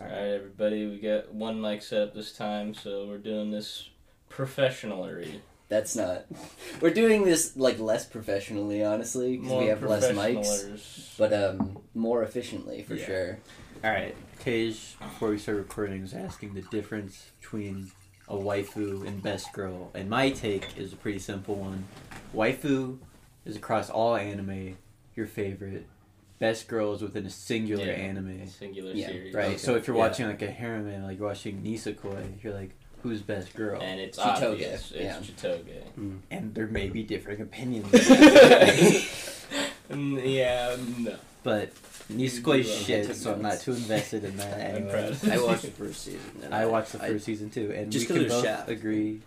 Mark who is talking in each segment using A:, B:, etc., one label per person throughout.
A: All right, everybody, we got one mic set up this time, so we're doing this professionally.
B: That's not. We're doing this like less professionally, honestly, because we have less mics, but um, more efficiently for
C: Yeah.
B: sure.
C: All right, Tej, before we start recording, was asking the difference between a waifu and best girl, and my take is a pretty simple one. Waifu is across all anime, your favorite. Best girl is within a singular
A: Yeah.
C: anime.
A: Singular
B: Yeah,
A: series.
C: Right.
B: Okay.
C: So if you're
B: Yeah.
C: watching like a harem, like you're watching Nisekoi, you're like, who's best girl?
A: And it's
B: Chitoge,
A: obvious.
B: yeah.
A: It's Chitoge.
C: And there may be differing opinions,
A: Mm, yeah, no.
C: but Nisekoi is
A: Yeah,
C: shit,
B: take
C: so I'm not
B: notes.
C: too invested in that.
A: I'm
C: anyway.
A: proud.
D: I watched the first season. and
C: I watched the
D: I-
C: first season too, and we
D: Just 'cause
C: can
D: of
C: both
D: Shaft.
C: agree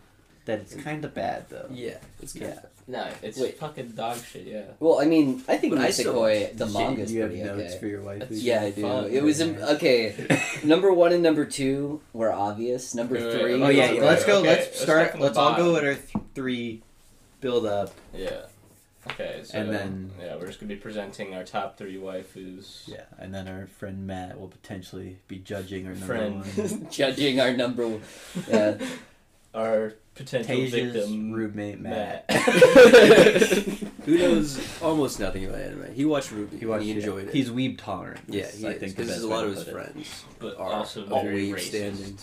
C: that it's kind of bad though.
D: yeah, it's good.
C: Yeah.
A: No, it's
B: Wait.
A: fucking dog shit, yeah.
B: Well, I mean, I think
D: But I still
B: Nisekoi,
D: watch
B: the
D: the
C: Shit,
B: manga's
C: you have
B: pretty
C: notes
B: okay.
C: for your wife.
A: That's-
B: Yeah, I do.
A: Fun.
B: it was im- okay. number one and number two were obvious. Number
A: Wait, wait,
B: three.
A: wait,
C: Oh yeah,
A: Okay,
C: let's go.
A: okay,
C: Let's
A: let's start
C: start.
A: from the
C: Let's all
A: bottom.
C: go at our th- three build up.
A: Yeah. Okay, so.
C: And then-
A: Yeah, we're just gonna be presenting our top three waifus.
C: Yeah, and then our friend Matt will potentially be judging our number
A: Friend.
C: one.
B: Judging our number one. Yeah.
A: Our potential
C: Tasia's
A: victim.
C: roommate Matt.
D: Who knows almost nothing about anime? He watched Ruby.
C: He watched
D: and he
C: it.
D: enjoyed it.
C: He's weeb tolerant.
D: yeah,
C: is,
D: he
C: I think the
D: because
C: best
D: a lot
C: way
D: of
C: to
D: his
C: put it.
D: friends
A: but
D: are
A: also
D: all
A: very
D: weeb
A: racist.
D: standing.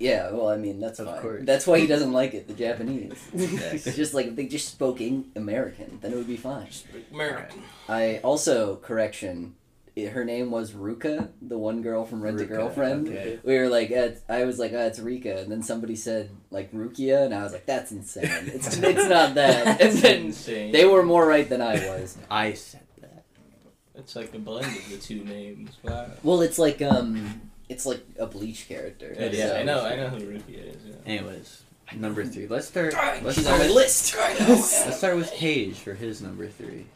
B: Yeah, well, I mean, that's
C: Of
B: fine.
C: course.
B: That's why he doesn't like it, the Japanese.
C: Yes.
B: it's just like, if they just spoke in American, then it would be fine.
A: American.
B: I also, correction, it, her name was Ruka, the one girl from Rent a
C: Ruka,
B: Girlfriend.
C: okay.
B: We were like, eh, I was like, oh, it's Rika. And then somebody said, like, Rukia, and I was like, that's insane. It's, it's not that. And then
A: insane.
B: they were more right than I was.
C: I said that.
A: It's like a blend of the two names. Wow.
B: Well, it's like, um, it's like a bleach character.
A: Yeah,
C: It
A: yeah,
C: is.
A: I know, I know who Rukia is. Yeah.
C: Anyways, number three. Let's start.
B: so-
C: Let's
B: She's on
C: start
B: my list.
C: Let's start with Paige for his number three.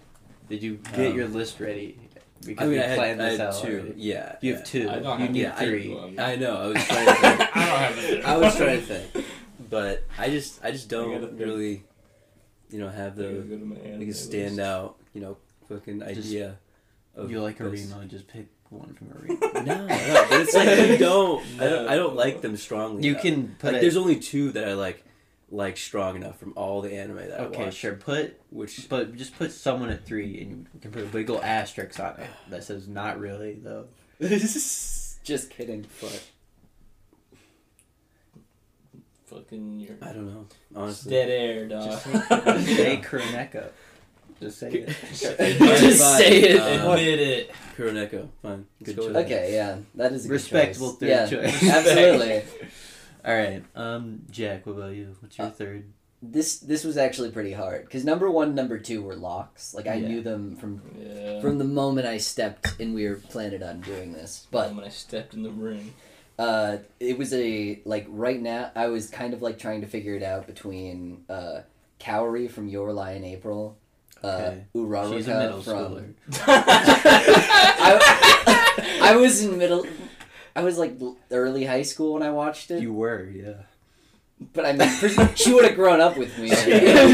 C: Did you get
D: Um,
C: your list ready? Because
D: I mean,
C: we
D: I had,
C: planned
D: I
C: this
D: had
C: out.
D: two. Yeah,
C: You have two.
A: I don't
C: you
A: have-
C: need
D: yeah, I-
C: three.
A: Well,
D: I know. I was trying to think.
A: I don't have it.
D: I was trying to think, but I just I just
A: You gotta
D: don't
A: think.
D: really, you know, have
A: Gotta
D: the
A: go to my
D: like
A: anime
D: a
A: list.
D: standout, you know, fucking idea. of
C: you like
D: this.
C: Arima? Just pick one from Arima.
D: No, no, but it's like I don't, I don't, I
A: No.
D: don't like them strongly.
C: you
D: though.
C: can put
D: Like,
C: it.
D: there's only two that I like, like strong enough from all the anime that I
C: okay,
D: watched.
C: sure. Put
D: Which
C: but just put someone at three and you can put a big ol' asterisk on it that says not really though.
B: just kidding.
D: fuck,
A: Fucking your
D: I don't know.
A: it's
D: Honestly,
A: dead air, dog.
C: Just say Kuroneko. Just say it.
B: Just say it.
D: Uh,
A: Admit it.
D: Kuroneko, fine.
C: Good
D: Let's go with
C: choice.
D: that.
B: Okay, yeah, that is a good
C: Respectable
B: choice.
C: third
B: yeah,
C: choice.
B: Absolutely.
C: All right, um, Jack. What about you? What's your
B: Uh,
C: third?
B: This this was actually pretty hard because number one, number two were locks. Like I
C: Yeah.
B: knew them from
A: Yeah.
B: from the moment I stepped and we were planning on doing this. But
A: when I stepped in the ring,
B: uh, it was a like right now I was kind of like trying to figure it out between uh, Cowrie from Your Lie in April, uh,
C: Okay.
B: Uraraka
C: She's a middle
B: from.
C: schooler.
B: I, I was in middle. I was like l- early high school when I watched it,
C: You were, yeah.
B: but I mean, pres- she would have grown up with me.
C: Okay,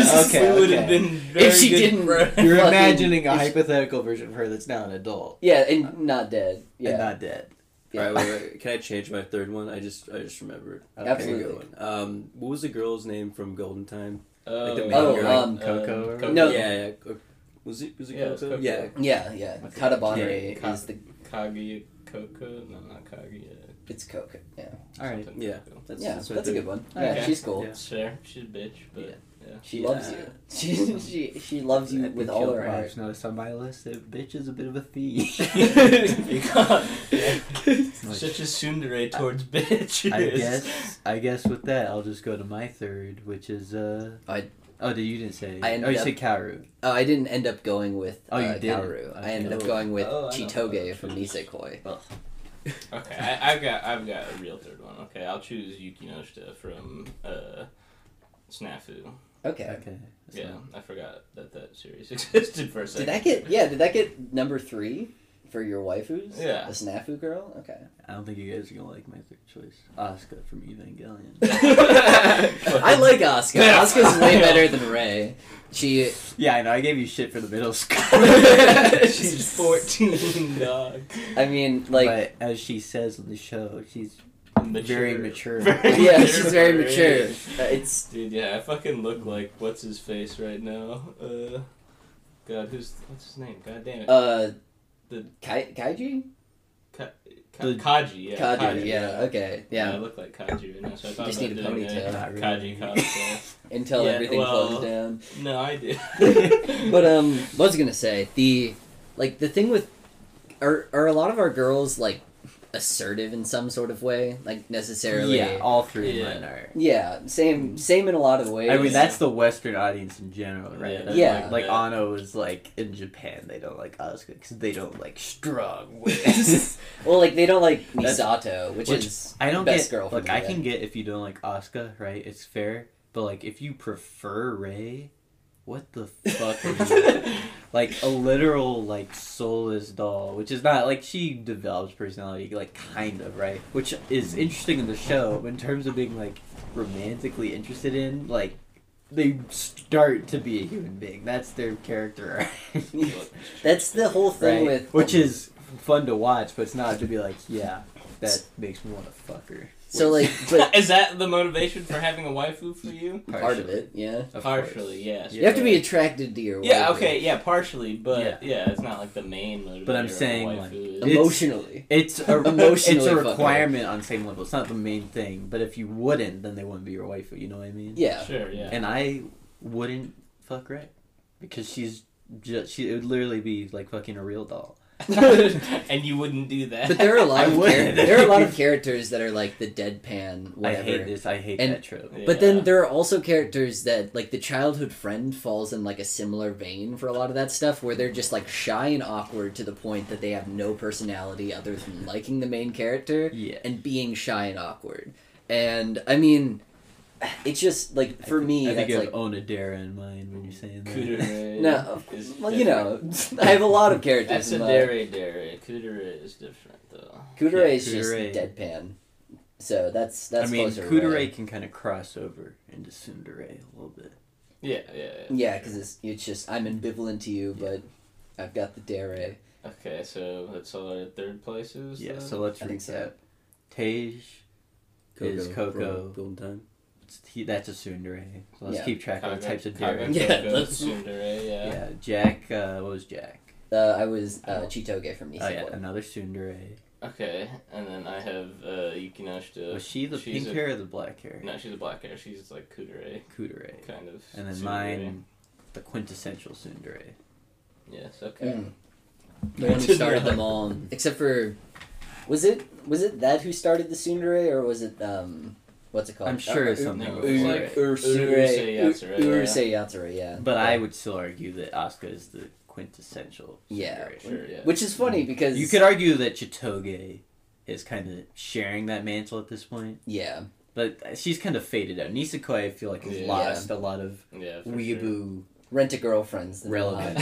A: we would have
B: okay.
A: been very
B: If she
A: good
B: didn't-
A: friends.
C: You're
B: Fucking-
C: imagining a
B: it's-
C: hypothetical version of her that's now an adult
B: Yeah, and not dead. Yeah,
C: and not dead.
B: yeah.
D: All right, wait, wait. Can I change my third one? I just, I just remembered.
C: Okay.
B: Absolutely.
D: Good one. Um, what was the girl's name from Golden Time?
A: Oh,
D: the main
A: oh,
B: girl.
A: um,
B: Um,
C: Coco or-
A: Coco.
B: No.
D: Yeah, yeah. Co- Was it? Was it
A: Yeah, it was
D: Coco?
A: Coco.
D: Yeah.
B: Yeah, yeah.
C: Okay.
B: Katabari
D: Yeah, Ka-
B: is the
A: Kaguya Coco. No, not Kaguya.
B: it's Coco. Yeah,
C: All right.
A: Something
D: yeah.
A: Coco.
D: That's,
B: yeah,
D: that's,
B: that's,
D: my
B: a
D: third.
B: good one.
C: Okay.
B: Yeah, she's cool.
C: Yeah.
A: Sure, she's a bitch, but
D: Yeah.
A: yeah.
B: She
D: Yeah.
B: loves you. She she she loves you
C: I
B: with
C: think
B: all
C: you'll
B: her
C: perhaps
B: heart.
C: notice on my list that bitch is a bit of a thief.
A: You can't- Such a tsundere towards bitches.
C: I guess. I guess with that, I'll just go to my third, which is uh.
B: I-
C: Oh, dude, you didn't say.
B: I ended
C: oh, you
B: up-
C: said Kaoru.
B: Oh, I didn't end up going with
C: Oh, you
B: uh,
C: didn't?
B: Kaoru. I
C: Okay.
B: ended up going with
A: Oh, I know.
B: Chitoge from Nisekoi.
A: Okay, I, I've got I've got a real third one. Okay, I'll choose Yukinoshita from uh, Snafu.
B: Okay.
C: Okay. so-
A: Yeah, I forgot that that series existed for a second.
B: Did that get yeah? Did that get number three? For your waifus?
A: Yeah.
B: A snafu girl? Okay.
C: I don't think you guys are gonna like my third choice, Asuka from Evangelion.
B: I like Asuka.
A: Yeah.
B: Asuka's way better than Ray. She
C: yeah, I know. I gave you shit for the middle school.
A: She's 14, dog.
B: I mean, like
C: but as she says on the show, she's very mature.
A: Very
B: yeah, she's very
A: very-
B: mature. Uh, it's
A: Dude, yeah, I fucking look like what's his face right now. Uh, God, who's what's his name? God damn it,
B: uh
A: The-
B: Kai- Kaiji?
A: Ka- Ka-
C: the-
A: Kaji. Yeah,
B: Kaji, yeah, okay.
A: Yeah,
B: Yeah.
A: I look like Kaji right now, so I thought
B: Just
A: about
B: need a
A: doing
B: ponytail.
C: Not really.
A: Kaji cosplay.
B: Until
A: Yeah,
B: everything
A: well-
B: closed down.
A: no, I did.
B: But um what was I gonna say? The like the thing with are are a lot of our girls like assertive in some sort of way? Like necessarily
C: yeah, all three
A: Yeah.
C: of mine are.
B: Yeah, same same in a lot of ways.
C: I mean, that's the Western audience in general, right?
A: Yeah.
C: That's
B: Yeah.
C: Like, like
A: Yeah.
C: Ano is like in Japan, they don't like Asuka because they don't like strong women.
B: well, like they don't like
C: That's-
B: Misato, which,
C: which
B: is
C: I don't
B: best
C: get.
B: girl.
C: look,
B: from
C: I
B: Ray.
C: can get if you don't like Asuka, right? It's fair. But like, if you prefer Ray, what the fuck? Are you like a literal like soulless doll, which is not like she develops personality, like kind of right, which is interesting in the show in terms of being like romantically interested in like. They start to be a human being. That's their character, arc,
B: That's the whole thing
C: right?
B: with
C: Which is fun to watch, but it's not to be like, yeah, that makes me want to fuck her.
B: so like but
A: Is that the motivation for having a waifu for you?
B: part of it. Yeah,
C: Of course.
A: Partially, yes.
B: you have to be
A: but-
B: attracted to your
A: Yeah,
B: waifu
A: okay, yeah, partially, but yeah, it's not like the main motivator.
C: But I'm
A: of a
C: saying,
A: waifu
C: like,
A: is-
C: It's-
B: emotionally.
C: It's a
B: Emotionally
C: it's a
B: fuck her.
C: requirement on same level. It's not the main thing, but if you wouldn't, then they wouldn't be your waifu. You know what I mean?
B: Yeah,
A: Sure, yeah.
C: And I wouldn't fuck Ray because she's just she. It would literally be like fucking a real doll.
A: and you wouldn't do that.
B: but there are a
C: I
B: lot of
C: would.
B: char- there are a lot of characters that are like the deadpan whatever.
C: I hate this. I hate
B: And-
C: that trope.
A: Yeah.
B: But then there are also characters that like the childhood friend falls in like a similar vein for a lot of that stuff where they're just like shy and awkward to the point that they have no personality other than liking the main character
C: Yeah.
B: and being shy and awkward. And I mean it's just like for me
C: I think
B: that's
C: you have
B: like
C: Onodera in mind when you're saying that.
A: Kudere
B: no
A: is
B: well you know
A: different.
B: I have a lot of
A: That's
B: characters
A: a
B: in mind.
A: dere dere. Kudere is different though.
B: Kudere
C: Yeah,
B: is just
C: Kudere.
B: deadpan. So that's
C: I
B: that's
C: mean,
B: closer to
C: Kudere
B: Ray.
C: can kind of cross over into Tsundere a little bit.
A: Yeah, yeah. yeah.
B: Yeah, cuz it's it's just I'm ambivalent to you but I've got the dare.
A: Okay, so that's all our third places.
C: Yeah.
A: then?
C: So let's
B: I think
C: recap.
B: so.
C: Tej is
D: from
C: Coco.
D: Golden Time.
C: It's- he- that's a tsundere. So let's
B: Yeah.
C: keep track of
A: Kaga-
C: the types of
A: Kaga,
C: dairy.
B: Yeah,
A: Koko,
B: let's-
A: Tsundere, yeah.
C: Yeah, Jack. Uh, what was Jack?
B: Uh, I was uh,
A: Oh.
B: Chitoge from Nissan.
C: Oh yeah, another tsundere.
A: Okay, and then I have uh, Yukinoshita.
C: Was she the
A: she's
C: pink
A: a-
C: hair or the black hair?
A: No, she's a black hair. She's like Kudere,
C: Kudere.
A: kind of.
C: And then
A: tsundere.
C: mine, the quintessential tsundere.
A: Yes. Okay.
B: Mm. The one who started them all, except for was it was it that who started the tsundere or was it um what's it called?
C: I'm sure it's
B: Uh,
C: something
A: no,
B: Ur-
A: it's
C: before
A: like-
C: it.
B: Ur-
A: Urusei
B: Urusei
A: Yatsura,
B: Yatsura,
A: yeah.
B: Urusei Yatsura, yeah.
C: But I would still argue that Asuka is the quintessential.
B: Yeah.
C: tsundere.
A: Sure. Yeah.
B: which is funny because
C: Mm. You could argue that Chitoge is kind of sharing that mantle at this point,
B: yeah
C: but she's kind of faded out. Nisekoi, I feel like, has
A: Yeah.
C: lost a lot of
A: Yeah. for sure.
C: weeaboo
B: rent a girlfriend's the
C: relevant.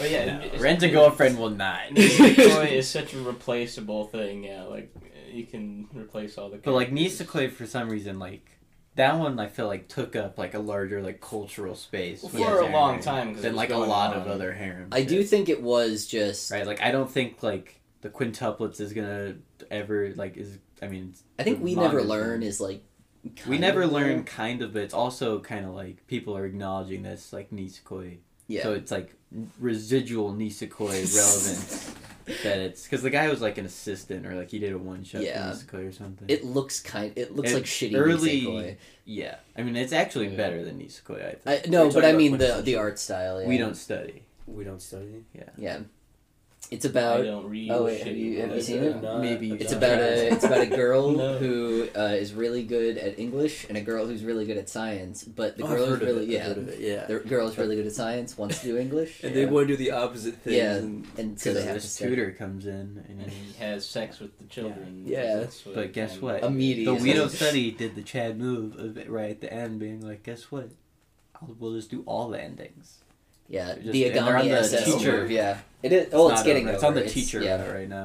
A: Oh yeah.
C: No,
A: it's-
C: Rent a
A: it's-
C: girlfriend will not.
A: Nisekoi is such a replaceable thing. Yeah, like you can replace all the.
C: But like
A: characters.
C: Nisekoi, for some reason, like that one, I feel like took up like a larger like cultural space
A: Well,
C: within
A: for a
C: harem
A: long time, 'cause it
C: than
A: was
C: like a
A: going
C: lot
A: on.
C: of other harem.
B: I do
C: shit.
B: think it was just
C: right. Like I don't think like the quintuplets is gonna ever like is. I mean,
B: I think
C: the
B: we never
C: manga's
B: learn
C: gonna-
B: is like
C: we
B: kind
C: never
B: of-
C: learn kind of, but it's also kind of like people are acknowledging that's like Nisekoi.
B: yeah
C: So it's like residual Nisekoi relevance that it's because the guy was like an assistant or like he did a one shot
B: Yeah.
C: for Nisekoi or something.
B: it looks kind it looks
C: It-
B: like shitty
C: early-
B: Nisekoi.
C: Yeah, I mean it's actually
A: Yeah.
C: better than Nisekoi. I think.
B: I,
D: We're
B: no
D: talking
B: but I
D: about
B: mean the
D: quintessential.
B: the art style yeah.
C: We don't study.
D: We don't study.
B: yeah it's
A: I
B: about
A: don't read.
B: Oh, wait, have
A: shitty
B: you- have you
A: books.
B: seen it?
A: No.
C: Maybe
B: It's
C: Yeah.
B: about a it's about a girl
A: No.
B: who uh, is really good at English and a girl who's really good at science. But the
D: Oh, I've
B: girl
D: heard
B: who's
D: of
B: really
D: it, I've
B: yeah,
D: heard of it, yeah.
B: the girl who's really good at science wants to do English.
D: And they want to do the opposite things.
B: Yeah.
D: And
B: and so
C: Because
B: they have to
C: this
B: tutor.
C: tutor comes in, and
A: And he has sex with the children.
B: Yeah.
A: because
B: Yeah.
A: that's what
C: but guess
A: um,
C: what?
B: Immediately.
C: The we don't study did the Chad move of it right at the end, being like, guess what? I'll, we'll just do all the endings.
B: Yeah,
C: Just-
B: the
C: and they're
B: Agami
C: on the
B: SS
C: teacher.
B: move, Yeah, it is. Oh, it's,
C: not
B: getting
C: over.
B: over.
C: It's on the teacher
B: yeah.
C: route right now.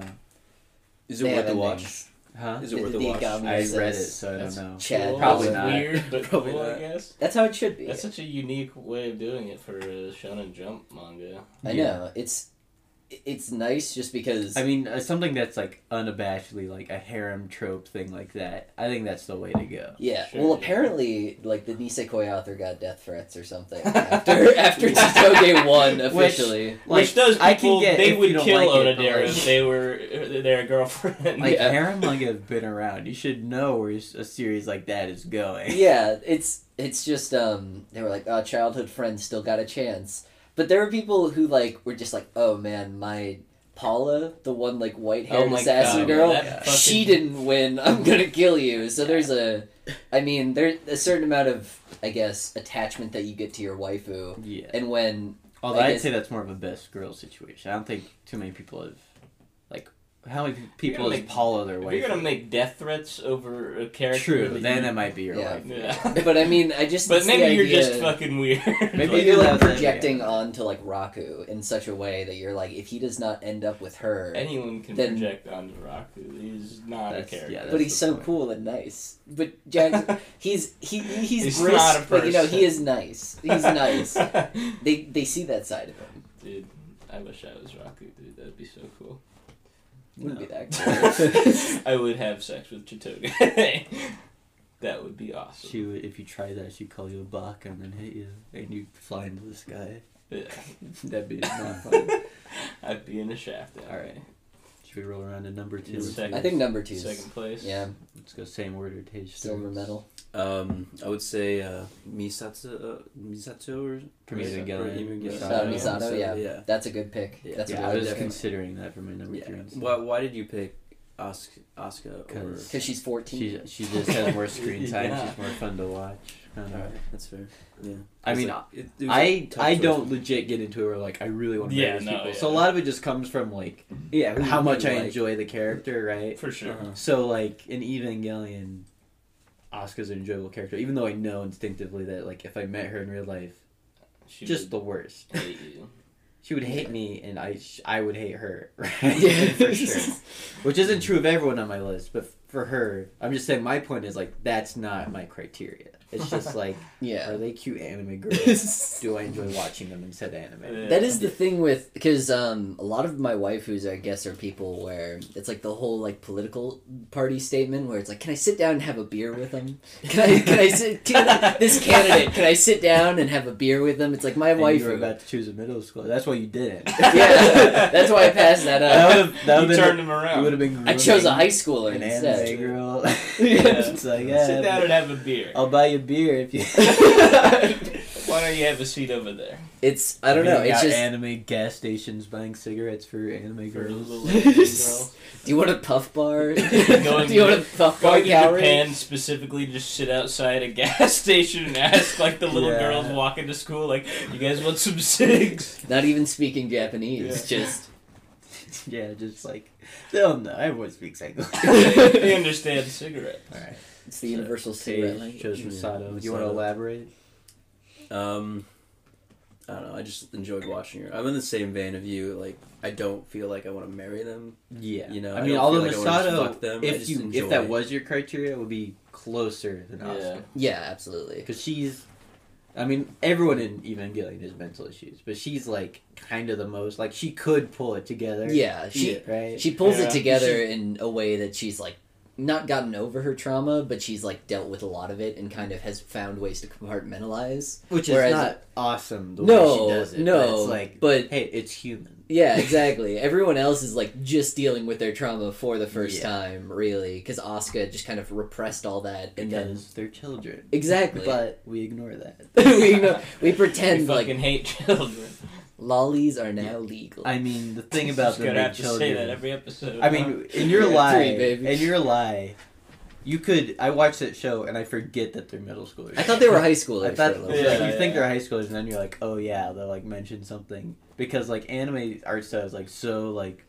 D: Is
B: They
D: it worth
B: have
D: the watch?
B: endings.
C: Huh?
D: Is it
B: The-
D: worth the
B: the
D: watch?
B: Agami
C: I
B: SS.
C: read it, so I don't
D: That's
C: know.
B: Chad,
C: Probably
A: That's
C: not.
A: Weird, but
D: Probably
A: cool, I
D: not.
A: guess.
B: That's how it should be.
A: That's such a unique way of doing it for a Shonen Jump manga.
B: I
C: Yeah.
B: know it's it's nice just because
C: I mean, uh, something that's like unabashedly like a harem trope thing like that. I think that's the way to go.
B: yeah.
A: Sure,
B: well,
A: yeah.
B: apparently, like the Nisekoi author got death threats or something after after Chitoge won
C: Which-
B: officially.
C: Like,
A: Which those people,
C: I can get
A: they
C: if you
A: would
C: don't
A: kill
C: like it, but,
A: Onodera
C: like-
A: if they were their girlfriend.
C: Like
B: Yeah.
C: harem manga have been around. You should know where s- a series like that is going.
B: yeah, it's it's just um they were like, oh, childhood friends still got a chance, but there were people who like were just like, oh man, my Paula, the one like white haired
A: Oh my
B: assassin
A: God,
B: girl,
A: that
B: she
A: fucking-
B: didn't win. I'm gonna kill you. So there's a, I mean, there's a certain amount of I guess attachment that you get to your waifu,
C: Yeah.
B: and when
C: Although
B: I
C: I'd
B: guess-
C: say that's more of a best girl situation. I don't think too many people have, like, how many people
A: gonna
C: is
A: make-
C: Paula their
A: If
C: wife?
A: you're gonna make death threats over a character.
C: True.
A: that
C: Then
A: you-
C: that might be your
B: Yeah.
C: wife.
A: Yeah.
B: but I mean, I just
A: But
B: it's the
A: maybe you're
B: idea-
A: just fucking weird.
C: Maybe
A: Like,
B: Maybe
C: Yeah,
B: you're like
C: that's it,
B: projecting
C: yeah.
B: onto like Raku in such a way that you're like, if he does not end up with her,
A: anyone can
B: Then-
A: project onto Raku. He's not
C: That's-
A: a character.
C: yeah,
B: but
C: That's
B: he's
C: the
B: so
C: point.
B: cool and nice. But Jack, he's he he's,
A: He's
B: brisk,
A: not a
B: but you know
A: person.
B: he is nice. He's nice. they they see that side of him.
A: dude, I wish I was Raku, dude. That'd be so cool.
B: Wouldn't be that cool.
A: I would have sex with Chitoga. that would be awesome.
C: She would, if you try that, she'd call you a buck and then hit you, and you'd fly into the sky.
A: Yeah,
C: That'd be not fun.
A: I'd be in a shaft. that
C: All
A: way.
C: Should we roll around to number two?
A: It's second.
B: I think number two.
A: Second place.
B: Yeah,
C: Let's go same order, Tage.
B: silver medal.
D: Um, I would say uh, Misato, uh, Misato or
C: For me,
A: Misato,
D: or
C: Evangelion.
D: Evangelion.
B: Uh,
C: Misato.
B: Misato, yeah.
D: yeah.
B: That's a good pick.
D: Yeah.
B: That's
C: Yeah, I
B: really
C: was
B: good
C: considering that for my number
D: Yeah.
C: three. and
D: Why, why did you pick Os- Asuka? over-
C: 'Cause-
B: because she's fourteen.
C: She she just has more screen time.
A: Yeah.
C: She's more fun to watch. I don't know.
D: Alright, that's fair. Yeah.
C: I mean,
D: It's like- it- it was a
C: I
D: tough
C: I
D: choice.
C: don't legit get into it. Where like I really want to
A: Yeah,
C: marry these
A: no,
C: people.
A: yeah.
C: So a lot of it just comes from like
D: Yeah. who
C: how
D: you
C: much I
D: like.
C: enjoy the character, right?
A: For sure.
D: Uh-huh.
C: So like in Evangelion, Asuka's an enjoyable character, even though I know instinctively that like if I met her in real life,
A: She
C: just
A: would
C: the worst.
A: hate you.
C: She would hate me, and I sh- I would hate her, right?
B: Yeah.
C: for sure. Which isn't true of everyone on my list, but for her, I'm just saying my point is like that's not my criteria. It's just like
B: yeah.
C: are they cute anime girls? Do I enjoy watching them instead of anime?
A: Yeah.
B: That is the thing with because um, a lot of my waifus, I guess, are people where it's like the whole like political party statement where it's like, can I sit down and have a beer with them? Can I can I sit can, this candidate? Can I sit down and have a beer with them? It's like my
C: And you were
B: waifu.
C: about to choose a middle school. That's why you didn't.
B: yeah, that's why I passed that
C: That
B: up.
C: would've- that
A: you
C: would've
A: turned
C: been.
A: him
C: You
A: around.
C: would have been.
B: I chose a
C: grooming
B: high schooler
C: an
B: instead.
C: anime girl.
B: Yeah.
C: it's like,
A: Sit
C: yeah, Oh.
A: down and have a beer.
C: I'll buy you beer if you.
A: Why don't you have a seat over there?
B: It's I don't know.
C: Being
B: It's
C: out
B: just
C: anime gas stations buying cigarettes for anime
A: For
C: girls.
A: little Asian girls.
B: do you want a puff bar?
A: Going
B: do you want a puff bar
A: Going to
B: gallery?
A: Japan specifically to sit outside a gas station and ask like the little
C: Yeah.
A: girls walking to school, like, you guys want some cigs?
B: Not even speaking Japanese,
A: Yeah.
B: just
C: yeah, just like they don't know. Everyone speaks English.
A: they understand cigarettes.
C: All right.
B: it's the
C: So,
B: universal cigarette
C: Sage
B: language.
C: chose
D: Yeah.
C: Masato. Do you want to
D: Masato.
C: elaborate?
D: Um, I don't know. I just enjoyed watching her. I'm in the same vein of you. Like, I don't feel like I want to marry them.
C: Yeah,
D: You know,
C: I
D: I
C: mean,
D: don't
C: although
D: feel like I wanna just
C: Masato,
D: fuck them, I
C: if
D: just
C: you if
D: enjoy.
C: that was your criteria, it would be closer than
A: Yeah.
C: Asuka
B: Yeah, absolutely.
C: because she's. I mean, everyone in Evangelion has mental issues, but she's like kind of the most. Like she could pull it together.
B: Yeah, she
C: right.
B: she pulls
A: Yeah.
B: it together in a way that she's like not gotten over her trauma, but she's like dealt with a lot of it and kind of has found ways to compartmentalize.
C: which is
B: whereas-
C: not awesome. The way
B: no,
C: she does it,
B: no,
C: but it's like,
B: but
C: hey, it's human.
B: yeah, exactly. Everyone else is like just dealing with their trauma for the first
C: Yeah.
B: time, really, because Asuka just kind of repressed all that and then
C: because they're children.
B: exactly.
C: But we ignore that.
B: we know, we
A: We
B: pretend
A: fucking
B: like
A: hate children.
B: lollies are now legal.
C: I mean, the thing
A: Just
C: about them
A: gonna
C: being
A: have to say that
C: children.
A: every episode.
C: I
A: huh?
C: mean, in your
B: Yeah,
C: lie,
B: three, baby.
C: in your lie, you could. I watched that show and I forget that they're middle schoolers.
B: I thought they were high
C: I
B: schoolers.
C: thought
B: for a
C: like,
B: little
A: Yeah,
B: bit.
C: you
A: yeah,
C: think
A: yeah.
C: they're high schoolers, and then you're like, oh yeah, they'll like mention something because like anime art style is like so like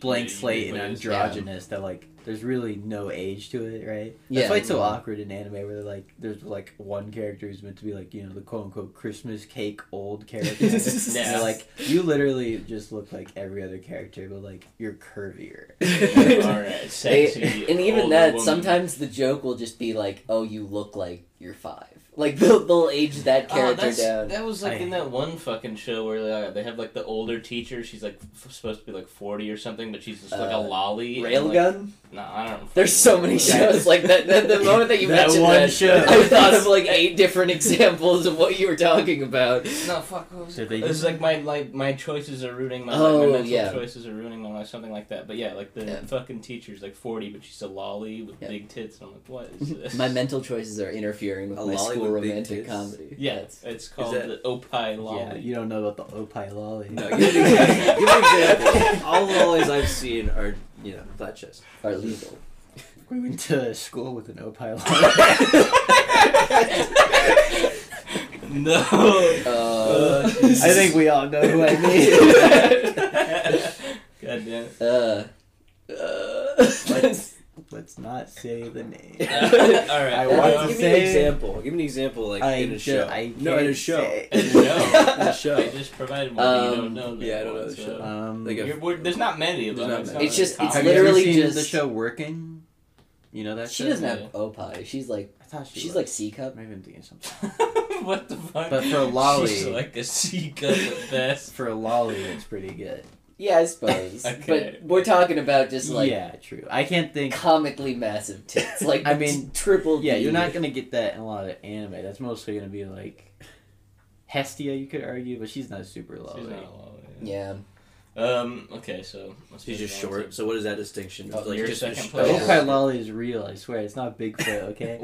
C: blank
A: Yeah, you
C: slate and
A: can put it-
C: androgynous that like there's really no age to it, right? That's
B: Yeah.
C: why it's so
B: Mhm.
C: awkward in anime where they're like there's like one character who's meant to be like, you know, the quote unquote Christmas cake old character. and they're like, you literally just look like every other character, but like you're curvier.
A: All right,
B: They-
A: sexy.
B: and even
A: older
B: that,
A: woman.
B: sometimes the joke will just be like, "Oh, you look like you're five. Like they'll, they'll age that
A: Oh,
B: character
A: that's-
B: down.
A: That was like
C: I-
A: in that one fucking show where uh, they have like the older teacher. She's like f- supposed to be like forty or something, but she's just like
B: Uh,
A: a lolly. and, Like,
B: Railgun.
A: no, I don't.
B: There's so many
A: fucking-
B: shows like that. that the moment that you
C: That
B: mentioned
C: one
B: that,
C: show.
B: I thought of like eight different examples of what you were talking about.
A: No, fuck. What was
C: Did
A: it?
C: they-
A: This is like my like my choices are ruining my
B: Oh,
A: life. My mental
B: yeah.
A: choices are ruining my life. Something like that. But yeah, like the
B: Yeah.
A: fucking teacher's like forty, but she's a lolly with
B: Yeah.
A: big tits. And I'm like, what is this?
B: My mental choices are interfering with
D: A
B: my
D: lolly
B: school
D: with big
B: romantic
D: tits.
B: comedy.
A: Yeah,
B: That's-
A: it's, called
D: that-
A: the opi
C: yeah,
A: lolly.
C: you don't know about the opai lolly.
D: No, give an example. give an example. All the lollies I've seen are, you know, flat chest.
B: are legal.
C: We went to school with an opai lolly.
A: No.
B: Uh,
C: I think we all know who I mean.
A: God damn it.
B: uh, uh,
C: Let's, let's not say the name.
A: All right.
C: I
A: well,
C: want
D: Uh,
C: to
D: give me
C: say-
D: an example. Give me an example, like
C: I
D: in
C: ju-
D: a show.
C: I
D: no, in a
C: can't
D: show.
C: say.
D: In
A: No.
D: a show. in a
A: I
D: show.
A: just provided one. but you
B: Um,
A: don't know that.
D: yeah, I don't know
A: one,
D: the
A: so-
D: show.
C: Um,
D: Like a-
A: You're- we're- there's not many of
D: There's
A: them.
D: not
A: not
D: many.
B: It's just-
A: like
B: it's
C: have
A: common.
C: you ever
B: literally
C: seen the
B: just-
C: show working? You know that
B: she
C: show?
B: doesn't have opie. She's like
C: I thought she
B: she's
C: was.
B: like C cup.
C: Maybe I'm thinking something.
A: what the fuck?
C: But for Lolly-
A: she's like a sea gun at best.
C: For a lolly, it's pretty good.
B: Yeah, I suppose.
A: Okay.
B: But we're talking about just like
C: yeah, true. I can't think.
B: comically massive tits. Like
C: I mean,
B: t- triple.
C: Yeah,
B: D.
C: you're not gonna get that in a lot of anime. That's mostly gonna be like Hestia, you could argue, but she's not super lolly.
A: She's not a lolly.
B: Yeah.
A: Um. Okay. So let's
D: She's
A: move
D: just
A: on to-
D: short. So what is that distinction?
A: Oh, you're second
D: just-
C: The
A: place.
C: Okai lolly is real. I swear, it's not Bigfoot. Okay.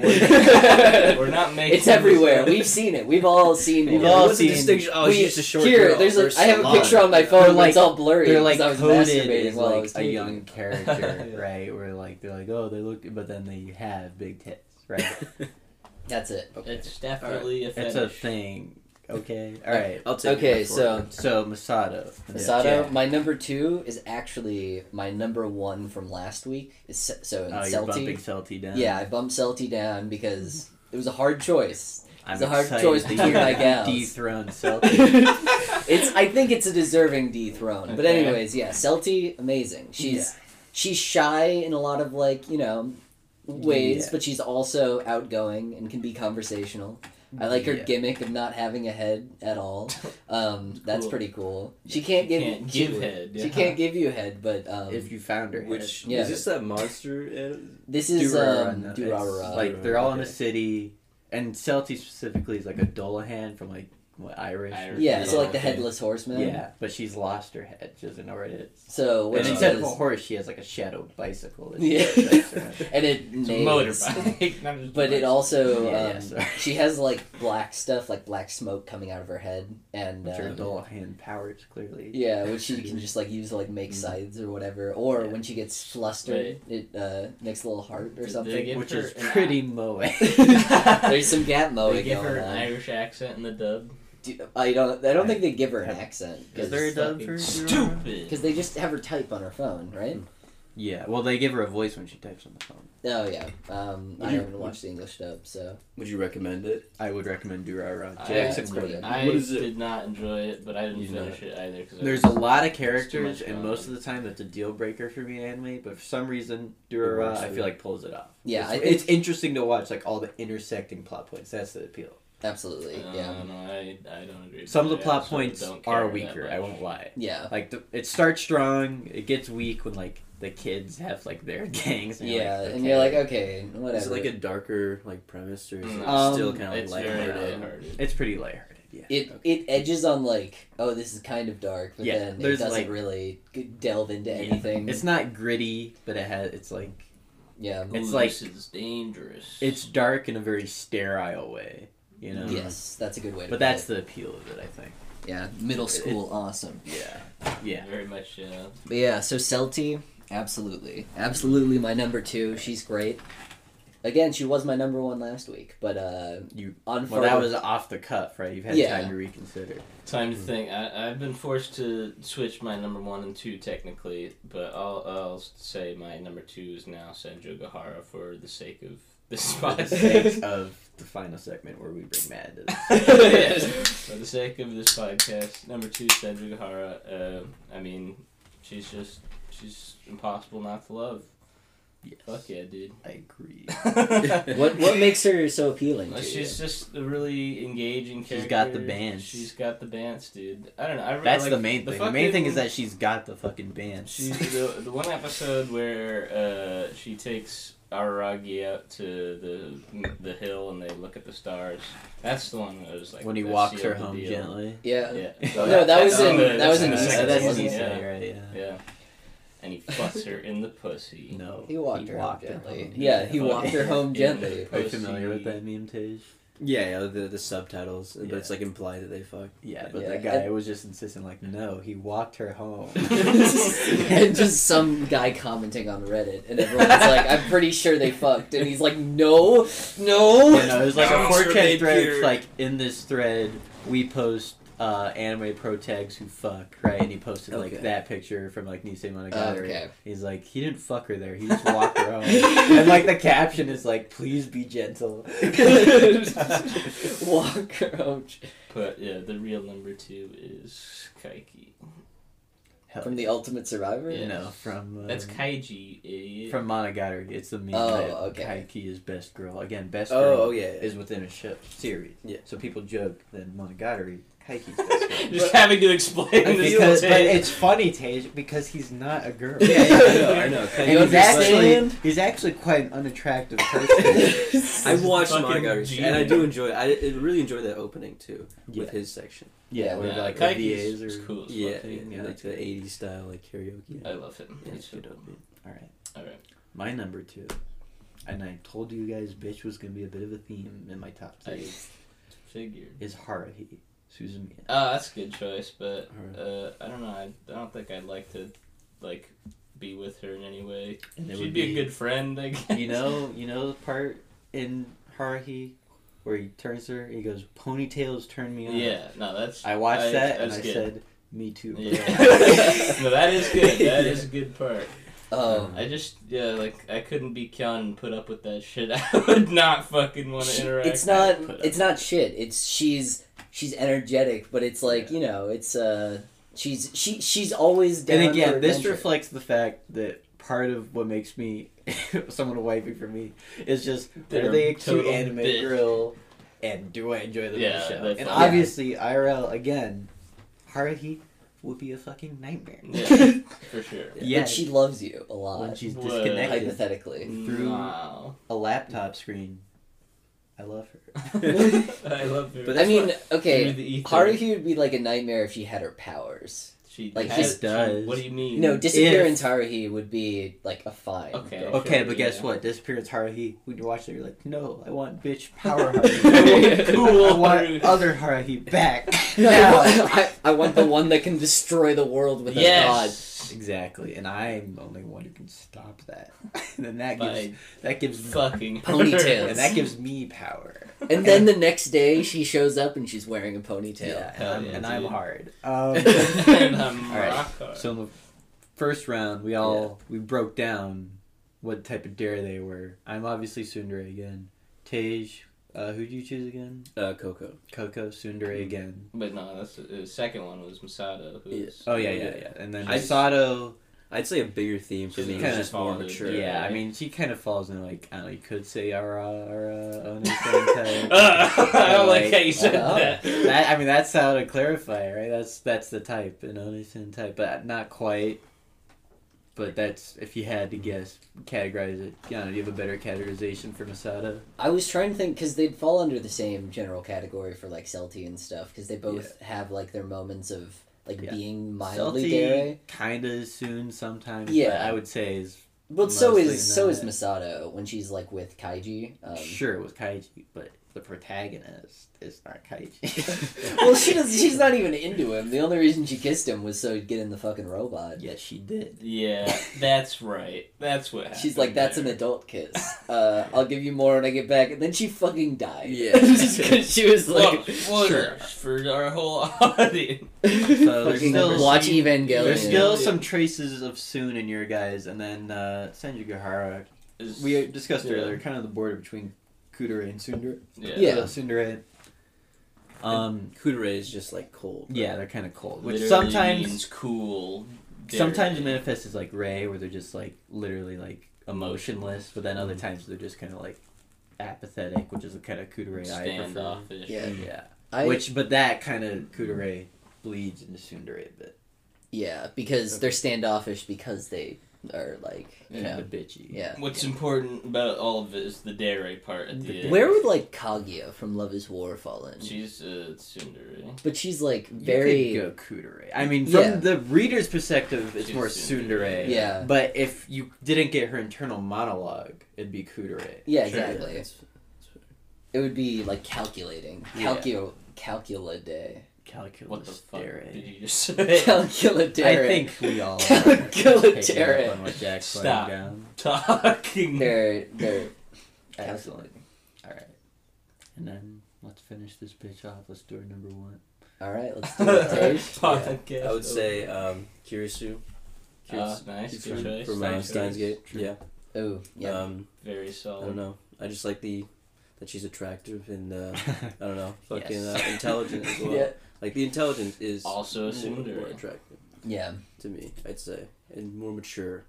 A: We're not making.
B: It's everywhere. We've seen it. We've all seen
C: We've
B: it.
D: Yeah,
C: all
D: what's the
C: seen-
D: distinction? Oh,
B: We-
D: she's just a short
B: here,
D: girl.
B: there's a,
D: First
B: I have a
D: salon.
B: picture on my
C: They're
B: phone.
C: like-
B: Like, it's all blurry.
C: they're like
B: 'cause I was
C: coded
B: masturbating
C: as
B: while I
C: like
B: was
C: a
B: taking
C: young
B: it.
C: character, right? Where like they're like, oh, they look, but then they have big tits, right?
B: That's it.
A: It's definitely a
C: it's a
A: fetish.
C: thing. Okay, all right.
D: I'll take
B: Okay,
D: it
B: so
C: So Masato.
B: Masato,
C: Yeah.
B: my number two is actually my number one from last week. Is Se- so in
C: Oh, you're bumping
B: Celti.
C: Celti down.
B: Yeah, I bumped Celti down because it was a hard choice.
C: I'm
B: It's a hard
C: excited
B: choice
C: that
B: between
C: you
B: my gals.
C: Dethroned Celti.
B: it's I think it's a deserving dethrone. But
A: Okay.
B: anyways, yeah, Celti, amazing. She's she's shy in a lot of like you know ways
C: Yeah.
B: but she's also outgoing and can be conversational i like her
C: Yeah.
B: gimmick of not having a head at all um, that's
A: Cool.
B: pretty cool she can't give
A: can't
B: she-
A: give head.
B: she
A: yeah.
B: can't give you head but um,
C: if you found her,
D: Which
B: Yeah.
D: is this that monster? in-
B: this is
C: Durarara,
B: um,
C: no, it's
B: Durarara.
C: like they're all in a
D: Okay.
C: city, and Celti specifically is like a Dolahan from like what Irish.
A: Irish.
B: yeah
A: Yeah,
B: so like the
A: okay.
B: headless horseman
C: Yeah, but she's lost her head. She doesn't know where it is.
B: so what
C: and
B: she
C: instead of a
B: does-
C: horse, she has like a shadow bicycle. That she
B: Yeah.
C: drives around.
B: and it
A: It's a
B: nails.
A: motorbike. not just a
B: but it
A: bike.
B: also um,
C: Yeah, yeah, sorry.
B: she has like black stuff like black smoke coming out of her head and
C: Which are
B: um,
C: Dolahan powers clearly.
B: Yeah, which she can just like use to like make sides or whatever. Or
C: Mm-hmm. Yeah.
B: when she gets flustered, it uh, makes a little heart or
A: Did
B: something.
A: they give
C: Which
A: her
C: is
A: an
C: pretty moe.
B: There's some gap
A: They
B: mowing
A: give her
B: going
A: an
B: on.
A: Irish accent in the dub.
B: Do- I don't. I don't think they give her an
C: Yeah.
B: accent
C: Is there a
B: because
C: dub
A: Fucking
C: for-
A: stupid.
B: they just have her type on her phone, right?
C: Hmm. Yeah, well, they give her a voice when she types on the phone.
B: Oh yeah. Um, I
C: Hmm.
D: You-
B: haven't watched the English dub, so
D: Would you recommend it?
C: I would recommend Durarara.
A: I-
C: Jackson
B: pretty
C: would.
B: good.
A: I
D: What is it?
A: did not enjoy it, but I didn't
D: You know
A: finish it either. Cause I
C: There's a
A: was-
C: lot of
A: much
C: characters,
A: going
C: and most
A: on.
C: of the time that's a deal breaker for me in anime. But for some reason, Durarara,
D: works
C: I
D: for
C: feel
D: you.
C: like pulls it off.
B: Yeah,
C: it's,
B: I think-
C: it's interesting to watch, like all the intersecting plot points. That's the appeal.
B: absolutely,
A: No,
B: yeah,
A: no, I, I don't agree.
C: Some of
A: with
C: the
A: that. I
C: plot
A: also
C: points
A: don't care
C: are
A: that
C: weaker.
A: much.
C: I won't lie.
B: yeah,
C: Like the, it starts strong, it gets weak when like the kids have like their gangs. And you're
B: yeah.
C: like,
B: And you're like,
C: okay.
B: okay, whatever.
D: Is it like a darker like premise, or is it
A: Mm.
D: still
C: Um,
D: kind of like
A: It's very
D: lighthearted?
A: lighthearted.
C: it's pretty lighthearted. Yeah.
B: it it edges on like oh this is kind of dark, but
C: Yeah,
B: then it
C: there's,
B: doesn't
C: like-
B: really g- delve into
C: Yeah.
B: anything.
C: It's not gritty, but it has. It's like
B: yeah,
A: Ooh,
C: It's like-
A: this is dangerous.
C: it's dark in a very sterile way. You know.
B: Yes, that's a good way. To
C: But
B: put
C: that's
B: it.
C: the appeal of it, I think.
B: yeah, middle school, awesome.
C: Yeah. Yeah.
A: very much. Uh,
B: But yeah, so Celti, absolutely, absolutely, my number two. She's great. Again, she was my number one last week, but uh,
C: You-
B: on
C: Well, that
B: further-
C: was off the cuff, right? You've had
B: Yeah.
C: time to reconsider.
A: Time to think. Hmm. I, I've been forced to switch my number one and two technically, but I'll, I'll say my number two is now Sanjo Gahara for the sake of this
C: For the
A: podcast.
C: sake of the final segment where we bring Matt to the-
A: Yes. For the sake of this podcast, number two Sanjo Gahara. Uh, I mean, she's just she's impossible not to love.
C: Yes.
A: Fuck yeah, dude.
C: I agree.
B: what what makes her so appealing?
A: Uh,
B: To you?
A: She's just a really engaging character.
C: She's got the bands.
A: She's got the bands, dude. I don't know. I really
C: That's
A: like
C: the main thing. The, main
A: fucking-
C: thing is that she's got the fucking band.
A: She the, the one episode where uh, she takes Araragi out to the the hill and they look at the stars. That's the one that was like
C: when he
A: that
C: walks
A: sealed
C: her
A: the
C: home
A: deal.
C: gently.
B: Yeah.
A: Yeah.
C: No,
A: that-
B: that
A: that's
B: was in-
A: the-
B: that was in
A: the
B: the
A: second
B: second
A: season.
B: one,
A: Yeah.
C: right? Yeah.
A: yeah. And he fucks her in the pussy.
C: No.
B: He walked her home
C: her
B: gently.
C: home.
B: Yeah, he
A: Fuck.
B: walked her home
A: Yeah.
B: gently.
C: Are you
A: Pussy.
C: familiar with that meme, Tej?
D: Yeah, yeah the, the subtitles. But
C: Yeah.
D: it's like implied that they fuck.
C: Yeah, but
B: Yeah.
C: that guy was just insisting, like, no, he walked her home.
B: and just some guy commenting on Reddit, and everyone's like, "I'm pretty sure they fucked," and he's like, "No, no."
C: You know, it was like a
D: Bounce
C: 4K
D: grenade
C: thread.
D: Peter.
C: It's like in this thread, we post uh, anime pro tags who fuck, right? And he posted like
D: Okay.
C: that picture from like Nisei Monogatari.
B: Okay.
C: He's like, he didn't fuck her there. He just walked her home. and like the caption is like, please be gentle.
B: Walk her home
A: But yeah, the real number two is Kaiki.
C: Hell,
B: from the Ultimate Survivor.
A: Yeah.
C: no, from um,
A: That's Kaiji, idiot.
C: from Monogatari. It's the meme
B: Oh,
C: that
B: okay.
C: Kaiki is best girl. Again, best girl
D: Oh, oh yeah. yeah.
C: is within a ship series.
D: Yeah.
C: So people joke that Monogatari, Kaiki's best girl.
A: Just having to explain
C: I
A: this.
C: feel-
A: to
C: but
A: Tate.
C: it's funny, Tage, because he's not a girl.
D: yeah, yeah, I know, I know.
C: And
B: You
C: he's actually
B: understand?
C: he's actually quite an unattractive person.
D: I've watched
A: Fucking
D: Monogatari, and I do enjoy. I, I really enjoy that opening too with his section.
C: yeah, with
A: Nah,
C: like the
A: Kaiki's
C: VAs or
A: is cool as fuck,
D: Yeah,
A: dude.
D: yeah, like the '80s style, like karaoke.
A: I love him.
D: Yeah,
A: He's
D: it's
A: so
D: good.
A: dope.
C: All right,
A: All right.
C: my number two, and I told you guys, bitch was gonna be a bit of a theme in my top two.
A: I figured.
C: Is Haruhi Suzumiya?
A: Oh, that's a good choice, but
D: Alright.
A: uh, I don't know. I, I don't think I'd like to, like, be with her in any way.
C: And it
A: She'd
C: would
A: be,
C: be-
A: a good friend, I guess.
C: You know, you know the part in Haruhi where he turns her, he goes, "Ponytails turn me on."
A: Yeah. No, that's.
C: I watched that and
A: that's
C: I
A: good.
C: said, "Me too." bro."
A: Yeah. no, that is good. That is a good part.
B: Oh,
A: I just yeah, like I couldn't be Kyun and put up with that shit. I would not fucking want to
B: She-
A: interact.
B: it's not.
A: with it.
B: It's not shit. It's she's she's energetic, but it's like you know, it's uh, she's she she's always down.
C: and again,
B: for
C: this
B: adventure.
C: reflects the fact that part of what makes me someone a wifey for me is just
A: They're
C: are they
A: a
C: a cute
A: total
C: anime
A: bitch.
C: girl, and do I enjoy them
A: Yeah,
C: in the show?
A: that's
C: And
A: all.
C: obviously, IRL again, Haruhi would be a fucking nightmare.
A: Yeah, for sure.
B: But she loves you a
C: when
B: lot,
C: she's
A: Well,
C: disconnected,
B: hypothetically.
C: Through-
A: Wow.
C: a laptop screen. I love her.
A: I love her.
B: I
D: But that's
B: mean,
A: Through
B: okay,
A: the ether.
B: Haruhi would be like a nightmare if she had her powers.
A: She
B: Like,
A: has-
B: just
A: she-
C: does.
A: What do you mean?
B: No, disappearance Haruhi would be like a fine.
A: Okay.
B: Go.
C: Okay,
A: sure,
C: but guess
A: yeah.
C: what? Disappearance Haruhi. When you watch it, you're like, no, I want bitch power Haruhi.
A: Cool
C: I want
A: Haruhi.
C: other Haruhi back.
B: No,
C: now.
B: I, I want the one that can destroy the world with
A: yes.
C: Exactly, and I'm the only one who can stop that. and then that gives
A: By
C: that gives
A: fucking
B: Ponytails.
C: and that gives me power.
B: a god. And then the next day, she shows up and she's wearing a ponytail.
C: Yeah, and,
A: Hell
C: I'm,
A: yeah,
C: and I'm
A: dude.
C: hard. Um,
A: and I'm
C: All right.
A: rock hard.
C: so in the first round, we all we broke down what type of dare they were. I'm obviously Sundere again. Tej, uh, who do you choose again?
D: Uh, Coco.
C: Coco Sundere again.
A: but no, that's the second one was Masato. Who's,
C: Oh yeah, yeah, yeah. And then
D: I-
C: Masato.
D: I'd say a bigger theme for
A: She's
D: me
C: kinda
D: is just more
A: followed,
D: mature.
C: Yeah, I
A: right?
C: mean, she kind of falls in like I don't know. You could say uh, Ara Ara Ono Sentai.
A: Uh, I don't like how you said
B: Oh.
A: that.
C: that I mean that's how to clarify, right? That's that's the type, an Onision type, but not quite. But that's if you had to guess, categorize it. You know, do you have a better categorization for Masada?
B: I was trying to think because they'd fall under the same general category for like Celti and stuff because they both have like their moments of like
C: Yeah.
B: being mildly dare.
C: Salty, kinda soon sometimes. Yeah,
B: Yeah.
C: I would say is
B: But so
C: Mostly
B: is so is
C: not.
B: Masato when she's like with Kaiji. Um,
C: sure it was Kaiji, but the protagonist is not Kaichi.
B: well, she does, she's not even into him. The only reason she kissed him was so he'd get in the fucking robot.
C: yes, she did.
A: Yeah, that's right. That's what happened.
B: She's like, that's an
A: there.
B: adult kiss. Uh, I'll give you more when I get back. And then she fucking died.
D: Yeah.
B: Just 'cause she was like,
A: Look, spoilers for our whole audience.
C: there's
B: fucking
C: still-
B: watch Evangelion.
C: There's
A: Yeah.
C: still
A: Yeah.
C: some traces of Soon in your guys, and then uh, Senjugahara. We discussed
A: Yeah.
C: earlier, kind of the border between Kudere and Tsundere.
A: yeah.
B: Yeah.
C: Uh, Tsundere. Um,
D: Kudere is just like cold. right?
C: yeah, they're kind of cold. Which
A: Literally
C: sometimes
A: means cool.
C: sometimes
A: dirty.
C: manifests as like Ray, where they're just like literally like emotionless, but then
B: Mm-hmm.
C: other times they're just kind of like apathetic, which is the kind of Kudere I prefer.
A: standoffish.
B: Yeah.
C: Yeah.
B: I,
C: Which, but that kind of Kudere bleeds into Tsundere a bit.
B: yeah, because they're standoffish because they are like, you
C: Kind
B: know,
C: of bitchy.
B: yeah.
A: What's important about all of it is the dairy part at the end.
B: Where would like Kaguya from Love Is War fall in?
A: she's uh, tsundere?
B: but she's like
C: You
B: very.
C: could go Kudere. I mean, from
B: Yeah.
C: the reader's perspective, it's
A: She's
C: more
A: tsundere.
C: Tsundere.
B: Yeah.
C: But if you didn't get her internal monologue, it'd be Kudere.
B: Yeah,
A: Sure.
B: exactly. It would be like calculating.
C: Yeah.
B: Calcu calcula day.
C: Calculus.
A: What the fuck
C: dere.
A: did you just say?
B: Calcula
C: I think we all are picking up on
B: Calcula
C: what Jack's putting
A: Stop.
C: down.
A: Talking.
B: They're they're
C: Excellent. All right. And then let's finish this bitch off. Let's do our number one.
B: alright, let's do it. Tej.
A: Podcast.
D: I would say um, Kirisu.
A: Uh,
D: Kirisu
A: nice.
D: from,
A: Good choice.
D: from uh,
A: Nice choice.
D: Steins Gate.
C: True.
D: Yeah.
B: Ooh, Oh, yeah.
D: Um,
A: Very
D: I
A: solid.
D: don't know. I just like the that she's attractive and uh, I don't know, fucking uh, intelligent as well.
B: yeah.
D: Like the intelligence is
A: Also a
D: more, more
A: tsundere.
D: attractive
B: Yeah.
D: to me, I'd say, and more mature,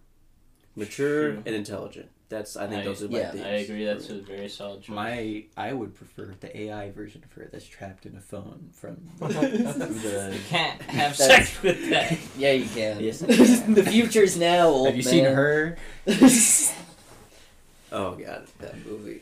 D: mature
A: True.
D: and intelligent. That's I think
A: I-
D: those are my
B: yeah,
D: themes.
A: I agree. That's
D: for
A: a
D: me.
A: very solid choice.
C: My, I would prefer the AI version of her that's trapped in a phone from the.
A: you can't have
B: That's-
A: sex with that.
B: Yeah you can.
C: Yes.
B: the future's now, old
C: Have you seen
B: man.
C: her?
D: oh god, that movie.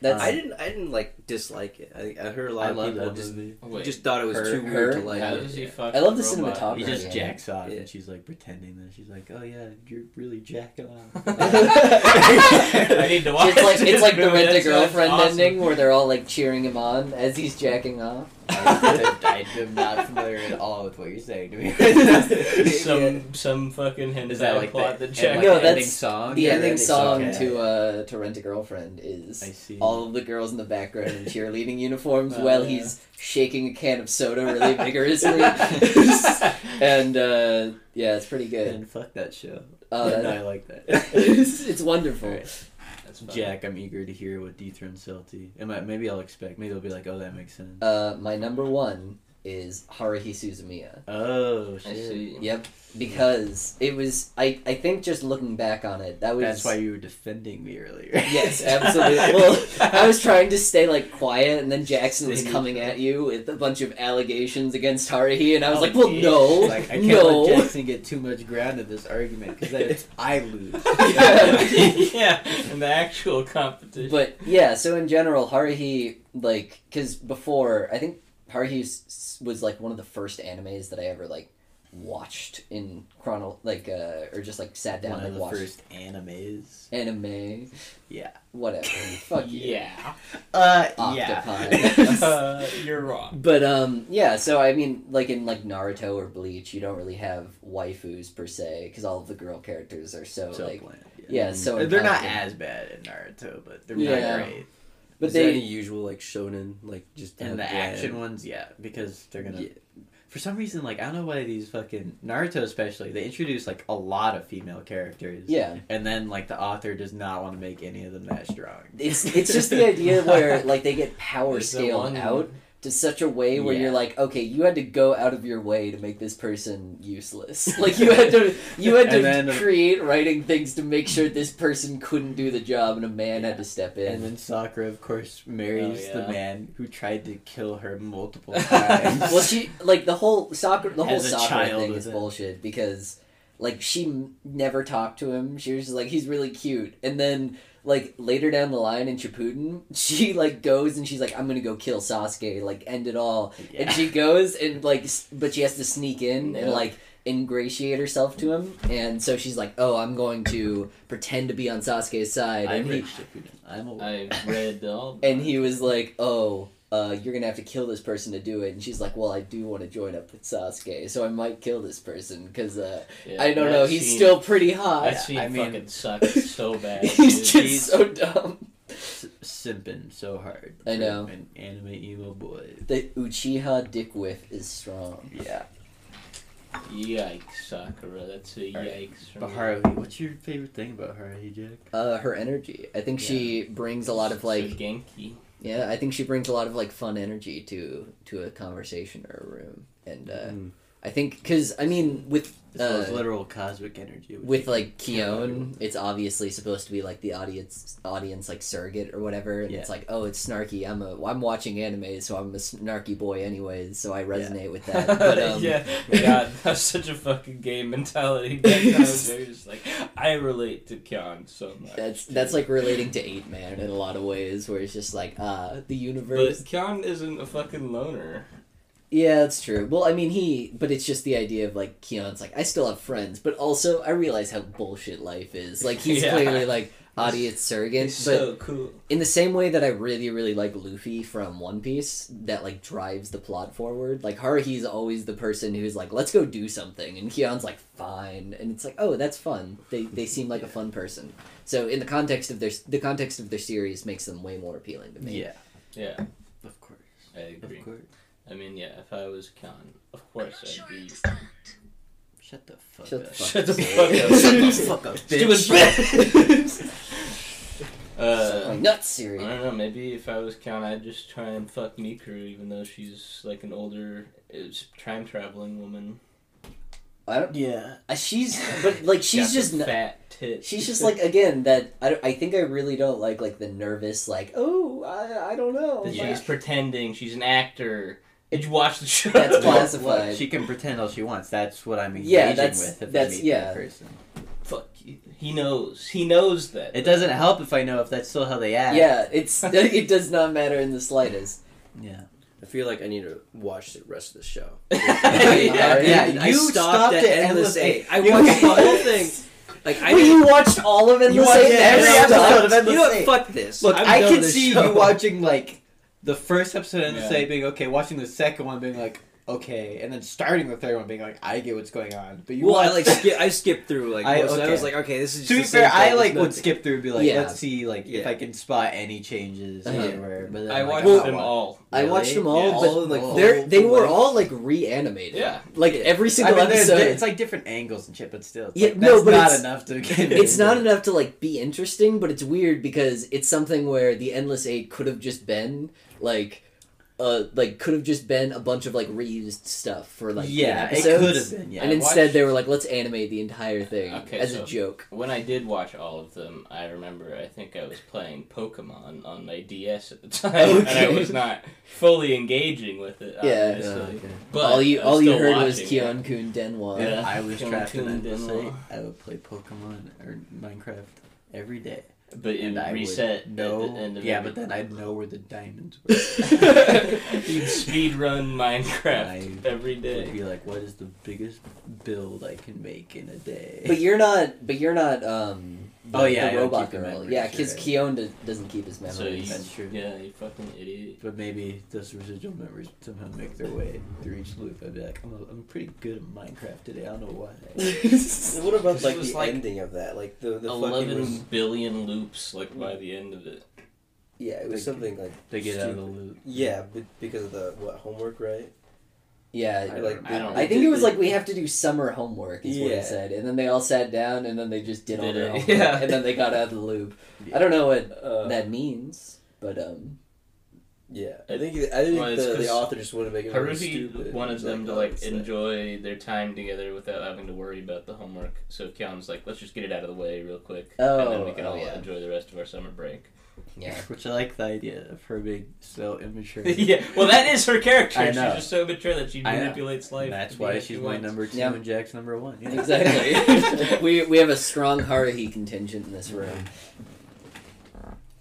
B: That's
D: I didn't. I didn't like dislike it. I, I heard a
C: I
D: lot of
C: love
D: people
C: that
D: just
C: movie.
A: Wait,
D: just thought it was
B: Her-
D: too weird
B: her?
D: to like.
A: how
D: it.
A: does he
D: Yeah.
A: fuck?
B: I love the
A: robot?
B: cinematography.
C: He just
B: Yeah.
C: jacks off,
D: Yeah.
C: and she's like pretending that she's like, "Oh yeah, you're really jacking off."
A: I need to watch.
B: it's like it's
A: this
B: like the
A: movie.
B: rent a
A: That sounds
B: girlfriend
A: awesome.
B: ending where they're all like cheering him on as he's jacking off.
C: I, I, am not familiar at all with what you're saying to me.
A: some some fucking hentai
C: Is that like
A: plot
C: the,
A: that
C: and,
A: Jack
C: like,
B: No,
C: the
B: that's
C: ending song?
B: the
C: Oh, Yeah,
B: ending
C: that's
B: song
C: okay.
B: to uh to rent a girlfriend is
C: I see.
B: all of the girls in the background in cheerleading uniforms
A: Oh,
B: while
A: yeah.
B: he's shaking a can of soda really vigorously. and uh, yeah, it's pretty good.
C: and fuck that show.
B: Uh,
C: Yeah, no, I like that.
B: it's, it's wonderful.
C: Alright.
A: That's fine.
C: Jack, I'm eager to hear what dethroned Celti. Am I, maybe I'll expect. Maybe I'll be like, "Oh, that makes sense."
B: Uh, my number one is Haruhi Suzumiya.
C: oh
A: I
C: shit!
A: see.
B: Yep, because it was. I I think just looking back on it, that was.
C: That's why you were defending me earlier.
B: Yes, absolutely. Well, I was trying to stay like quiet, and then Jackson was coming at you with a bunch of allegations against Haruhi, and I was like, "Well, no,
C: Like, I can't
B: no."
C: let Jackson get too much ground in this argument because then it's I lose.
A: yeah, and the actual competition.
B: But yeah, so in general, Haruhi like because before I think Haruhi was, was like one of the first animes that I ever like watched in chrono like uh or just like sat down
C: One
B: and
C: of the
B: watched
C: first animes.
B: anime.
C: Yeah.
B: Whatever. Fuck you.
A: yeah,
C: Uh,
B: Octopi.
A: uh, you're wrong.
B: But um yeah, so I mean like in like Naruto or Bleach, you don't really have waifus per se because all of the girl characters are so,
C: so
B: like
C: bland.
B: yeah, so
C: they're not
B: incompetent.
C: as bad in Naruto, but they're
B: Yeah.
C: not great.
B: But
D: is
B: they
D: there any usual like shonen like just
C: And
D: have
C: the
D: bland-
C: action ones, yeah, because they're gonna.
D: Yeah.
C: For some reason, like I don't know why these fucking Naruto, especially, they introduce like a lot of female characters.
B: yeah.
C: And then like the author does not want to make any of them that strong.
B: It's it's just the idea where like they get power
A: There's that
B: scaled
A: one-
B: out to such a way where
C: Yeah.
B: you're like, okay, you had to go out of your way to make this person useless. Like you had to you had to
C: And then-
B: create writing things to make sure this person couldn't do the job and a man had to step in.
C: And then Sakura, of course, marries
A: Oh, yeah.
C: the man who tried to kill her multiple times.
B: well, she like the whole soccer the whole
C: As a
B: soccer
C: child,
B: thing
C: was
B: is
C: it?
B: bullshit because like she m- never talked to him. She was just like he's really cute, and then like later down the line in Chipuden, she like goes and she's like I'm gonna go kill Sasuke, like end it all,
C: Yeah.
B: and she goes and like s- but she has to sneak in
A: Yeah.
B: and like ingratiate herself to him, and so she's like, "Oh, I'm going to pretend to be on Sasuke's side,"
A: I
B: and he,
A: read,
C: I'm a
A: I read all.
B: and he was like, "Oh." Uh, you're gonna have to kill this person to do it, and she's like, "Well, I do want to join up with Sasuke, so I might kill this person because uh,
A: Yeah,
B: I don't
A: that
B: know. He's
A: scene-
B: still pretty hot.
A: That scene
C: I mean-
A: fucking sucks so bad.
B: He's
A: dude.
B: just so dumb.
C: s- simping so hard.
B: I
C: for
B: know.
C: An anime emo boy.
B: The Uchiha dick whiff is strong.
C: Yeah.
A: Yikes, Sakura. That's a
C: Alright,
A: yikes. for
C: But
A: me.
C: Haruhi, what's your favorite thing about Haruhi, Jack?
B: Uh, her energy. I think she brings a lot of
A: So
B: like,
A: Genki.
B: yeah. I think she brings a lot of like fun energy to to a conversation or a room. And uh,
A: Mm-hmm.
C: Mm.
B: I think because I mean with
C: As well as
B: uh,
C: literal cosmic energy. which
B: with
C: you can
B: like
C: kill everyone.
B: Kion, it's obviously supposed to be like the audience audience like surrogate or whatever. And it's
C: Yeah.
B: like, oh, it's snarky. I'm a I'm watching anime, so I'm a snarky boy anyways. So I resonate with that. But um,
A: yeah, God, that's such a fucking gay mentality. Back then, I was very just like, I relate to Kyon so much.
B: That's
A: dude.
B: that's like relating to Eight Man in a lot of ways, where it's just like, ah, the universe.
A: But Kyon isn't a fucking loner.
B: yeah, that's true. Well, I mean, he, but it's just the idea of like Keon's like, I still have friends, but also I realize how bullshit life is. Like he's
A: Yeah.
B: clearly like audience surrogate,
A: It's
B: but
A: so cool.
B: in the same way that I really really like Luffy from One Piece, that like drives the plot forward. Like Haruhi's always the person who's like, let's go do something, and Keon's like, fine, and it's like, oh, that's fun. They they seem like a fun person. So in the context of their the context of their series makes them way more appealing to me.
C: Yeah.
A: Yeah,
C: Of course.
A: I agree.
C: Of course.
A: I mean, yeah, if I was Kyon, of course I'd be.
C: Shut the fuck
B: Shut
C: up.
B: the
A: Shut the fuck
B: Fuck
A: up.
B: up.
C: Shut the fuck up,
A: Stupid
C: bitch.
A: bitch! uh,
B: like, nuts
A: I
B: series.
A: don't know. Maybe if I was Count, I'd just try and fuck Mikuru, even though she's like an older is time traveling woman.
B: I don't.
C: Yeah.
B: Uh, she's but like she's
A: Got the
B: just n-
A: fat tits.
B: She's just like again that I, don't- I think I really don't like like the nervous like oh I, I don't know
A: She's
C: Yeah.
A: pretending. She's an actor. Did you watch the show?
B: That's
C: Well,
B: classified.
C: well, She can pretend all she wants. That's what I'm engaging
B: Yeah, that's-
C: with if
B: that's-
C: I meet
B: yeah.
C: that person.
A: Fuck you. He knows. He knows that.
C: It doesn't help if I know if that's still how they act.
B: yeah it's it does not matter in the slightest
C: Yeah.
D: I feel like I need to watch the rest of the show.
B: Yeah,
D: yeah,
C: you
D: I stopped
C: stopped
D: at
C: at Endless
D: Endless Eight.
C: Eight.
D: I
C: You
D: watched the
C: watched-
D: whole thing. Like I
B: Well,
D: didn't-
B: you watched all of Endless
C: watched
B: Eight.
C: it
B: and
C: every
B: stopped.
C: episode of Endless
D: You know what?
C: Eight.
D: Fuck this.
C: Look,
D: I'm
C: i
D: done
C: can
D: with this
C: see
D: show.
C: you watching like the first episode and
A: Yeah.
C: say being okay, watching the second one being like okay, and then starting the third one being like I get what's going on. But you
D: Well,
C: watch-
D: I like skip. I skipped through like
C: I-
D: most, and I
C: okay.
D: was like, okay, this is. Just
C: to be
D: the same
C: fair, I
D: thing,
C: like
D: there's
C: would
D: nothing.
C: skip through and be like,
B: Yeah.
C: let's see like if
D: Yeah. Uh-huh.
C: I can spot any changes
B: Yeah.
C: anywhere. But then,
A: I
C: like,
A: watched
C: I'm not
A: them
C: wa-
A: all.
B: I watched them all,
A: Yeah.
B: but
D: All in, like,
B: they're-
D: full-
B: they
D: full
B: were
D: length.
B: all like reanimated.
A: Yeah.
B: like every
C: I
B: single
C: mean, there's,
B: episode.
C: di- it's
B: it's,
C: like different angles and shit, but still, it's
B: Yeah,
C: like,
B: no,
C: that's
B: but
C: not
B: it's-
C: enough to get.
B: not
C: into.
B: enough to like be interesting, but it's weird because it's something where the Endless Eight could have just been like. Uh, like could have just been a bunch of like reused stuff for like
C: yeah,
B: the
C: it
B: episodes.
C: could have been. Yeah,
B: and
A: I
B: instead
A: watched-
B: they were like let's animate the entire thing
A: Okay,
B: as a
A: so-
B: joke
A: When I did watch all of them, I remember I think I was playing Pokemon on my DS at the time, and I
B: Okay.
A: was not fully engaging with it.
B: Yeah.
A: obviously.
D: Yeah, okay.
A: But
B: all you
A: I
B: all
A: was
B: you
A: still
B: heard was
A: watching it.
B: Kion Kun Denwa
A: Yeah.
C: If I was
A: Killing
C: trapped in
A: Toon
C: Endless
A: Denwa.
C: Eight, I would play Pokemon or Minecraft every day.
A: But it
C: And I
A: would
C: would
A: reset.
C: know-
A: At the end of
C: yeah,
A: every-
C: but then I'd know where the diamonds were.
A: You'd speed run Minecraft
C: I-
A: every
C: I'd
A: day.
C: be like, what is the biggest build I can make in a day?
B: But you're not. But you're not. um the,
C: Oh, yeah, I
B: the
C: don't
B: robot
C: keep the
B: girl.
C: memories,
B: Yeah, because
C: right.
B: Keon does, doesn't keep his
A: So you,
B: memories.
C: That's true.
A: yeah, you fucking idiot.
C: But maybe those residual memories somehow make their way through each loop. I'd be like, I'm, a, I'm pretty good at Minecraft today. I don't know why.
D: What about
A: This
D: like
A: was
D: the
A: like
D: ending of that? Like the the fucking Mm.
A: Eleven
D: res-
A: billion loops, like by the end of it.
D: yeah, it was
C: They-
D: something like
C: They get out of the
D: stupid.
C: loop.
D: Yeah, be- because of the what homework, right?
B: yeah.
A: I
D: like
A: don't-
D: they-
A: I don't-
B: I think it was like we have to do summer homework is what
D: Yeah.
B: it said, and then they all sat down and then they just did all
A: Did
B: their
A: it,
B: homework,
A: yeah.
B: and then they got out of the loop.
C: Yeah.
B: I don't know what
D: Uh,
B: that means, but um,
D: yeah, I think I think
A: Well, it's
D: the,
A: 'cause
D: the author just wanted to make it really
A: Haruhi
D: stupid.
A: wanted
D: It's
A: them to
D: oh,
A: like
D: it's
A: enjoy their time together without having to worry about the homework. So Kion's like, let's just get it out of the way real quick, and then
B: Oh,
A: we can
B: oh,
A: all
B: yeah.
A: enjoy the rest of our summer break.
B: yeah.
C: Which I like the idea of her being so immature.
A: yeah, well, that is her character.
C: I
A: She's
C: know.
A: just so mature that she
C: I know.
A: manipulates life.
C: And that's
A: to be what
C: why
A: she
C: she's my
A: wants.
C: number two
B: Yeah.
C: and Jack's number one. Yeah.
B: Exactly. we we have a strong Haruhi contingent in this room.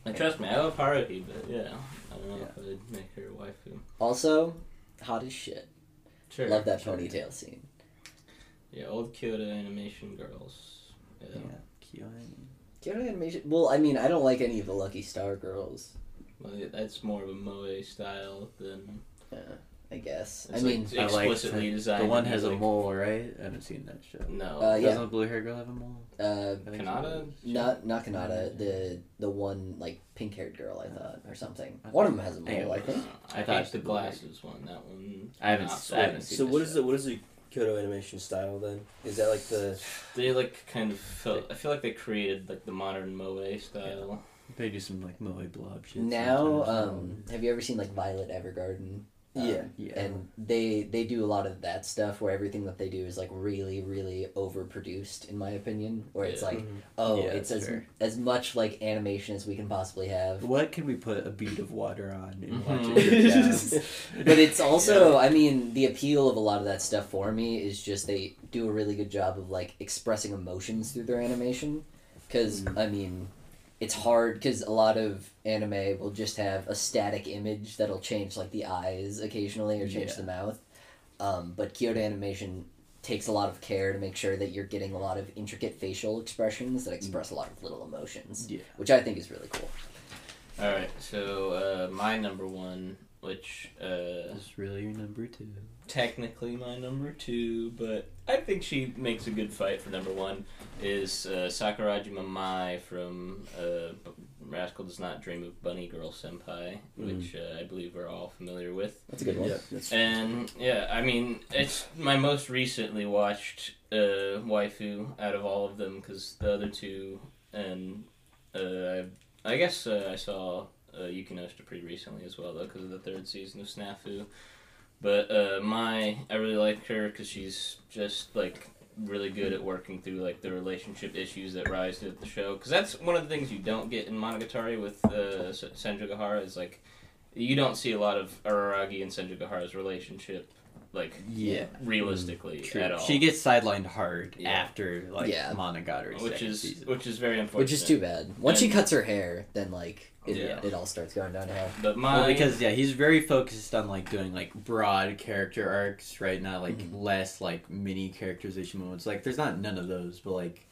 A: And trust me, I love Haruhi, but yeah, I don't know
C: Yeah.
A: if I'd make her waifu.
B: Also, hot as shit.
A: Sure.
B: Love that
C: sure.
B: ponytail scene.
A: Yeah, old Kyoto animation girls.
C: Yeah.
A: Yeah.
C: Kyoto anime.
B: Kyoto animation. Well, I mean, I don't like any of the Lucky Star girls.
A: Well, yeah, that's more of a moe style than.
B: Yeah, I guess.
A: It's like
B: I mean,
A: t- explicitly
C: I like,
A: designed.
C: The one
A: to be
C: has a
A: like-
C: mole, right? I haven't seen that show.
A: No.
B: Uh, yeah.
C: Doesn't the blue hair girl have a mole?
B: uh,
C: I think
A: Kanata?
C: so.
B: not not Kanata, the the one like pink haired girl I thought or something.
C: I
B: One of
C: thought-
B: them has a
C: Hey,
B: mole, I think.
A: Uh, I,
C: thought it
A: think
C: was
A: the
C: the blue.
A: glasses one. That one.
C: I haven't.
A: Nah,
C: s- I haven't seen.
D: So what
C: the
D: is
C: show.
D: the what is the Kyoto animation style then? Is that like the
A: They like kind of felt. I feel like they created like the modern moe style.
C: They do some like moe blob shit.
B: Now,
C: sometimes.
B: um, have you ever seen like Violet Evergarden? Um,
D: Yeah,
C: yeah.
B: And they they do a lot of that stuff where everything that they do is like really really overproduced in my opinion. Where it's
A: Yeah.
B: like, oh,
C: Yeah,
B: it's as
C: sure.
B: as much like animation as we can possibly have.
C: What can we put a bead of water on and watch
A: Mhm.
C: it? drip down?
B: But it's also, I mean, the appeal of a lot of that stuff for me is just they do a really good job of like expressing emotions through their animation. Because I mean, it's hard because a lot of anime will just have a static image that'll change like the eyes occasionally or change
C: Yeah.
B: the mouth. Um, but Kyoto Animation takes a lot of care to make sure that you're getting a lot of intricate facial expressions that express a lot of little emotions,
C: Yeah.
B: which I think is really cool.
A: All right. So uh, my number one, which uh,
C: That's really your number two.
A: technically my number two, but I think she makes a good fight for number one, is uh, Sakurajima Mai from uh, B- Rascal Does Not Dream of Bunny Girl Senpai, which uh, I believe we're all familiar with.
B: That's a good one.
D: yeah? That's,
A: And yeah, I mean, it's my most recently watched uh, waifu out of all of them because the other two, and uh, I, I guess uh, I saw uh, Yukinostra pretty recently as well though because of the third season of Snafu. But uh, my, I really like her because she's just like really good at working through like the relationship issues that rise throughout the show because that's one of the things you don't get in Monogatari with uh, S- Senju Gahara is like you don't see a lot of Araragi and Senju Gahara's relationship, like
C: Yeah. Mm,
A: realistically
C: True.
A: at all.
C: She gets sidelined hard
A: Yeah.
C: after like
B: Yeah.
C: Monogatari,
A: which
C: second
A: is
C: season.
A: which is very unfortunate.
B: Which is too bad. Once she
A: And-
B: cuts her hair, then like it,
A: Yeah.
B: it all starts going downhill.
A: But my
C: Well, because yeah, he's very focused on like doing like broad character arcs right now, like
A: Mm-hmm.
C: less like mini characterization moments. Like there's not none of those, but like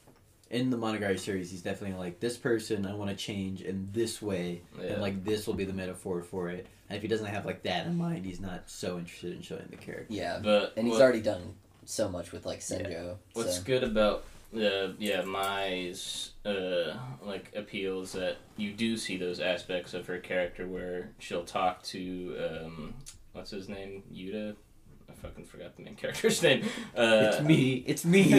C: in the Monogatari series, he's definitely like this person I want to change in this way,
A: Yeah.
C: and like this will be the metaphor for it. And if he doesn't have like that in mind, he's not so interested in showing the character.
B: Yeah,
A: but
B: and he's
A: what-
B: already done so much with like Senjo.
A: What's
B: so.
A: good about uh, yeah Mai's uh, like appeal is that you do see those aspects of her character where she'll talk to um, what's his name Yuta. I fucking forgot the main character's name. Uh,
C: it's me. It's me.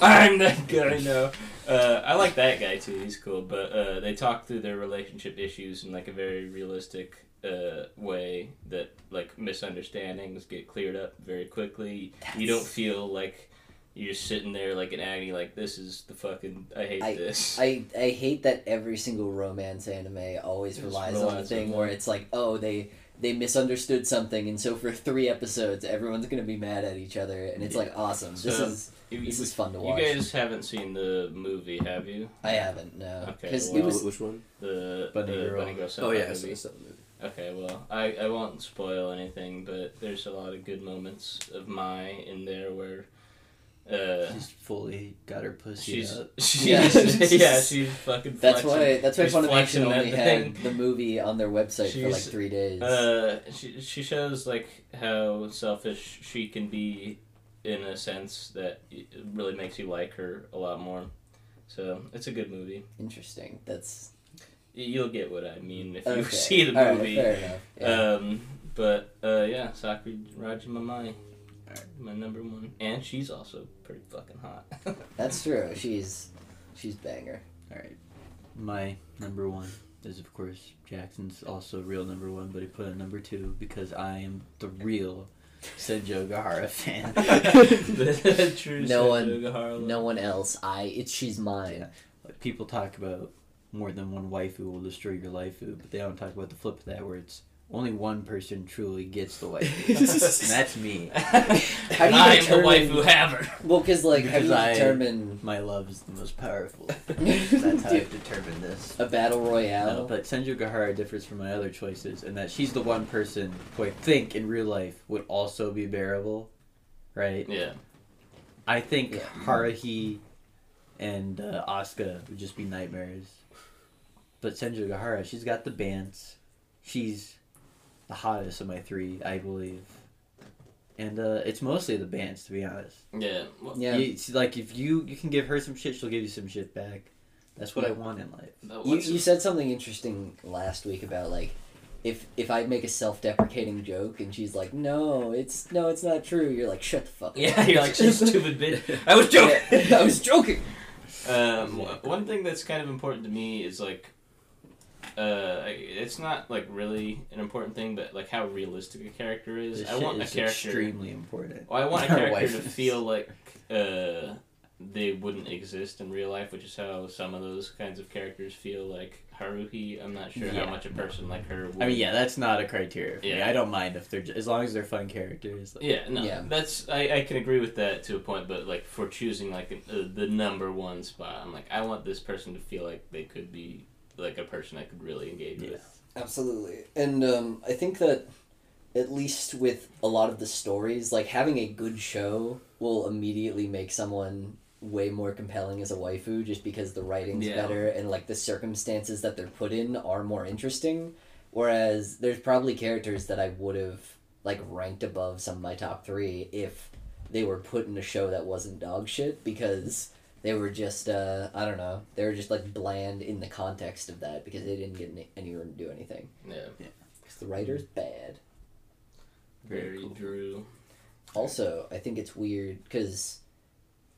A: I'm that guy now. Uh, I like that guy too. He's cool. But uh, they talk through their relationship issues in like a very realistic uh, way that like misunderstandings get cleared up very quickly. You don't feel like you're sitting there like in agony. Like this is the fucking. I hate this.
B: I I hate that every single romance anime always
A: Just
B: relies on the
A: relies
B: thing
A: on
B: where
A: that.
B: it's like, oh, they they misunderstood something, and so for three episodes, everyone's gonna be mad at each other, and it's like awesome. this
A: So-
B: is
A: You-
B: this
A: you,
B: is fun to
A: you
B: watch.
A: guys haven't seen the movie, have you?
B: I haven't no
A: Okay,
B: because
A: well-
B: it was
D: which one?
A: The
C: Bunny
A: the
C: Girl.
A: Bunny Girl
D: oh yeah, I
A: Senpai
D: saw
A: movie.
D: that movie.
A: Okay, well, I, I won't spoil anything, but there's a lot of good moments of Mai in there where, uh,
C: she's fully got her pussy
A: she's
C: up.
A: she's
B: Yeah.
A: yeah, she's fucking.
B: that's
A: flexing.
B: why that's why
A: She's
B: Funimation
A: flexing that
B: only had the movie on their website for like
A: She's,
B: three days.
A: Uh, she she shows like how selfish she can be, in a sense that it really makes you like her a lot more. So it's a good movie.
B: Interesting. That's
A: Y- You'll get what I mean if you
B: okay.
A: see the
B: All right,
A: movie.
B: fair enough. Yeah.
A: Um, but uh, yeah, Sakurajima Mai,
C: Alright.
A: my number one, and she's also pretty fucking hot.
B: That's true. She's she's banger.
C: All right. My number one is, of course, Jackson's also real number one, but he put a number two because I am the real Senjo Gahara fan.
A: the true
B: No one-
A: Senju Gahara.
B: No one else. I it's she's mine.
C: People talk about more than one waifu will destroy your waifu, but they don't talk about the flip of that, where it's only one person truly gets the waifu. and that's me.
B: How do you
A: I am the
B: determine-
A: wife who have her.
B: Well, cause like
C: Because
B: how do
C: I-
B: you determine
C: My love is the most powerful. That's how I've determined this.
B: a battle royale?
C: No, but Senju Gahara differs from my other choices in that she's the one person who I think in real life would also be bearable, right?
A: Yeah,
C: I think
D: Yeah.
C: Haruhi and uh, Asuka would just be nightmares. But Senju Gahara, she's got the bands. She's the hottest of my three, I believe. And uh, it's mostly the bands, to be honest.
A: Yeah. Well,
B: Yeah.
C: You- it's like if you you can give her some shit, she'll give you some shit back. That's what I want in life.
A: but
B: You,
A: what's-
B: you said something interesting last week about like if if I make a self deprecating joke and she's like, No, it's no it's not true, you're like, Shut the fuck up.
A: yeah, you're like, "You stupid bitch. I was joking.
B: Yeah, I was joking.
A: Um, w- one thing that's kind of important to me is like, uh, I- it's not like really an important thing, but like how realistic a character is.
C: This
A: I
C: shit
A: want a
C: is
A: character.
C: extremely important.
A: Well, I want a
C: Our
A: character
C: wife
A: to
C: is-
A: feel like uh, they wouldn't exist in real life, which is how some of those kinds of characters feel. Like Haruhi, I'm not sure
C: Yeah.
A: how much a person like her. Would.
C: I mean, yeah, that's not a criteria. For me.
A: Yeah.
C: I don't mind if they're ju- as long as they're fun characters. Like,
A: Yeah, no,
B: Yeah.
A: that's I, I can agree with that to a point, but like for choosing like an, uh, the number one spot, I'm like I want this person to feel like they could be like a person I could really engage
C: Yeah.
A: with.
B: Absolutely. And um, I think that at least with a lot of the stories, like having a good show will immediately make someone way more compelling as a waifu just because the writing's
A: Yeah.
B: better and like the circumstances that they're put in are more interesting. Whereas there's probably characters that I would have like ranked above some of my top three if they were put in a show that wasn't dog shit because they were just uh, I don't know they were just like bland in the context of that because they didn't get any, any room to do anything
A: Yeah,
B: because the writer's bad.
C: Very
A: very
C: cool.
A: Drew.
B: Also, I think it's weird because,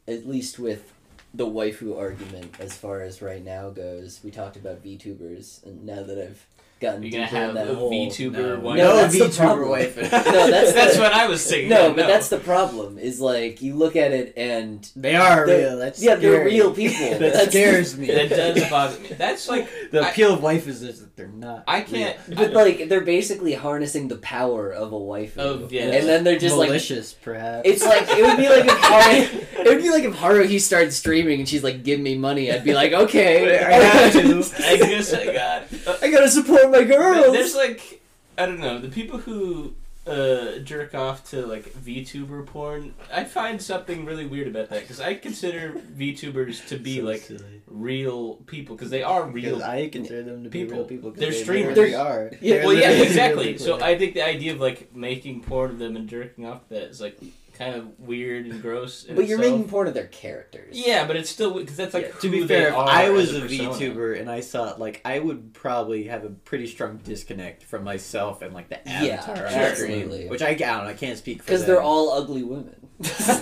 B: at least with the waifu argument as far as right now goes, we talked about VTubers, and now that I've gotten
A: You're
B: deeper
A: gonna
B: in
A: have
B: that
A: a
B: hole,
A: VTuber
C: No.
A: wife.
B: No,
D: no
B: that's the
D: VTuber
B: problem.
D: wife.
B: No, that's
A: that's
B: the-
A: what I was thinking.
B: no, but that's the problem. Is like you look at it and
C: They are
B: They're-
C: real. That's
B: yeah, they're
C: scary.
B: real people.
C: that
B: That's-
C: scares me.
A: that does bother me. That's like
C: the
A: I-
C: appeal of life is this, that they're not.
A: I can't.
B: but like they're basically harnessing the power of a waifu,
A: Oh, yeah.
B: and then they're just like
C: malicious, perhaps.
B: It's like it would be like if Haru, it would be like if Haruhi started streaming and she's like, "Give me money." I'd be like, "Okay,
C: I have to.
A: I guess I got. Uh,
B: I gotta support my
A: Th-
B: girls."
A: There's like I don't know the people who uh, jerk off to like VTuber porn. I find something really weird about that because I consider VTubers to be
C: So
A: like
C: silly.
A: real people because they are real.
C: Because I consider them to be
A: people.
C: real people. 'cause
A: They're
C: they
A: streamers.
C: literally are.
B: Yeah,
A: well, yeah,
C: literally real
A: exactly.
C: people.
A: So I think the idea of like making porn of them and jerking off to that is like kind of weird and gross. In
B: but you're
A: itself.
B: making porn of their characters.
A: yeah, but it's still because that's like
C: Yeah,
A: who
C: to be
A: they
C: fair, if
A: are
C: I was
A: as
C: a
A: persona.
C: VTuber and I saw it, like I would probably have a pretty strong disconnect from myself and like the
B: Yeah,
C: avatar
B: sure.
C: on screen,
B: Absolutely.
C: which I, I don't. know, I can't speak for
B: because they're
C: them.
B: all ugly women.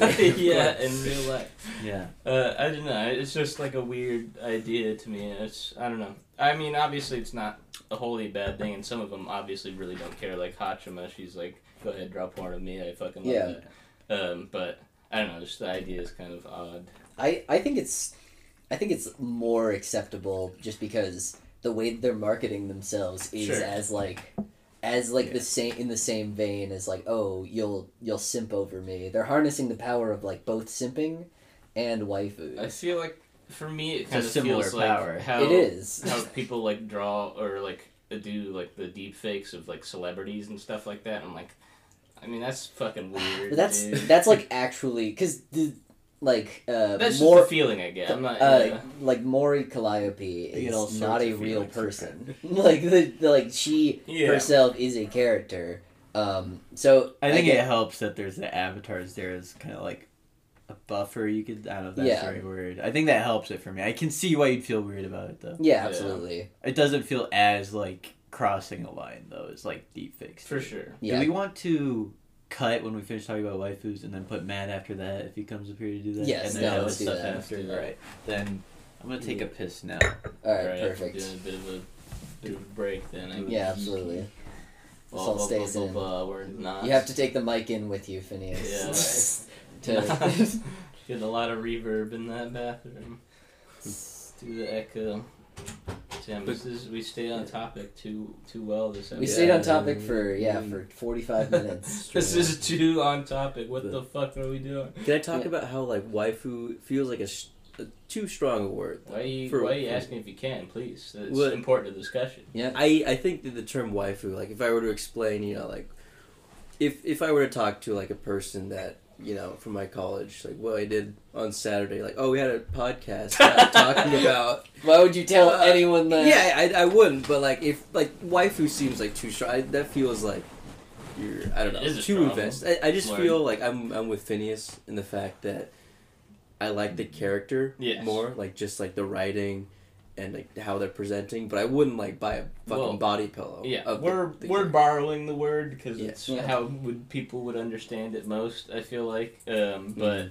A: yeah, in real life.
C: yeah.
A: Uh, I don't know. It's just like a weird idea to me. It's I don't know. I mean, obviously, it's not a wholly bad thing, and some of them obviously really don't care. Like Hachima, she's like, "Go ahead, draw porn of me. I fucking love
B: Yeah.
A: it." Um, but I don't know. Just the idea is kind of odd.
B: I I think it's I think it's more acceptable just because the way that they're marketing themselves is
A: Sure.
B: as like as like
C: Yeah.
B: the same in the same vein as like oh you'll you'll simp over me. They're harnessing the power of like both simping and waifu.
A: I feel like for me, it
C: a
A: kind of
C: similar
A: feels
C: power.
A: like how
B: It is.
A: how people like draw or like do like the deep fakes of like celebrities and stuff like that. I'm like, I mean, that's fucking weird.
B: But that's
A: dude.
B: that's like actually because the like uh
A: That's just
B: more
A: the feeling I get. I'm not.
B: uh,
A: yeah.
B: like Maury Calliope
C: They get all
B: is not
C: sorts
B: a
C: of
B: real
C: feelings from
B: person. like the, the like she
A: Yeah.
B: herself is a character. Um, so
C: I think
B: get-
C: it helps that there's the avatars there is kind of like a buffer. You could I don't know if that's
B: Yeah.
C: the right word. I think that helps it for me. I can see why you'd feel weird about it though.
B: yeah,
A: Yeah.
B: absolutely.
C: It doesn't feel as like crossing a line though. It's like deep fixed
A: For sure.
B: Yeah,
C: Do we want to cut when we finish talking about waifus and then put Matt after that if he comes up here to do that?
B: Yes,
C: and then
B: no,
C: other
B: let's do
C: stuff after.
B: that.
A: Let's do that.
C: Alright. Then I'm gonna take a piss now.
B: all right,
A: Alright,
B: perfect.
A: we're Doing a bit of a, bit of a break then. I guess.
B: Yeah, absolutely.
A: Blah,
B: This all
A: blah, blah,
B: stays
A: blah,
B: in.
A: blah, uh, We're not.
B: You have to take the mic in with you, Phineas.
A: Yeah,
B: to,
A: Getting a lot of reverb in that bathroom. Let's do the echo. Sam, this is, we stay on topic too too well this episode.
B: we
C: Yeah.
B: stayed on topic for yeah for forty five minutes.
A: This is too on topic. What
D: The-
A: the fuck are we doing?
D: Can I talk
B: Yeah.
D: about how like waifu feels like a, sh- a too strong a word?
A: Why are you,
D: For-
A: why are you
D: for-
A: asking if you can, please? It's
D: What?
A: important to discussion.
D: I I think that the term waifu, like if I were to explain, you know, like if if I were to talk to like a person that you know, from my college, like what I did on Saturday. Like, oh, we had a podcast uh, talking about.
B: Why would you tell
D: Uh,
B: anyone that?
D: Yeah, I, I wouldn't, but like if like waifu seems like too strong. I, that feels like you're. I don't know.
A: It is a
D: Too
A: strong
D: invested. I, I just
A: word.
D: feel like I'm I'm with Phineas in the fact that I like the character
A: Yes.
D: more, like just like the writing. And like how they're presenting, but I wouldn't like buy a fucking
A: Well,
D: body pillow.
A: Yeah,
D: of the-
A: we're
D: the
A: we're
D: character.
A: borrowing the word because
D: Yeah.
A: it's
B: Yeah.
A: how would people would understand it most. I feel like,
B: Mm-hmm.
A: um, but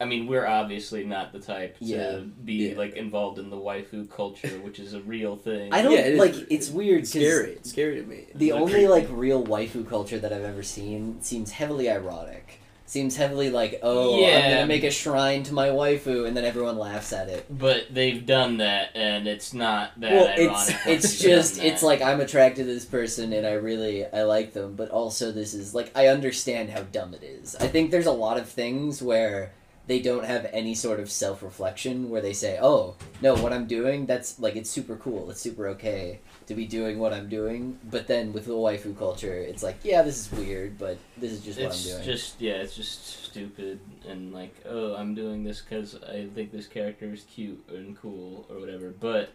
A: I mean, we're obviously not the type to
B: Yeah.
A: be
D: Yeah.
A: like involved in the waifu culture, which is a real thing.
B: I don't
D: Yeah, it is-
B: like. It's weird. 'cause
D: scary. It's scary to me.
B: The
A: Like-
B: only like real waifu culture that I've ever seen seems heavily ironic. Seems heavily like, oh, I'm
A: Yeah.
B: gonna make a shrine to my waifu, and then everyone laughs at it.
A: But they've done that, and it's not that
B: well,
A: ironic.
B: it's
A: that
B: it's
A: they've done
B: just
A: that.
B: it's like I'm attracted to this person and I really I like them, but also this is like I understand how dumb it is. I think there's a lot of things where they don't have any sort of self reflection where they say, "Oh no, what I'm doing that's like it's super cool, it's super okay to be doing what I'm doing." But then with the waifu culture, it's like, yeah, this is weird, but this is just
A: it's
B: what I'm doing.
A: just yeah, it's just stupid and like oh, I'm doing this because I think this character is cute and cool or whatever. But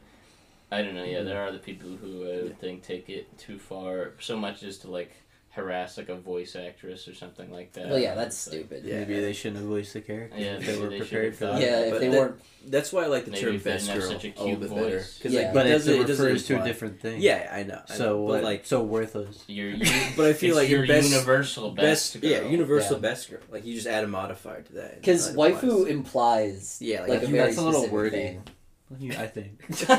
A: I don't know. Yeah, there are the people who I would think take it too far, so much as to like harass like a voice actress or something like that.
B: well, yeah, that's
A: It's like,
B: stupid.
D: Yeah.
C: Maybe they shouldn't have voiced the character.
A: Yeah,
C: if they
A: maybe
C: were
A: they
C: prepared
A: should've
C: for
A: thought
C: that.
B: Yeah, if
D: But
B: they
D: that-
B: weren't.
D: That's why I like the
A: Maybe
D: term
A: if they didn't
D: best
A: have
D: girl
A: such a
D: a little
A: cute
D: bit
A: voice.
D: better because
B: Yeah.
D: like
C: But
D: it
C: it,
D: doesn't
C: it
D: it doesn't
C: refers to a
D: imply-
C: different thing.
D: Yeah, I know. I
C: So
D: know,
C: what,
D: but like
C: so worthless.
A: You're, you
D: But I feel
A: it's
D: like
A: your
D: best-
A: universal best.
D: best,
A: girl.
D: yeah, universal
B: Yeah.
D: best girl. Like you just add a modifier to that. and
B: Because
D: it
B: waifu
D: applies.
B: implies
D: Yeah, like,
B: like a
D: if
C: you-
B: very
C: that's a little
B: specific
C: wordy.
B: thing.
C: I think.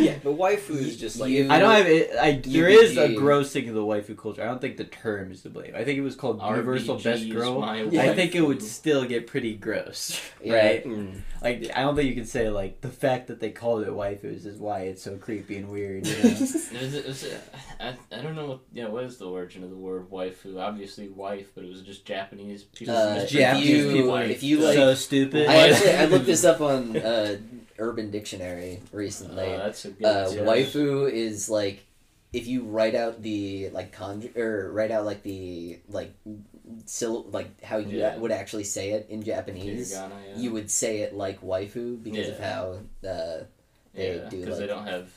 D: yeah, but waifu is just like
B: You-
C: I don't have it. I there is a
B: UBG.
C: grossing of the waifu culture. I don't think the term is to blame. I think it was called universal
A: RBG
C: best
A: is
C: girl.
A: my
C: I think it would
A: waifu.
C: still get pretty gross,
B: Yeah.
C: right?
D: Mm.
C: Like I don't think you can say like the fact that they called it waifus is why it's so creepy and weird. You know?
A: There's a- there's a- I, I don't know what yeah what is the origin of the word waifu? Obviously wife, but it was just Japanese people.
B: Uh,
A: it was
C: Japanese
A: Japanese
C: people,
A: wife.
B: if you like-
C: so stupid.
B: I
A: Why-
B: actually I looked this up on uh, Urban Dictionary recently.
A: Oh,
B: Uh,
A: that's a good idea.
B: Waifu is like if you write out the like conj or write out like the like syl- like how you
A: Yeah.
B: would actually say it in Japanese,
A: Hiragana, yeah.
B: you would say it like waifu because
A: Yeah.
B: of how uh, they
A: yeah,
B: do,
A: because they
B: like-
A: don't have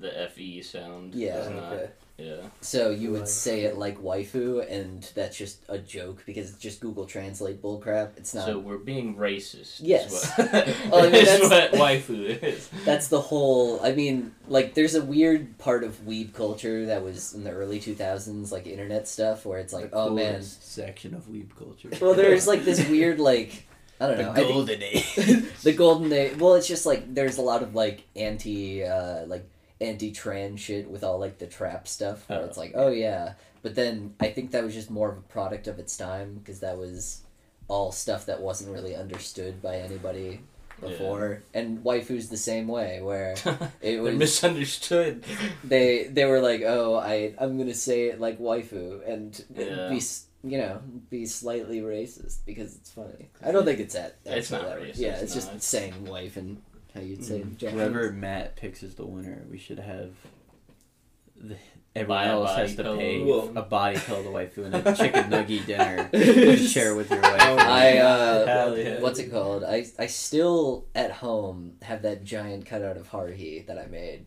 A: the fe sound.
B: Yeah,
A: It's not-
D: okay.
A: yeah.
B: so you would
C: Right.
B: say it like waifu, and that's just a joke because it's just Google Translate bullcrap. It's not.
A: So we're being racist.
B: Yes.
A: Is what,
B: Well, I mean,
A: is
B: that's-
A: what waifu is.
B: That's the whole. I mean, like, there's a weird part of weeb culture that was in the early 2000s, like internet stuff, where it's like,
C: The
B: oh man.
C: coolest section of weeb culture.
B: Well, there's like this weird, like, I don't know. I think-
C: age.
B: the golden age. Well, it's just like there's a lot of like anti, uh, like anti-trans shit with all like the trap stuff. Where
C: Oh.
B: it's like, oh yeah, but then I think that was just more of a product of its time because that was all stuff that wasn't really understood by anybody
A: Yeah.
B: before, and waifu's the same way where it
A: They're
B: was
A: misunderstood.
B: they they were like, oh, I I'm gonna say it like waifu and
A: Yeah.
B: be s- you know be slightly racist because it's funny. I don't think it's that.
A: It's
B: actually
A: not
B: that-
A: racist,
B: Yeah, it's
A: no,
B: just
A: it's-
B: saying wife and how you'd say. it.
C: Whoever Matt picks as the winner, we should have. The, everyone
A: Buy a
C: else
A: body
C: has to
A: pillow.
C: pay
D: Whoa.
C: a body pillow to waifu and a chicken nugget dinner to share with your wife.
B: I uh,
C: Hell yeah.
B: what's it called? I I still at home have that giant cutout of Haruhi that I made.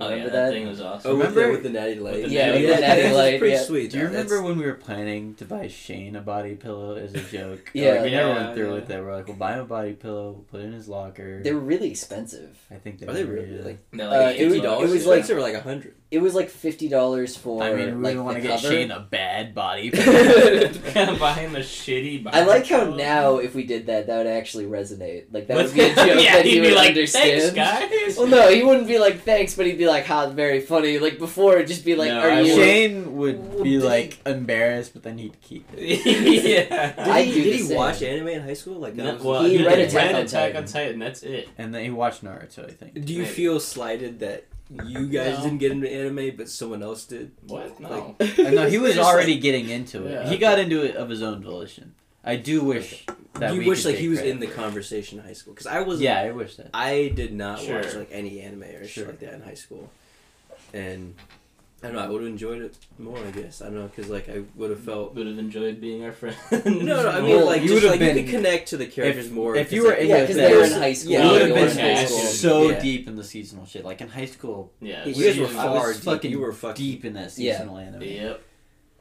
B: You
A: Oh yeah,
B: remember
A: that,
B: that? uh,
A: thing was awesome.
D: Oh, with the,
C: Remember-
D: with the natty light.
A: the Yeah, natty with
B: the light. natty
D: that's
B: light,
D: Pretty
B: yeah.
D: sweet.
C: Do you
D: though. That's-
C: remember when we were planning to buy Shane a body pillow as a joke?
B: Yeah.
C: like, we never
A: Yeah,
C: went through
A: yeah.
C: with it. We're like, we'll buy him a body pillow, we'll put it in his locker.
B: They were really expensive.
C: I think they
D: Are they
C: were,
D: really
C: yeah.
D: like
A: They're
B: uh,
A: like
B: it was-
D: fifty
A: $80.
D: dollars?
B: it was
D: yeah.
B: like-
D: These are like a hundred.
B: It was like fifty dollars for.
C: I mean, we
B: like,
C: want to
B: the
C: get
B: cover.
C: Shane a bad body pillow.
A: Buy him a shitty.
B: I like how
A: bottle.
B: now, if we did that, that would actually resonate. Like that
A: What's-
B: would be a joke
A: yeah,
B: that
A: he'd
B: he
A: be
B: would
A: like,
B: understand.
A: Thanks, guys.
B: Well, no, he wouldn't be like thanks, but he'd be like, "Ha, very funny." Like before, it'd just be like,
A: No,
B: "Are
A: I
B: you?"
C: Shane would
B: Well,
C: be
B: did he-
C: like embarrassed, but then he'd keep it.
A: yeah.
D: Did
B: I
D: he,
B: do
D: did
B: the
D: he
B: same.
D: watch anime in high school? Like um, that
A: No,
D: was-
A: well,
B: He
A: he
B: read
A: read
B: Attack on
A: Attack
B: Titan.
A: on Titan. That's it.
C: And then he watched Naruto, I think.
D: Do you
A: Maybe.
D: feel slighted that you guys
A: No.
D: didn't get into anime, but someone else did?
A: What? No.
D: Like,
C: Uh, no, he was
D: Just
C: already getting into it.
A: Yeah.
C: He got into it of his own volition. I do wish that
D: you
C: we
D: wish
C: could
D: like
C: take
D: he was
C: credit
D: in the
C: for it.
D: conversation in high school because I was.
C: Yeah, I wish that.
D: I did not watch
A: Sure.
D: like any anime or shit
C: Sure.
D: like that in high school, and I don't know. I would have enjoyed it more, I guess. I don't know because like I would have felt.
A: Would have enjoyed being our friend.
D: No, no. I
C: Well,
D: mean, like
C: you
D: you just
C: would've
D: like you
C: been-
D: could connect to the characters more.
C: if you
D: it's,
C: were
D: like,
C: in
B: Yeah,
C: the
B: because they were in
C: best-
B: high school.
D: yeah,
C: you would
B: they
C: have
B: were
C: been
B: in high
A: school.
C: so
D: Yeah.
C: deep in the seasonal shit. Like in high school,
A: yeah,
D: You
A: it's-
C: you guys were
D: I was
C: far deep.
D: fucking-
C: You were fucking deep in that
B: Yeah.
C: seasonal anime.
A: Yep.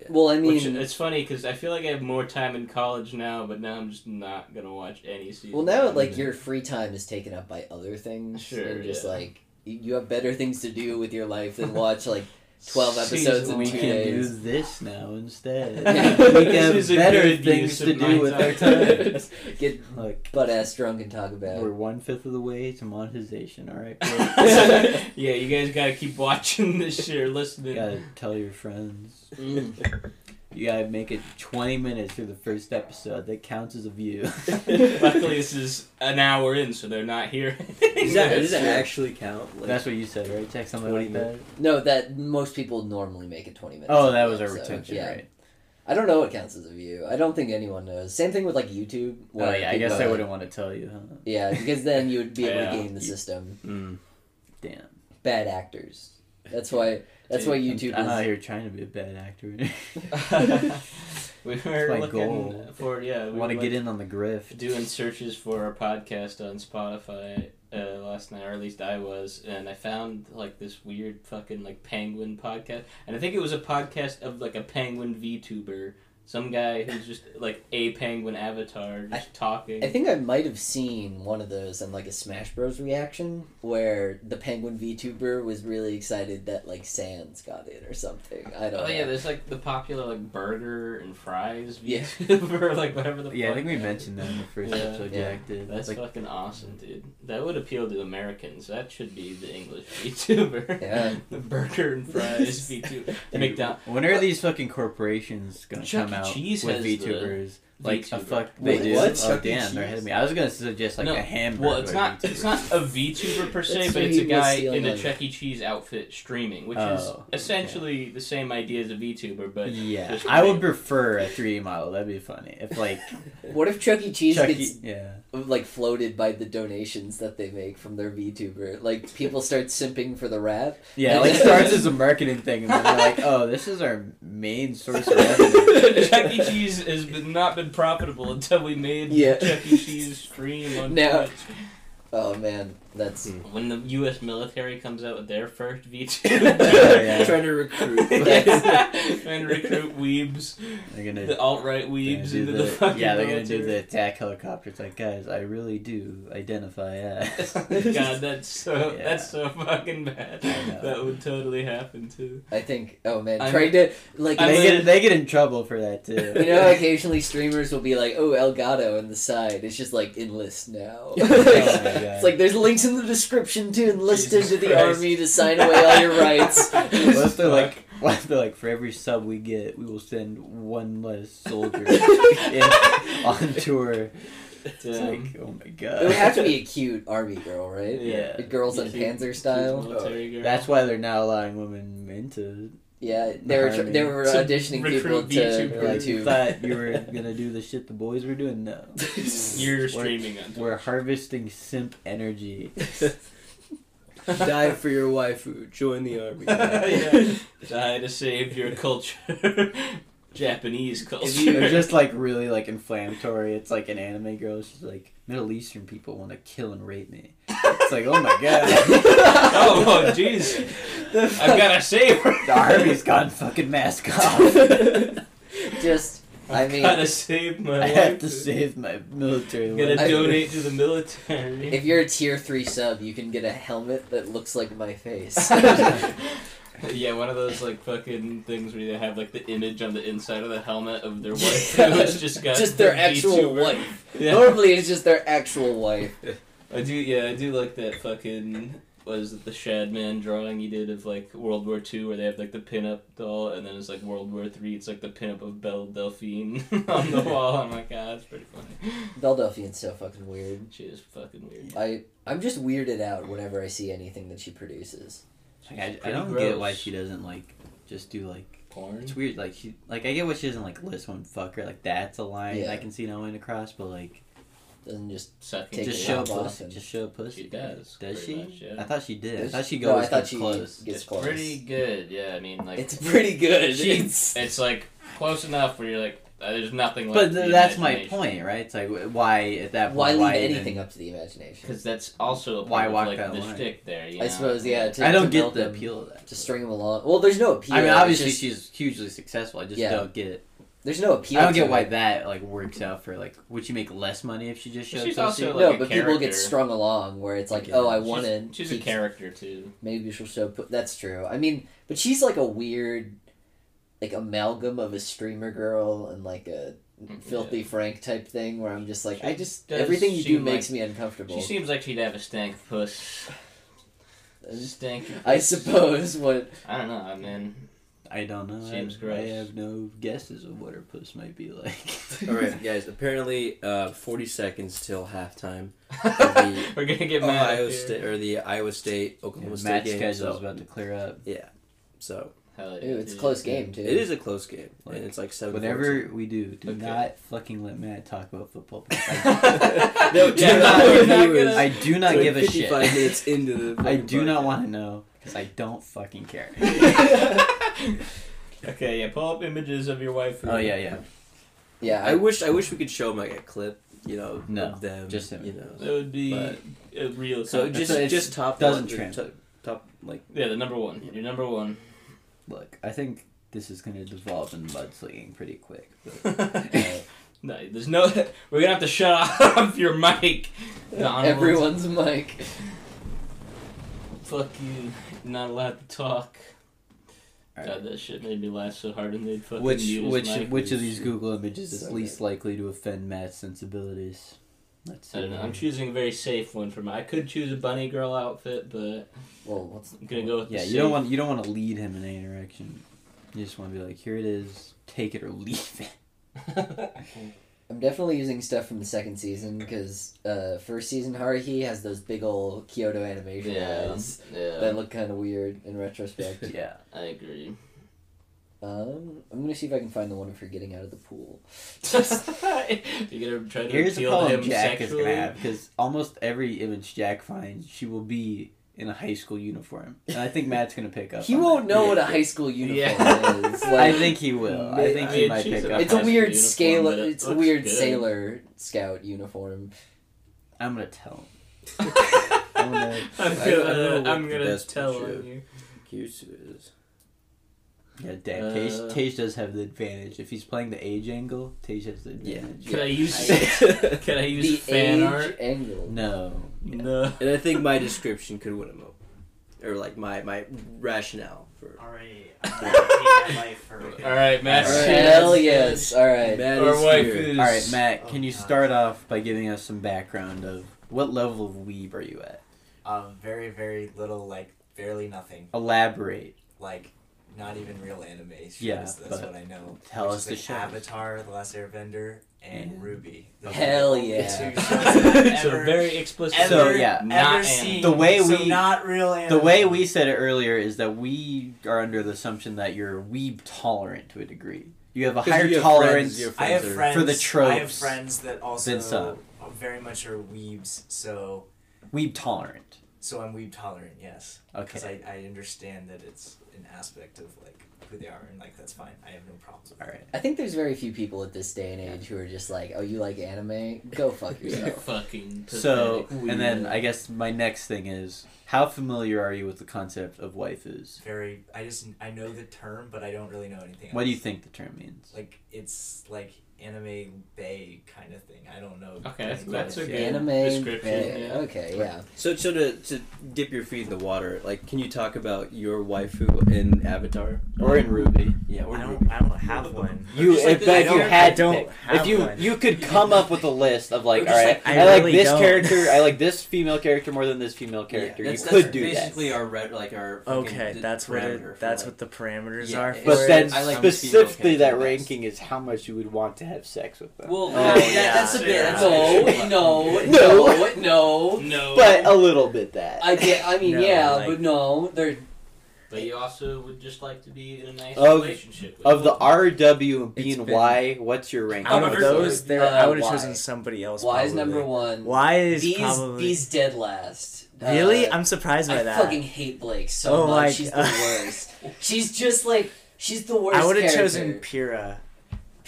B: Well, I
A: Which,
B: mean,
A: it's funny because I feel like I have more time in college now, but now I'm just not gonna watch any season.
B: well now like your free time is taken up by other things.
A: Sure,
B: and just
A: yeah.
B: like y- you have better things to do with your life than watch like 12 episodes in
A: Seasonal
C: We
B: two
A: anime.
C: can do
B: days.
C: this now instead. we
A: This
C: have
A: is a
C: better
A: good
C: things
A: use of
C: to
A: my
C: do with our
A: time.
C: time.
B: Get
C: Like
B: butt ass drunk and talk about.
C: we're one fifth of the way to monetization. All right,
A: yeah, you guys gotta keep watching this shit or
C: you
A: listening.
C: gotta tell your friends.
B: Mm.
C: You gotta make it twenty minutes through the first episode. That counts as a view.
A: Luckily, this is an hour in, so they're not here.
D: Does that, does that
B: Yeah.
D: actually count? Like,
C: That's what you said, right? Text something
D: Twenty
C: like that.
B: No, that most people normally make it 20 minutes.
C: Oh,
B: on
C: that
B: the
C: was our
B: episode,
C: retention,
B: yeah.
C: right?
B: I don't know what counts as a view. I don't think anyone knows. Same thing with like YouTube.
C: Oh, yeah, I
B: people
C: guess
B: are
C: I
B: like-
C: wouldn't want to tell you, huh?
B: Yeah, because then you would be able
A: Yeah.
B: to game the
C: You-
B: system.
D: Mm.
C: Damn.
B: Bad actors. That's why. That's
A: Dude,
B: why
C: I'm-
B: YouTube
C: I'm, out
B: is.
C: here trying to be a bad actor.
A: we were
C: my
A: looking
C: goal.
A: for yeah.
C: I
A: We
C: want to
A: were
C: get in on the grift.
A: doing searches for our podcast on Spotify uh, last night, or at least I was, and I found like this weird fucking like penguin podcast, and I think it was a podcast of like a penguin VTuber, some guy who's just like a penguin avatar just talking.
B: I think I might have seen one of those on like a Smash Bros reaction where the Penguin VTuber was really excited that like Sans got in or something. I don't.
A: Oh
B: know.
A: yeah, there's like the popular like burger and fries
B: Yeah.
A: VTuber, like whatever the
C: Yeah, I
A: fuck.
C: think we mentioned that in the first
A: Yeah.
C: episode.
B: Yeah.
C: Yeah, I did.
A: That's
C: like,
A: fucking awesome, dude. That would appeal to Americans. That should be the English VTuber.
B: Yeah.
A: the burger and fries VTuber. The McDonald's.
C: when are these fucking corporations gonna
A: Chuck E.
C: come out
A: Cheese
C: with
A: has the
C: VTubers? Like a
A: VTuber.
C: fuck,
B: Wait,
C: they do.
B: what?
C: Oh
D: Chuck E.
C: damn, they're ahead of me. I was gonna suggest like
A: No,
C: a hamburger.
A: Well, it's not.
C: VTuber.
A: It's not a VTuber per se,
B: That's
A: but
B: what
A: it's a
B: he was
A: guy
B: stealing
A: in a
B: on.
A: Chuck E. Cheese outfit streaming, which
C: Oh,
A: is essentially the same idea as a VTuber, but
C: Yeah,
A: just
C: I would
A: made.
C: prefer a 3D model. That'd be funny if like
B: What if Chuck E. Cheese
C: Chuck
B: gets
C: E. Yeah.
B: like floated by the donations that they make from their VTuber. Like people start simping for the rap.
C: Yeah, like starts as a marketing thing, and then they're like, "Oh, this is our main source of revenue."
A: Chuck E. Cheese has been, not been profitable until we made
B: Yeah.
A: Chuck E. Cheese stream on
B: Now-
A: Twitch.
B: Oh man, that's
A: When the U.S. military comes out with their first
C: Yeah,
A: VTuber,
C: yeah.
D: Trying to recruit.
A: and recruit weebs,
C: They're gonna
A: the alt right
C: they're gonna
A: weebs
C: do
A: into the, fucking
C: yeah, they're gonna do the
A: military.
C: attack helicopter. It's like, guys, I really do identify as.
A: God, that's so
C: Yeah.
A: that's so fucking bad.
C: I know.
A: That would totally happen too.
B: I think. Oh man,
A: I'm-
B: trying to like
A: I'm
C: they
A: gonna-
C: get they get in trouble for that too.
B: you know, occasionally streamers will be like, "Oh, Elgato on the side." It's just like enlist now.
C: Oh my God.
B: It's like there's links in the description to enlist
A: Jesus
B: into the
A: Christ.
B: army to sign away all your rights.
C: Unless they're like, unless they're like, for every sub we get, we will send one less soldier in, on tour. It's
A: Damn.
C: like, oh my
B: It would have
C: god.
B: to be a cute army girl, right?
A: Yeah.
B: The girls on
A: Cute-
B: Panzer
A: She's a
B: style.
A: military girl.
C: That's why they're not allowing women into.
B: Yeah, they were
C: Army.
B: they were
A: To
B: auditioning people
A: recruit
B: to
C: They're like, you
B: YouTube.
C: thought you were gonna do the shit the boys were doing. No,
A: you're
C: We're-
A: streaming on.
C: we're harvesting simp energy.
D: Die for your waifu. Join the army.
A: yeah. Die to save your culture, Japanese
C: They're
A: culture.
C: just like really like inflammatory. It's like an anime girl. She's like Middle Eastern people want to kill and rape me. It's like oh my god,
A: oh, oh, jeez! I've gotta save her.
C: the army's gone fucking mask off.
B: Just, I mean,
A: gotta save my.
C: I have
A: wife.
C: to save my military.
A: I'm gonna
B: I-
C: life.
A: donate to the military.
B: If you're a tier three sub, you can get a helmet that looks like my face.
A: yeah, one of those like fucking things where they have like the image on the inside of the helmet of their wife.
B: Yeah.
A: It's just got
B: just their
A: the
B: actual
A: VTuber.
B: wife.
A: Yeah.
B: Normally, it's just their actual wife.
A: I do. Yeah, I do like that fucking. Was it the Shad Man drawing he did of like World War Two, where they have like the pinup doll, and then it's like World War Three. It's like the pinup of Belle Delphine on the wall. I'm like, ah, that's pretty funny.
B: Belle Delphine's so fucking weird.
A: She is fucking weird.
B: I I'm just weirded out whenever I see anything that she produces.
C: Like, I, I
A: Pretty
C: don't get why
A: gross.
C: she doesn't like just do like
A: Porn.
C: it's weird. Like she like I get why she doesn't like list one fucker. Like that's a line
B: Yeah.
C: I can see no one across, but like
B: Doesn't just
A: Sucking.
B: Take
C: just
B: it
C: show
B: off
C: pussy.
B: often.
C: Just show pussy.
A: She does,
C: Does she?
A: pretty much, yeah.
C: I thought she did. I
B: Does
C: thought she
B: No, I
C: goes
B: thought
C: gets
B: she-
C: close.
B: gets
A: it's
B: close.
A: pretty good. Yeah, I mean, like
B: It's pretty good.
A: She-
B: It's-
A: it's like close enough where you're like, uh, there's nothing.
C: But
A: left
C: th- that's my point, right? It's like wh- why at that point
B: why leave
C: even-
B: anything up to the imagination?
A: Because that's also a
C: Why
A: part of,
C: walk
A: like
C: that
A: the
C: line?
A: shtick there. You
B: I
A: know?
B: suppose, yeah. To,
C: I
B: to
C: don't get
B: milk
C: the
B: them,
C: appeal of that.
B: to string them along. Well, there's no appeal.
C: I mean,
B: it's
C: obviously
B: just-
C: she's hugely successful. I just
B: Yeah.
C: don't get.
B: there's no appeal.
C: I don't get
B: to
C: why
B: it.
C: that like works out for like. Would she make less money if she just showed
A: She's
C: pussy?
A: also,
B: no,
A: like a
B: but people get
A: character.
B: strung along where it's like,
C: Yeah.
B: oh, I
A: She's-
B: want to.
A: She's a character too.
B: Maybe she'll show. Put, that's true. I mean, but she's like a weird, like amalgam of a streamer girl and like a filthy Frank type thing. Where I'm just like,
A: She
B: I just
A: does
B: everything you do
A: seem
B: makes me
A: She
B: uncomfortable.
A: seems like she'd have a stank puss. Stank.
B: I suppose what
A: I don't know. I mean,
C: I don't know.
A: Seems
C: I,
A: gross.
C: I have no guesses of what her puss might be like.
D: All right, guys. Apparently, uh, forty seconds till halftime.
A: we're gonna get mad.
D: Ohio
A: up here.
D: Oh, State or the Iowa State Oklahoma State
C: match
D: game.
C: schedule is
D: So,
C: about to clear up.
D: so
A: Hell yeah,
B: Ew, it's a
A: dude.
B: close game too.
D: it is a close game,
C: Like,
D: and it's like seven.
C: Whatever we do, do
A: Okay.
C: not fucking let Matt talk about football.
D: No,
A: Yeah,
D: do
A: no, we're
D: not,
A: not
D: viewers.
A: gonna-
C: I do not
D: It's like
C: give a shit.
D: 55 minutes into the.
C: I
D: fucking
C: do
D: podcast.
C: not want to know because I don't fucking care.
A: Okay, yeah. Pull up images of your wife.
C: oh yeah, yeah.
B: Yeah,
D: I wish. I wish we could show him like a clip. You know,
C: No,
D: of them.
C: just him.
D: You know.
A: That would be
D: But-
A: a real.
D: So
A: con-
D: just
C: it's-
D: just top
C: doesn't
D: one,
C: trend.
D: Top, top like
A: yeah, the number one. You're number one.
C: Look, I think this is gonna devolve in mudslinging pretty quick. But
A: no, there's no. We're gonna have to shut off your mic. Donald.
B: everyone's mic.
A: Fuck you. You're not allowed to talk. God,
C: Alright.
A: that shit made me laugh so hard, and they'd fucking
C: Which
A: mute his
C: which
A: mic.
C: which of these Google images is
B: So
C: least likely to offend Matt's sensibilities? Let's see.
A: I don't know. I'm choosing a very safe one for my. I could choose a bunny girl outfit, but
B: Well, what's
A: I'm gonna go with
C: yeah,
A: the
C: you don't
A: safe-
C: want you don't want to lead him in any direction. You just want to be like, here it is, take it or leave it.
B: I'm definitely using stuff from the second season because uh, first season Haruhi has those big old Kyoto animation
A: yeah, um,
B: eyes
A: yeah.
B: that look kind of weird in retrospect.
C: yeah.
A: I agree.
B: um, I'm gonna see if I can find the one of her getting out of the pool.
A: you gonna try to
C: Here's the
A: appeal to
C: problem
A: him
C: Jack
A: sexually?
C: is gonna have because almost every image Jack finds, she will be in a high school uniform, and I think Matt's gonna pick up.
B: He
C: on
B: won't
C: that.
B: know what a high school uniform
A: Yeah.
B: is.
C: I
B: Like,
C: think he will. I think he
A: mean,
C: might
A: she's
C: pick
A: a-
C: up.
B: it's a
C: on-
A: High school
B: weird
A: uniform,
B: scale.
A: but it
B: It's a
A: looks
B: weird
A: good.
B: sailor scout uniform.
C: I'm gonna tell him.
A: I'm gonna,
D: I don't know
A: I'm
D: what the
A: gonna
D: best
A: tell
D: picture
A: on you.
D: Cute is.
C: Yeah, Dad. Tage,
A: Uh,
C: Tage does have the advantage if he's playing the age angle. Tage has the
D: Yeah.
C: advantage.
A: Can I use? Can I use
B: The
A: fan
B: age
A: art?
B: angle.
C: No.
A: No.
D: and I think my description could win him up, or like my my rationale for.
E: Alright, I'm gonna take my life for a
A: All right, Matt.
B: All
C: Alright.
B: right, Hell yes! All right.
D: Matt
A: Our
D: is
A: wife
D: here.
A: is.
C: All right, Matt.
E: Oh,
C: Can you
E: God.
C: start off by giving us some background of what level of weeb are you at?
E: Um, very, very little, like, barely nothing.
C: Elaborate.
E: Like, not even real anime. shows,
C: Yeah,
E: That's
C: but
E: what I know.
C: Tell
E: Which
C: us
E: is,
C: the
E: like,
C: show.
E: Avatar, The Last Airbender, and
C: And-
E: Ruby. Those are the
B: Hell
E: only
B: yeah.
E: Two shows I've
A: so
E: ever,
A: very explicit.
E: ever,
C: So, yeah.
A: Not
E: ever
A: anime.
E: seen.
C: The way
E: so
C: we-
E: not real anime.
C: The way we said it earlier is that we are under the assumption that you're weeb tolerant to a degree. You have a
D: 'Cause
C: higher
D: you have
C: tolerance.
D: friends, you have
E: I have
D: are-
E: friends
C: For
E: I
C: the
E: have
C: tropes.
E: friends that
C: Then
E: also
C: some.
E: very much are weebs, so
C: weeb tolerant.
E: so I'm weeb tolerant. Yes. because
C: Okay.
E: I, I understand that it's an aspect of like who they are and like that's fine i have no problems with
C: All
E: that.
C: right.
B: I think there's very few people at this day and age who are just like, "Oh, you like anime? Go fuck
A: You're
B: yourself."
A: fucking.
C: So,
A: pathetic.
C: and then I guess my next thing is how familiar are you with the concept of waifus?
E: very i just i know the term but i don't really know anything else.
C: What do you think the term means?
E: like it's like anime bay kind of thing i don't know
A: Okay, that's-
E: Like,
A: that's a
E: it's-
A: good-
B: anime.
A: Description,
B: yeah,
A: yeah.
B: Okay. Yeah.
D: So, so to, to dip your feet in the water, like, can you talk about your waifu in Avatar
C: Or in Ruby? Yeah.
E: i
C: Or in Ruby.
E: don't i don't have one
C: You
D: Just like
C: if,
D: the-
C: if
D: I
C: you
D: don't-
C: had
E: I
C: to,
E: don't
C: pick- if
E: have
C: you
E: one.
C: you could come up with a list of like,
E: We're
C: all
E: just
C: right,
E: like, I
C: I, like
E: really
C: this
E: don't.
C: character, I like this female character more than this female character.
D: that's,
C: you
D: that's
C: could do that.
D: basically our red, like our. fucking
E: okay
D: d-
E: that's what
D: parameter
E: it,
D: for,
E: that's what
D: like-
E: the parameters
D: Yeah,
E: are
D: it's-
E: for
C: But
D: Whereas
C: then
D: I like
C: specifically
D: female
C: that
D: characters
C: ranking is how much you would want to have sex with them. Um,
D: Well,
B: Oh,
D: no, that-
E: yeah,
D: that's a bit.
A: yeah.
D: That's
B: No,
D: a bit-
B: no,
C: No.
B: no, no.
A: no.
C: but a little bit that.
B: I get. I mean,
E: No,
B: yeah,
E: like-
B: but no, they're
A: But you also would just like to be in a nice
C: Of-
A: relationship. With
C: Of the
A: multiple-
C: R W and B
F: It's
C: and
F: been-
C: Y, what's your rank?
F: Out of
A: Conversely,
F: those, there
B: uh,
F: I would have
B: why?
F: chosen somebody else.
B: Why is number
F: probably.
B: one?
F: Why is
B: B's,
F: probably
B: B's dead last. Uh,
F: really? I'm surprised by
B: I
F: that.
B: fucking hate Blake so
F: Oh
B: much.
F: my
B: she's the
F: God.
B: worst. She's just like she's the worst.
F: I would have
B: character.
F: chosen Pira.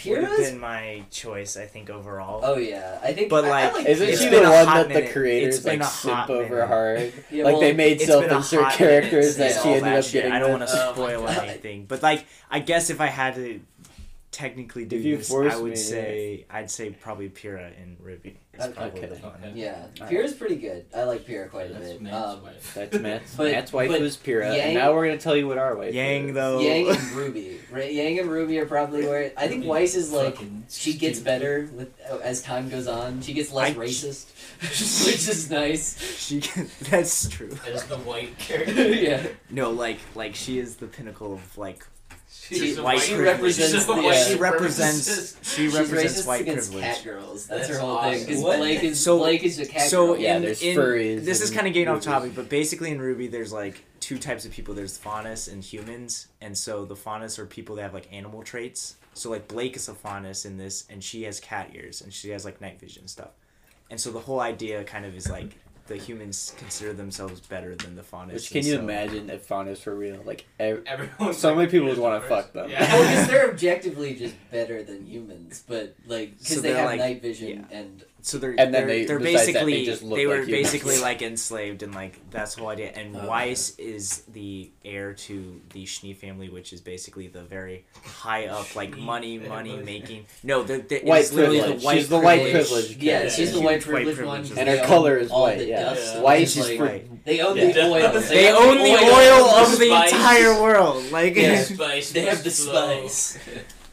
F: Would have
B: Pyrrha's-
F: been my choice, I think overall.
B: Oh yeah, I think.
F: But,
B: I- I
F: like,
B: like
C: Isn't
B: Pyrrha.
F: It's
C: she the
F: been
C: one
F: a hot
C: that the
F: minute.
C: creators
F: It's been
C: like
F: a
C: sip
F: hot
C: over
F: minute.
C: hard?
B: Yeah,
C: like
B: well,
C: they made
F: it's been a
C: self-insert
F: hot
C: characters
B: minute
C: that
B: since
C: she
B: all
C: ended
F: that
C: up
F: shit.
C: getting.
F: I don't want
C: the-
F: to
B: Oh my
F: spoil
B: God.
F: anything, but like, I guess if I had to technically do
C: If you
F: this,
C: force
F: I would
C: me,
F: say I'd say probably Pira and Ruby. It's
B: Okay.
F: probably the
C: Okay.
F: one.
A: Okay.
B: yeah,
C: right.
B: Pyrrha's pretty good. I like Pyrrha quite a
A: That's
B: bit.
A: man's
B: Um,
A: wife.
C: That's Matt's.
B: But-
C: Matt's wife
B: but
C: was Pira,
B: Yang-
C: and now we're gonna tell you what our wife.
F: Yang
C: is.
F: though.
B: Yang and Ruby. Right? Yang and Ruby are probably where I think Weiss is like
A: Fucking
B: she gets
A: stupid.
B: better with oh, as time goes on. She gets less
F: I-
B: racist, which is nice.
F: she that's true.
A: As the white character.
B: yeah,
F: No, like like she is the pinnacle of like
A: She's a
B: white
A: white
B: she
A: privilege.
B: represents
A: She's a
B: the, uh,
A: white
F: she represents
A: supremacist.
F: she
B: She's
F: represents
B: racist
F: white
B: against
F: privilege.
B: cat girls. That's,
A: That's
B: her whole thing. Because
A: awesome. What?
B: Blake is
F: So-
B: Blake is a cat
F: so
B: girl.
C: Yeah,
F: in,
C: there's
F: in-
C: furries
F: this is
C: and
F: kind of getting off
C: movies.
F: topic, but basically in Ruby, there's like two types of people. There's faunus and humans, and so the faunus are people that have like animal traits. So like Blake is a faunus in this, and she has cat ears, and she has like night vision stuff. And so the whole idea kind of is like the humans consider themselves better than the faunus.
C: Which can
F: and
C: you
F: so-
C: imagine if Faunus were real? Like, e-, ev-
A: Everyone's
C: So many
A: like,
C: people
A: here's
C: would wanna
A: the
C: fuck
A: person.
C: them.
A: Yeah. Oh,
B: Well, because they're objectively just better than humans, but like because
F: So
B: they
F: they're
B: have
F: like-
B: night vision and
F: So they're
C: And then
F: they're,
C: they-
F: they're
C: besides that, they
F: basically
C: just look
F: they were
C: like humans.
F: basically like enslaved and like that's the whole idea. And
D: Oh,
F: Weiss is the heir to the Schnee family, which is basically the very high up like
A: Schnee
F: money
A: family.
F: money making. No, the, the,
C: White
F: it's literally
C: privilege.
F: the white
C: She's the white
F: privilege.
C: privilege
B: yeah,
A: character.
B: she's the
F: Huge
B: white
F: white
B: privilege
F: privilege
B: one,
F: is-
C: and
B: they
C: her
B: own
C: color is
B: all
C: white.
B: the
C: yeah,
B: dust,
A: Yeah.
C: white
B: which
C: is
B: is,
C: just
B: like,
F: Right.
B: They own the
A: Yeah.
B: oil.
F: They own the oil of the
A: Spice.
F: entire world. Like
B: Yeah.
A: Spice
B: They have the
A: was slow.
B: spice.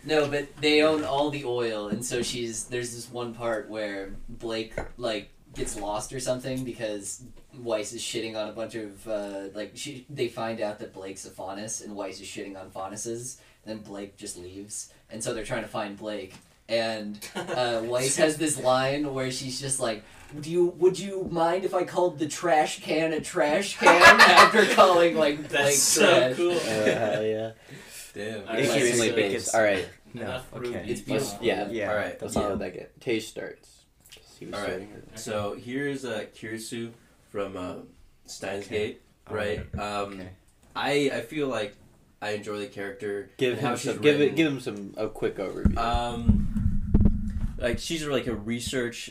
B: No, but they own all the oil, and so she's there's this one part where Blake like gets lost or something because Weiss is shitting on a bunch of uh, like she they find out that Blake's a faunus and Weiss is shitting on faunuses. Then Blake just leaves, and so they're trying to find Blake. And uh, Weiss has this line where she's just like, "Do you would you mind if I called the trash can a trash can after calling like Blake
A: That's so
B: trash?"
A: cool.
C: Uh, hell yeah.
E: Damn.
A: Alright,
B: It
C: Extremely
A: so
C: based.
F: it's-
C: All right.
F: no.
A: Enough
F: Okay.
A: Ruby.
B: It's beautiful.
C: Yeah.
F: Yeah.
C: All right. Let's not
B: Yeah.
C: let that get. Tay starts. 'cause He was
D: All right.
C: starting it.
D: So here's uh, Kirisu from uh, Steins
F: Okay.
D: Gate,
E: Oh,
D: right? Um,
F: Okay.
D: I I feel like I enjoy the character.
C: Give
D: and how
C: him
D: she's
C: some. Give it.
D: written.
C: Give him some. A quick overview.
D: Um, like she's like a research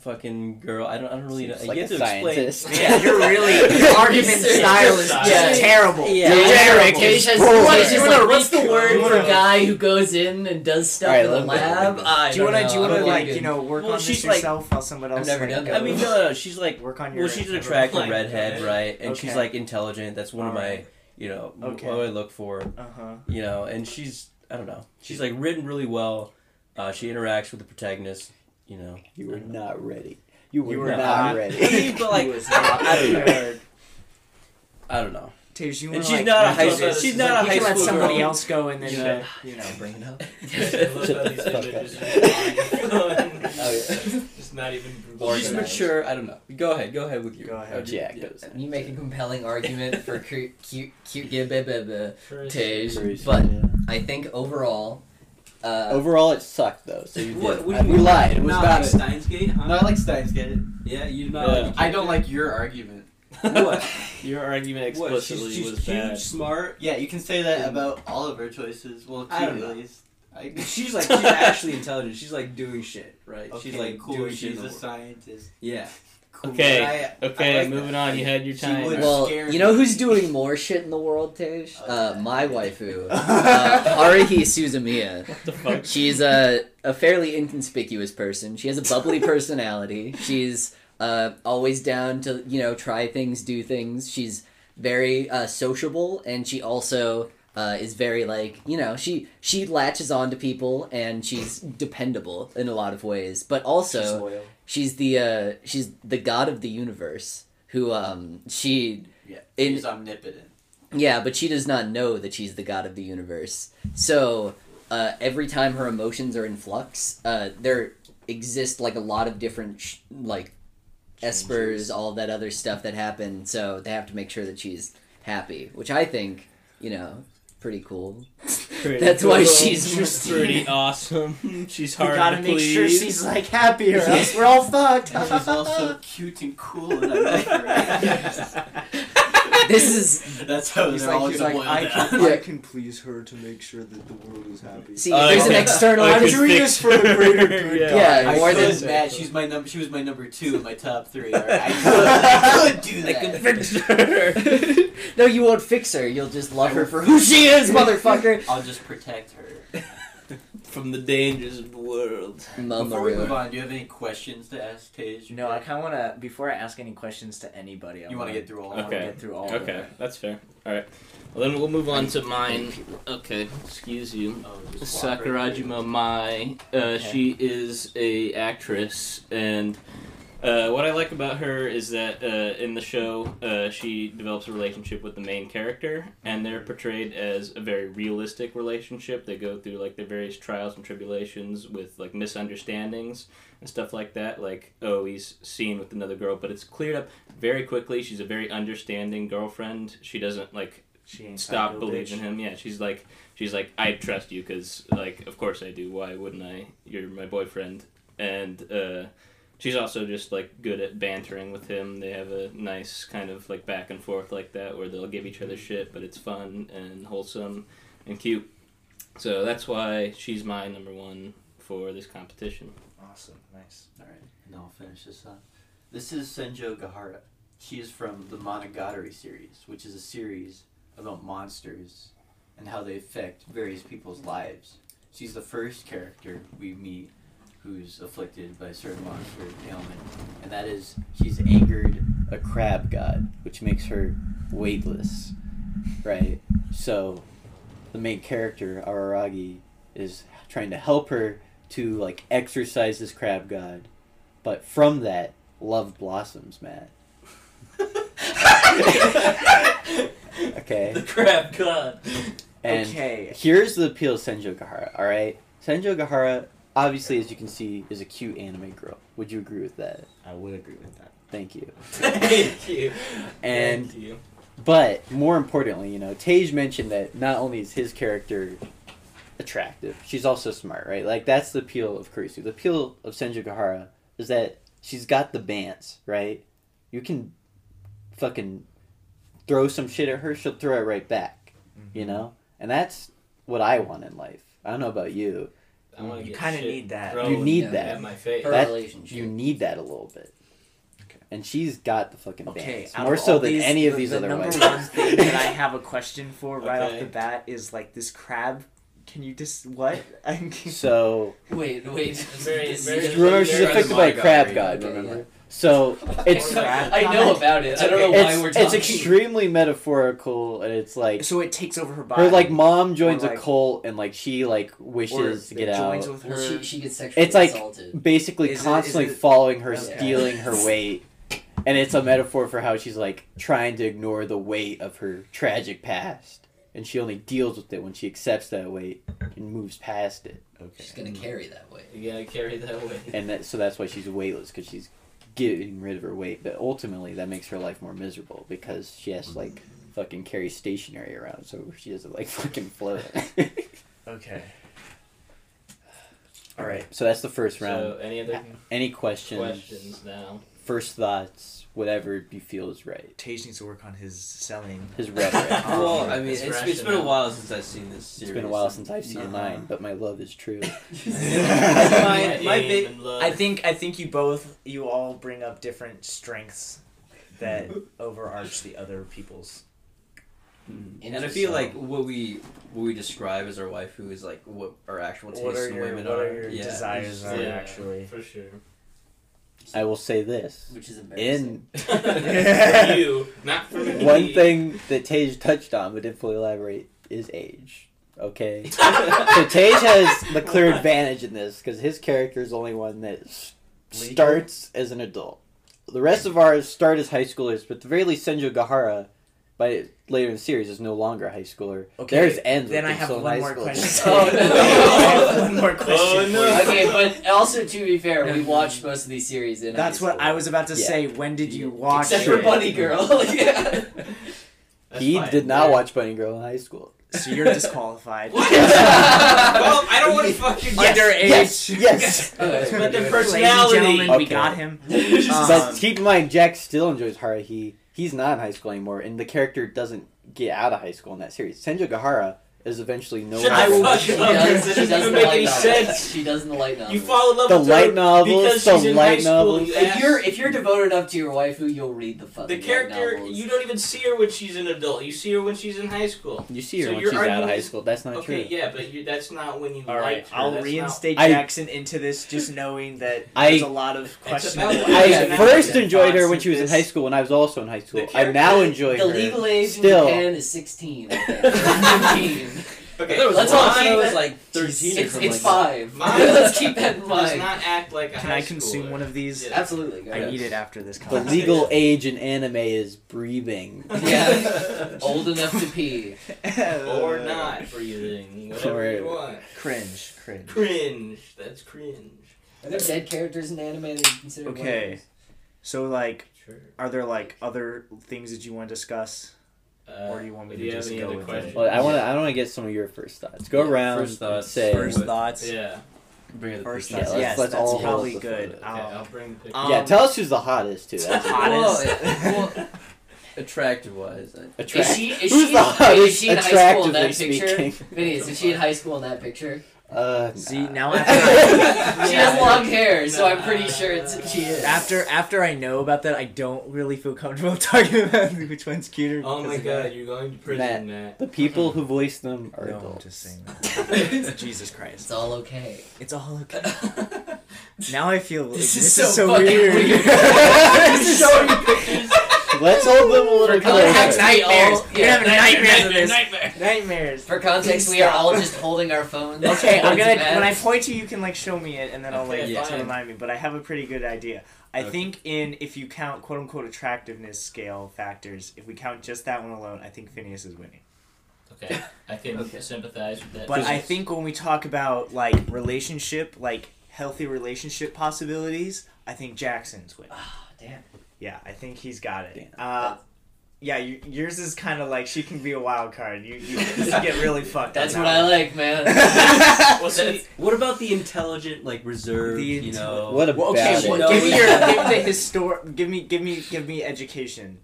D: fucking girl. I don't. I don't really
C: Seems
D: know.
C: like
D: you
C: a
D: have to explain.
C: scientist.
F: Yeah, you're really your argument style is just
B: Yeah.
F: terrible.
D: Yeah.
F: Terrible.
B: It's just-
C: Bull.
B: what is-
C: You
B: what's,
A: wanna
B: the
A: reach-
B: word
A: you
B: for
A: wanna-
B: guy who goes in and does stuff
C: Alright,
B: in the
C: let me- let me-
B: lab? I
F: Do you
B: don't
F: wanna do you
B: know.
F: wanna
B: I don't
F: like
B: think
F: you
B: it-
F: know work
D: Well,
F: on this
D: she's like-
F: yourself while someone
B: I've
F: else
B: never
F: like,
B: done that
D: I mean, no, no, no, she's like.
F: work on your
D: Well, she's an attractive
A: Like,
D: redhead, right? And she's
F: Okay.
D: like intelligent. That's one of my,
F: Alright.
D: you know,
F: Okay.
D: what I look for.
F: uh-huh.
D: You know, and she's I don't know. She's like written really well. Uh, she interacts with the protagonist. You know,
C: you were not ready. You were,
F: were
C: not,
F: not-
C: ready.
D: but like I don't know. I don't know.
F: Taves, you
D: And
F: wanna,
D: she's
F: like,
D: not a
F: make
D: high
F: those-
D: school.
A: this
D: She's
A: is
D: not
F: you
D: a high
F: can let
D: school
F: somebody
D: girl.
F: else go and then
D: You
F: uh,
D: know.
F: you know.
D: bring it up.
A: I love how these
C: Shut the
A: images
B: Oh,
A: are just not even
D: She's
B: Organized.
D: mature. I don't know. Go ahead. Go ahead with your.
F: Go ahead.
C: Jack
D: Yeah.
C: goes.
B: yeah. You make a compelling argument for cute, cute, cute, yeah, blah, blah, blah, Tej,
C: Kirisu,
B: but
C: yeah.
B: I think overall, uh,
C: Overall, it sucked though. So you did.
D: What- what do
C: I-
D: you
C: we
D: mean?
C: lied. It was
G: not
C: not.
G: like
C: it.
G: Steins Gate, huh? No, I like Steins Gate.
D: Yeah, you're not.
C: Yeah.
D: like a
G: I don't like your argument.
D: character. what?
A: Your argument
D: What? She's,
A: explicitly
D: she's
A: was
D: huge,
A: bad.
D: smart.
G: Yeah, you can say that about all of her choices. Well, two
D: I don't know.
G: at least. I,
D: She's like she's actually intelligent. She's like doing shit, right?
G: Okay,
D: she's like
G: cool.
D: doing shit. in
G: she's
D: the
G: a
D: world.
G: scientist.
D: yeah.
G: Cool.
A: Okay,
G: I- uh, I
A: Okay,
G: like
A: moving
G: that.
A: on. You had your
G: She
A: time.
G: would-
B: well,
G: scared
B: you know
G: me.
B: who's doing more shit in the world, Tej?
F: Oh,
B: Uh, my waifu, uh, Haruhi Suzumiya.
A: what the fuck?
B: She's a, a fairly inconspicuous person. She has a bubbly personality. She's uh, always down to, you know, try things, do things. She's very uh, sociable, and she also uh, is very, like, you know, she, she latches on to people, and she's dependable in a lot of ways. But also,
F: She's loyal.
B: She's the uh she's the god of the universe who um she
G: Yeah,
B: in-
G: she's omnipotent.
B: yeah, but she does not know that she's the god of the universe. So uh, every time her emotions are in flux, uh, there exist like a lot of different sh- like espers, all that other stuff that happen. So they have to make sure that she's happy, which I think you know, pretty cool.
A: Pretty
B: That's why she's
A: she's pretty awesome. She's hard
F: you gotta
A: to
F: make
A: please.
F: sure she's like happy or else we're all fucked.
C: And she's also cute and cool, and I love her.
B: This is
C: That's how
F: He's
C: they're
F: like,
C: always
F: he's like,
C: boiled
F: I
C: down.
F: can,
B: Yeah.
F: I
H: can please her to make sure that the world is happy.
B: see.
A: I
B: there's an
A: could-
B: external.
A: I
F: I'm
A: could
F: doing this
A: fix
F: for the greater
A: her,
F: good.
A: yeah.
B: yeah,
C: I
B: more
C: could,
B: than
C: Matt. She's my number. She was my number two in my top three. All right? I, could, I could do that.
B: no, you won't fix her. You'll just love
C: I
B: her
C: will-
B: for who she is, motherfucker.
C: I'll just protect her.
A: from the dangers of the world.
C: Before we move
B: Mamaru.
C: on, do you have any questions to ask Tage?
F: No, I kind of want to. Before I ask any questions to anybody, I
C: You want to get through all?
F: I
C: of
F: wanna
A: Okay.
C: them?
F: get through all. Of
A: Okay,
F: it.
A: that's fair. All right. Well, then we'll move on to mine. Okay, excuse you.
C: Oh, just walk right through.
A: Sakurajima Mai. Uh, She is a actress, and uh, what I like about her is that uh, in the show, uh, she develops a relationship with the main character, and they're portrayed as a very realistic relationship. They go through like their various trials and tribulations with like misunderstandings and stuff like that. Like, oh, he's seen with another girl, but it's cleared up very quickly. She's a very understanding girlfriend. She doesn't like
F: She ain't
A: stop
F: psycho,
A: believing
F: bitch.
A: him. Yeah, she's like, she's like, I trust you because, like, of course I do. Why wouldn't I? You're my boyfriend, and uh, she's also just like good at bantering with him. They have a nice kind of like back and forth like that where they'll give each other shit, but it's fun and wholesome and cute. So that's why she's my number one for this competition.
F: Awesome, nice.
C: All right, and I'll finish this up. This is Senjo Gahara. She is from the Monogatari series, which is a series about monsters and how they affect various people's lives. She's the first character we meet who's afflicted by a certain monster ailment, and that is she's angered a crab god, which makes her weightless, right? So the main character, Araragi, is trying to help her to like exercise this crab god but from that, love blossoms, Matt. okay.
D: The crap god.
C: And
F: okay.
C: here's the appeal of Senjo Gahara, alright? Senjo Gahara, obviously, as you can see, is a cute anime girl. Would you agree with that?
F: I would agree with that.
C: Thank you.
D: Thank you.
C: And
A: Thank you.
C: But more importantly, you know, Tej mentioned that not only is his character attractive, she's also smart, right? Like that's the appeal of Kurisu. The appeal of Senju Gahara is that she's got the bands, right? You can fucking throw some shit at her, she'll throw it right back. You know? And that's what I want in life. I don't know about you.
A: I wanna
F: You
A: get
F: kind of
A: shit
F: need that.
A: thrown
C: You need
A: at
C: that.
A: my face.
B: Her
C: That-
B: relationship.
C: You need that a little bit.
F: Okay.
C: And she's got the fucking
F: Okay,
C: bands.
F: out
C: More
F: of
C: so
F: all
C: than
F: these,
C: any of
F: the-
C: these
F: the
C: other
F: number
C: ones.
F: one thing that I have a question for right off
A: Okay.
F: the bat is like this crab. Can you just what? I'm-
C: So
B: Wait, wait.
A: Very-
B: This-
A: very-
B: this-
C: remember she's
A: They're
C: affected
D: the
C: by a crab
D: Monogatari,
C: god,
B: okay,
C: remember? So
F: Or
C: it's
F: crab
D: I know
F: god?
D: about it. I don't know
F: Okay.
D: why
C: it's,
D: we're
C: it's
D: talking.
C: extremely metaphorical and it's like
F: So it takes over her body.
C: her like mom joins
F: like-
C: a cult and like she like wishes to
F: it
C: get out
F: joins with her.
B: Well, she, she gets sexually
C: It's like-
B: assaulted.
C: basically
F: Is it- is
C: constantly
F: it-
C: following her
F: Okay.
C: stealing her weight and it's a metaphor for how she's like trying to ignore the weight of her tragic past and she only deals with it when she accepts that weight and moves past it
B: She's gonna carry that way.
A: You gotta carry that weight.
C: and that so that's why she's weightless because she's getting rid of her weight but ultimately that makes her life more miserable because she has to like fucking carry stationery around so she doesn't like fucking float
F: Okay. All right.
C: so that's the first round
A: So, any other
C: any questions,
A: questions now?
C: first thoughts whatever you feel is right
F: Tage needs to work on his selling.
C: his rhetoric
D: well, I mean,
A: It's
D: it's, it's been a
A: rational.
D: while since I've seen this series.
C: it's been a while since i've seen
F: Uh-huh.
C: mine but my love is true
F: my-
A: aim
F: my big-
A: and love.
F: I think I think you both you all bring up different strengths that overarch the other people's.
D: Mm. And I feel like what we what we describe as our waifu is like what our actual tastes
F: What are
D: in
F: your-
D: women
F: what
D: are.
F: are your
D: yeah.
F: desires
D: it's
F: are,
D: like-
A: Yeah,
F: actually.
A: for sure.
C: i will say this
B: Which is embarrassing.
C: in
A: for you, not for me.
C: one thing that Tage touched on but didn't fully elaborate is age. Okay, so Tage has the clear advantage in this because his character is the only one that s-
F: Legal?
C: starts as an adult. The rest of ours start as high schoolers, but at the very least, Senju Gahara, by later in the series, is no longer a high schooler.
F: Okay,
C: Theirs ends.
F: Then
C: with
F: I
C: them
F: have
C: still in high
F: one more
C: school.
F: question.
B: Oh, no.
F: I have one more question.
A: no.
F: for you.
B: Okay, but also to be fair, we watched most of these series in.
F: That's
B: high
F: what
B: school.
F: I was about to
C: Yeah.
F: say. When did you watch
B: Except for
F: it?
B: Bunny Girl. yeah.
A: I
G: That's
C: he
G: fine.
C: did not
G: Yeah.
C: watch Bunny Girl in high school.
F: So you're disqualified.
E: What? well, I don't want to fucking
F: Underage.
C: Yes, yes.
A: but the
F: Ladies and
A: personality.
F: gentlemen, we
C: Okay.
F: got him.
C: but
F: Um,
C: keep in mind, Jack still enjoys Hara. He he's not in high school anymore, and the character doesn't get out of high school in that series. Senju Gahara is eventually no
A: Shut
F: I
A: the
F: will-
A: fuck up.
B: She
A: This
B: does, she
A: doesn't
B: does
A: even
B: the
A: make
B: light
A: any
B: novels.
A: sense.
B: She does the light novels.
A: You fall in love
C: The
A: with
C: light
A: her
C: novels,
A: because
C: the
A: she's in
C: light
A: high school.
C: novels.
A: you
B: If
A: ass.
B: you're if you're devoted enough to your waifu, you'll read the fucking
A: the character,
B: light novels.
A: you don't even see her when she's an adult. You see her when she's in high school.
C: You see her
A: So
C: when
A: your
C: she's out of
A: argument
C: high
A: is-
C: school. That's not
A: okay,
C: true.
A: yeah, but you, that's not when you
F: All
A: liked
F: right,
A: her.
F: I'll
A: that's
F: reinstate
C: I-
F: Jackson into this, just knowing that
C: I-
F: there's a lot of
A: about
F: questionable.
A: what
C: I
A: Yeah, yeah,
C: first
A: yeah.
C: enjoyed her when
F: Thoughts
C: she was in
F: of
C: high
F: this.
C: school, and I was also in high school.
A: The
C: I now
A: character-
C: enjoy
B: the
C: her.
B: legal age
C: Still.
B: in Japan is sixteen. I think. Fifteen.
A: Not, okay,
D: There was
B: Let's
D: a
B: all
D: lot
B: keep
D: of-
B: that.
D: like 13 or
B: It's,
D: something
B: it's
D: like
B: five.
A: Mine
B: Let's keep that in
A: does
B: mind.
A: not act like a
F: Can
A: high
F: I consume
A: schooler.
F: one of these?
A: Yeah.
B: Absolutely. Go
F: I
B: ahead.
F: need it after this.
C: The
F: conversation.
C: legal age in anime is breathing.
B: Yeah. Old enough to pee.
F: Uh,
A: Or not breathing. Whatever you
C: Or-
A: want.
F: Cringe, cringe.
A: Cringe. That's cringe.
B: Are there dead characters in anime that you consider?
F: Okay.
B: waifus?
F: So, like,
A: Sure.
F: are there like other things that you want to discuss,
A: Uh,
F: or do you want me
A: do
F: to
A: you have
F: just
A: any
F: go
A: other
F: with
A: questions?
F: it?
C: Well, I want to. I want to get some of your first thoughts. Go
D: Yeah,
C: around.
D: first
C: and
D: thoughts.
C: say
F: First thoughts.
A: Yeah.
D: Bring it
F: First
C: Yeah,
F: thoughts.
C: let's-
F: yes,
C: let's
F: that's
C: all
F: probably
C: hold the
F: good.
C: photos.
A: Okay,
F: Um,
A: I'll bring the picture.
F: um,
C: yeah, tell us who's the hottest too. That's
F: hottest.
B: Whoa, well,
D: Attractive wise,
B: is
C: attractive.
B: she is
C: Who's the
B: she, wait, is
C: hottest?
B: she in high school in
C: Attractively
B: that picture?
C: speaking.
B: Phineas, is she in high school in that picture?
C: Uh,
F: See
C: nah.
F: now after
B: She has
F: Yeah.
B: long hair, so I'm pretty sure it's she
F: I,
B: is.
F: after after I know about that, I don't really feel comfortable talking about which one's cuter.
A: Oh my
F: because of
A: god, you're going to prison, Matt.
C: The people who voice them
F: that.
C: are
F: No, I'm
C: adults.
F: just saying. That. Jesus Christ,
B: it's all okay.
F: it's all okay. Now I feel like,
B: This is
F: this, is,
B: so
F: so
B: fucking
F: weird.
B: weird.
F: This is so-
C: Let's hold them a little
B: For context,
C: closer.
B: we
F: Nightmares.
B: all-
F: You're
B: yeah.
F: having nightmares of this.
A: Nightmare.
F: Nightmares.
B: For context, we are all just holding our phones.
F: Okay, I'm
B: towards
F: gonna.
B: Matt.
F: When I point to you, you can like show me it, and then I'll like
A: Okay,
F: to
A: fine.
F: remind me. But I have a pretty good idea. I
D: Okay.
F: think in if you count quote unquote attractiveness scale factors, if we count just that one alone, I think Phineas is winning.
A: Okay, I can sympathize with that.
F: But I
A: Physics.
F: think when we talk about like relationship, like healthy relationship possibilities, I think Jackson's winning.
B: Ah, damn.
F: Yeah, I think he's got it. Uh, yeah, y- yours is kind of like she can be a wild card. You, you just get really fucked.
B: That's
F: on
B: what I
F: that
B: like, man.
F: one.
A: Well, see,
D: What about the intelligent, like reserved?
F: The
D: you know,
C: What about
F: Well, okay,
C: it?
F: well,
D: No,
F: give me
D: we-
F: your give me the histor- give me give me give me education.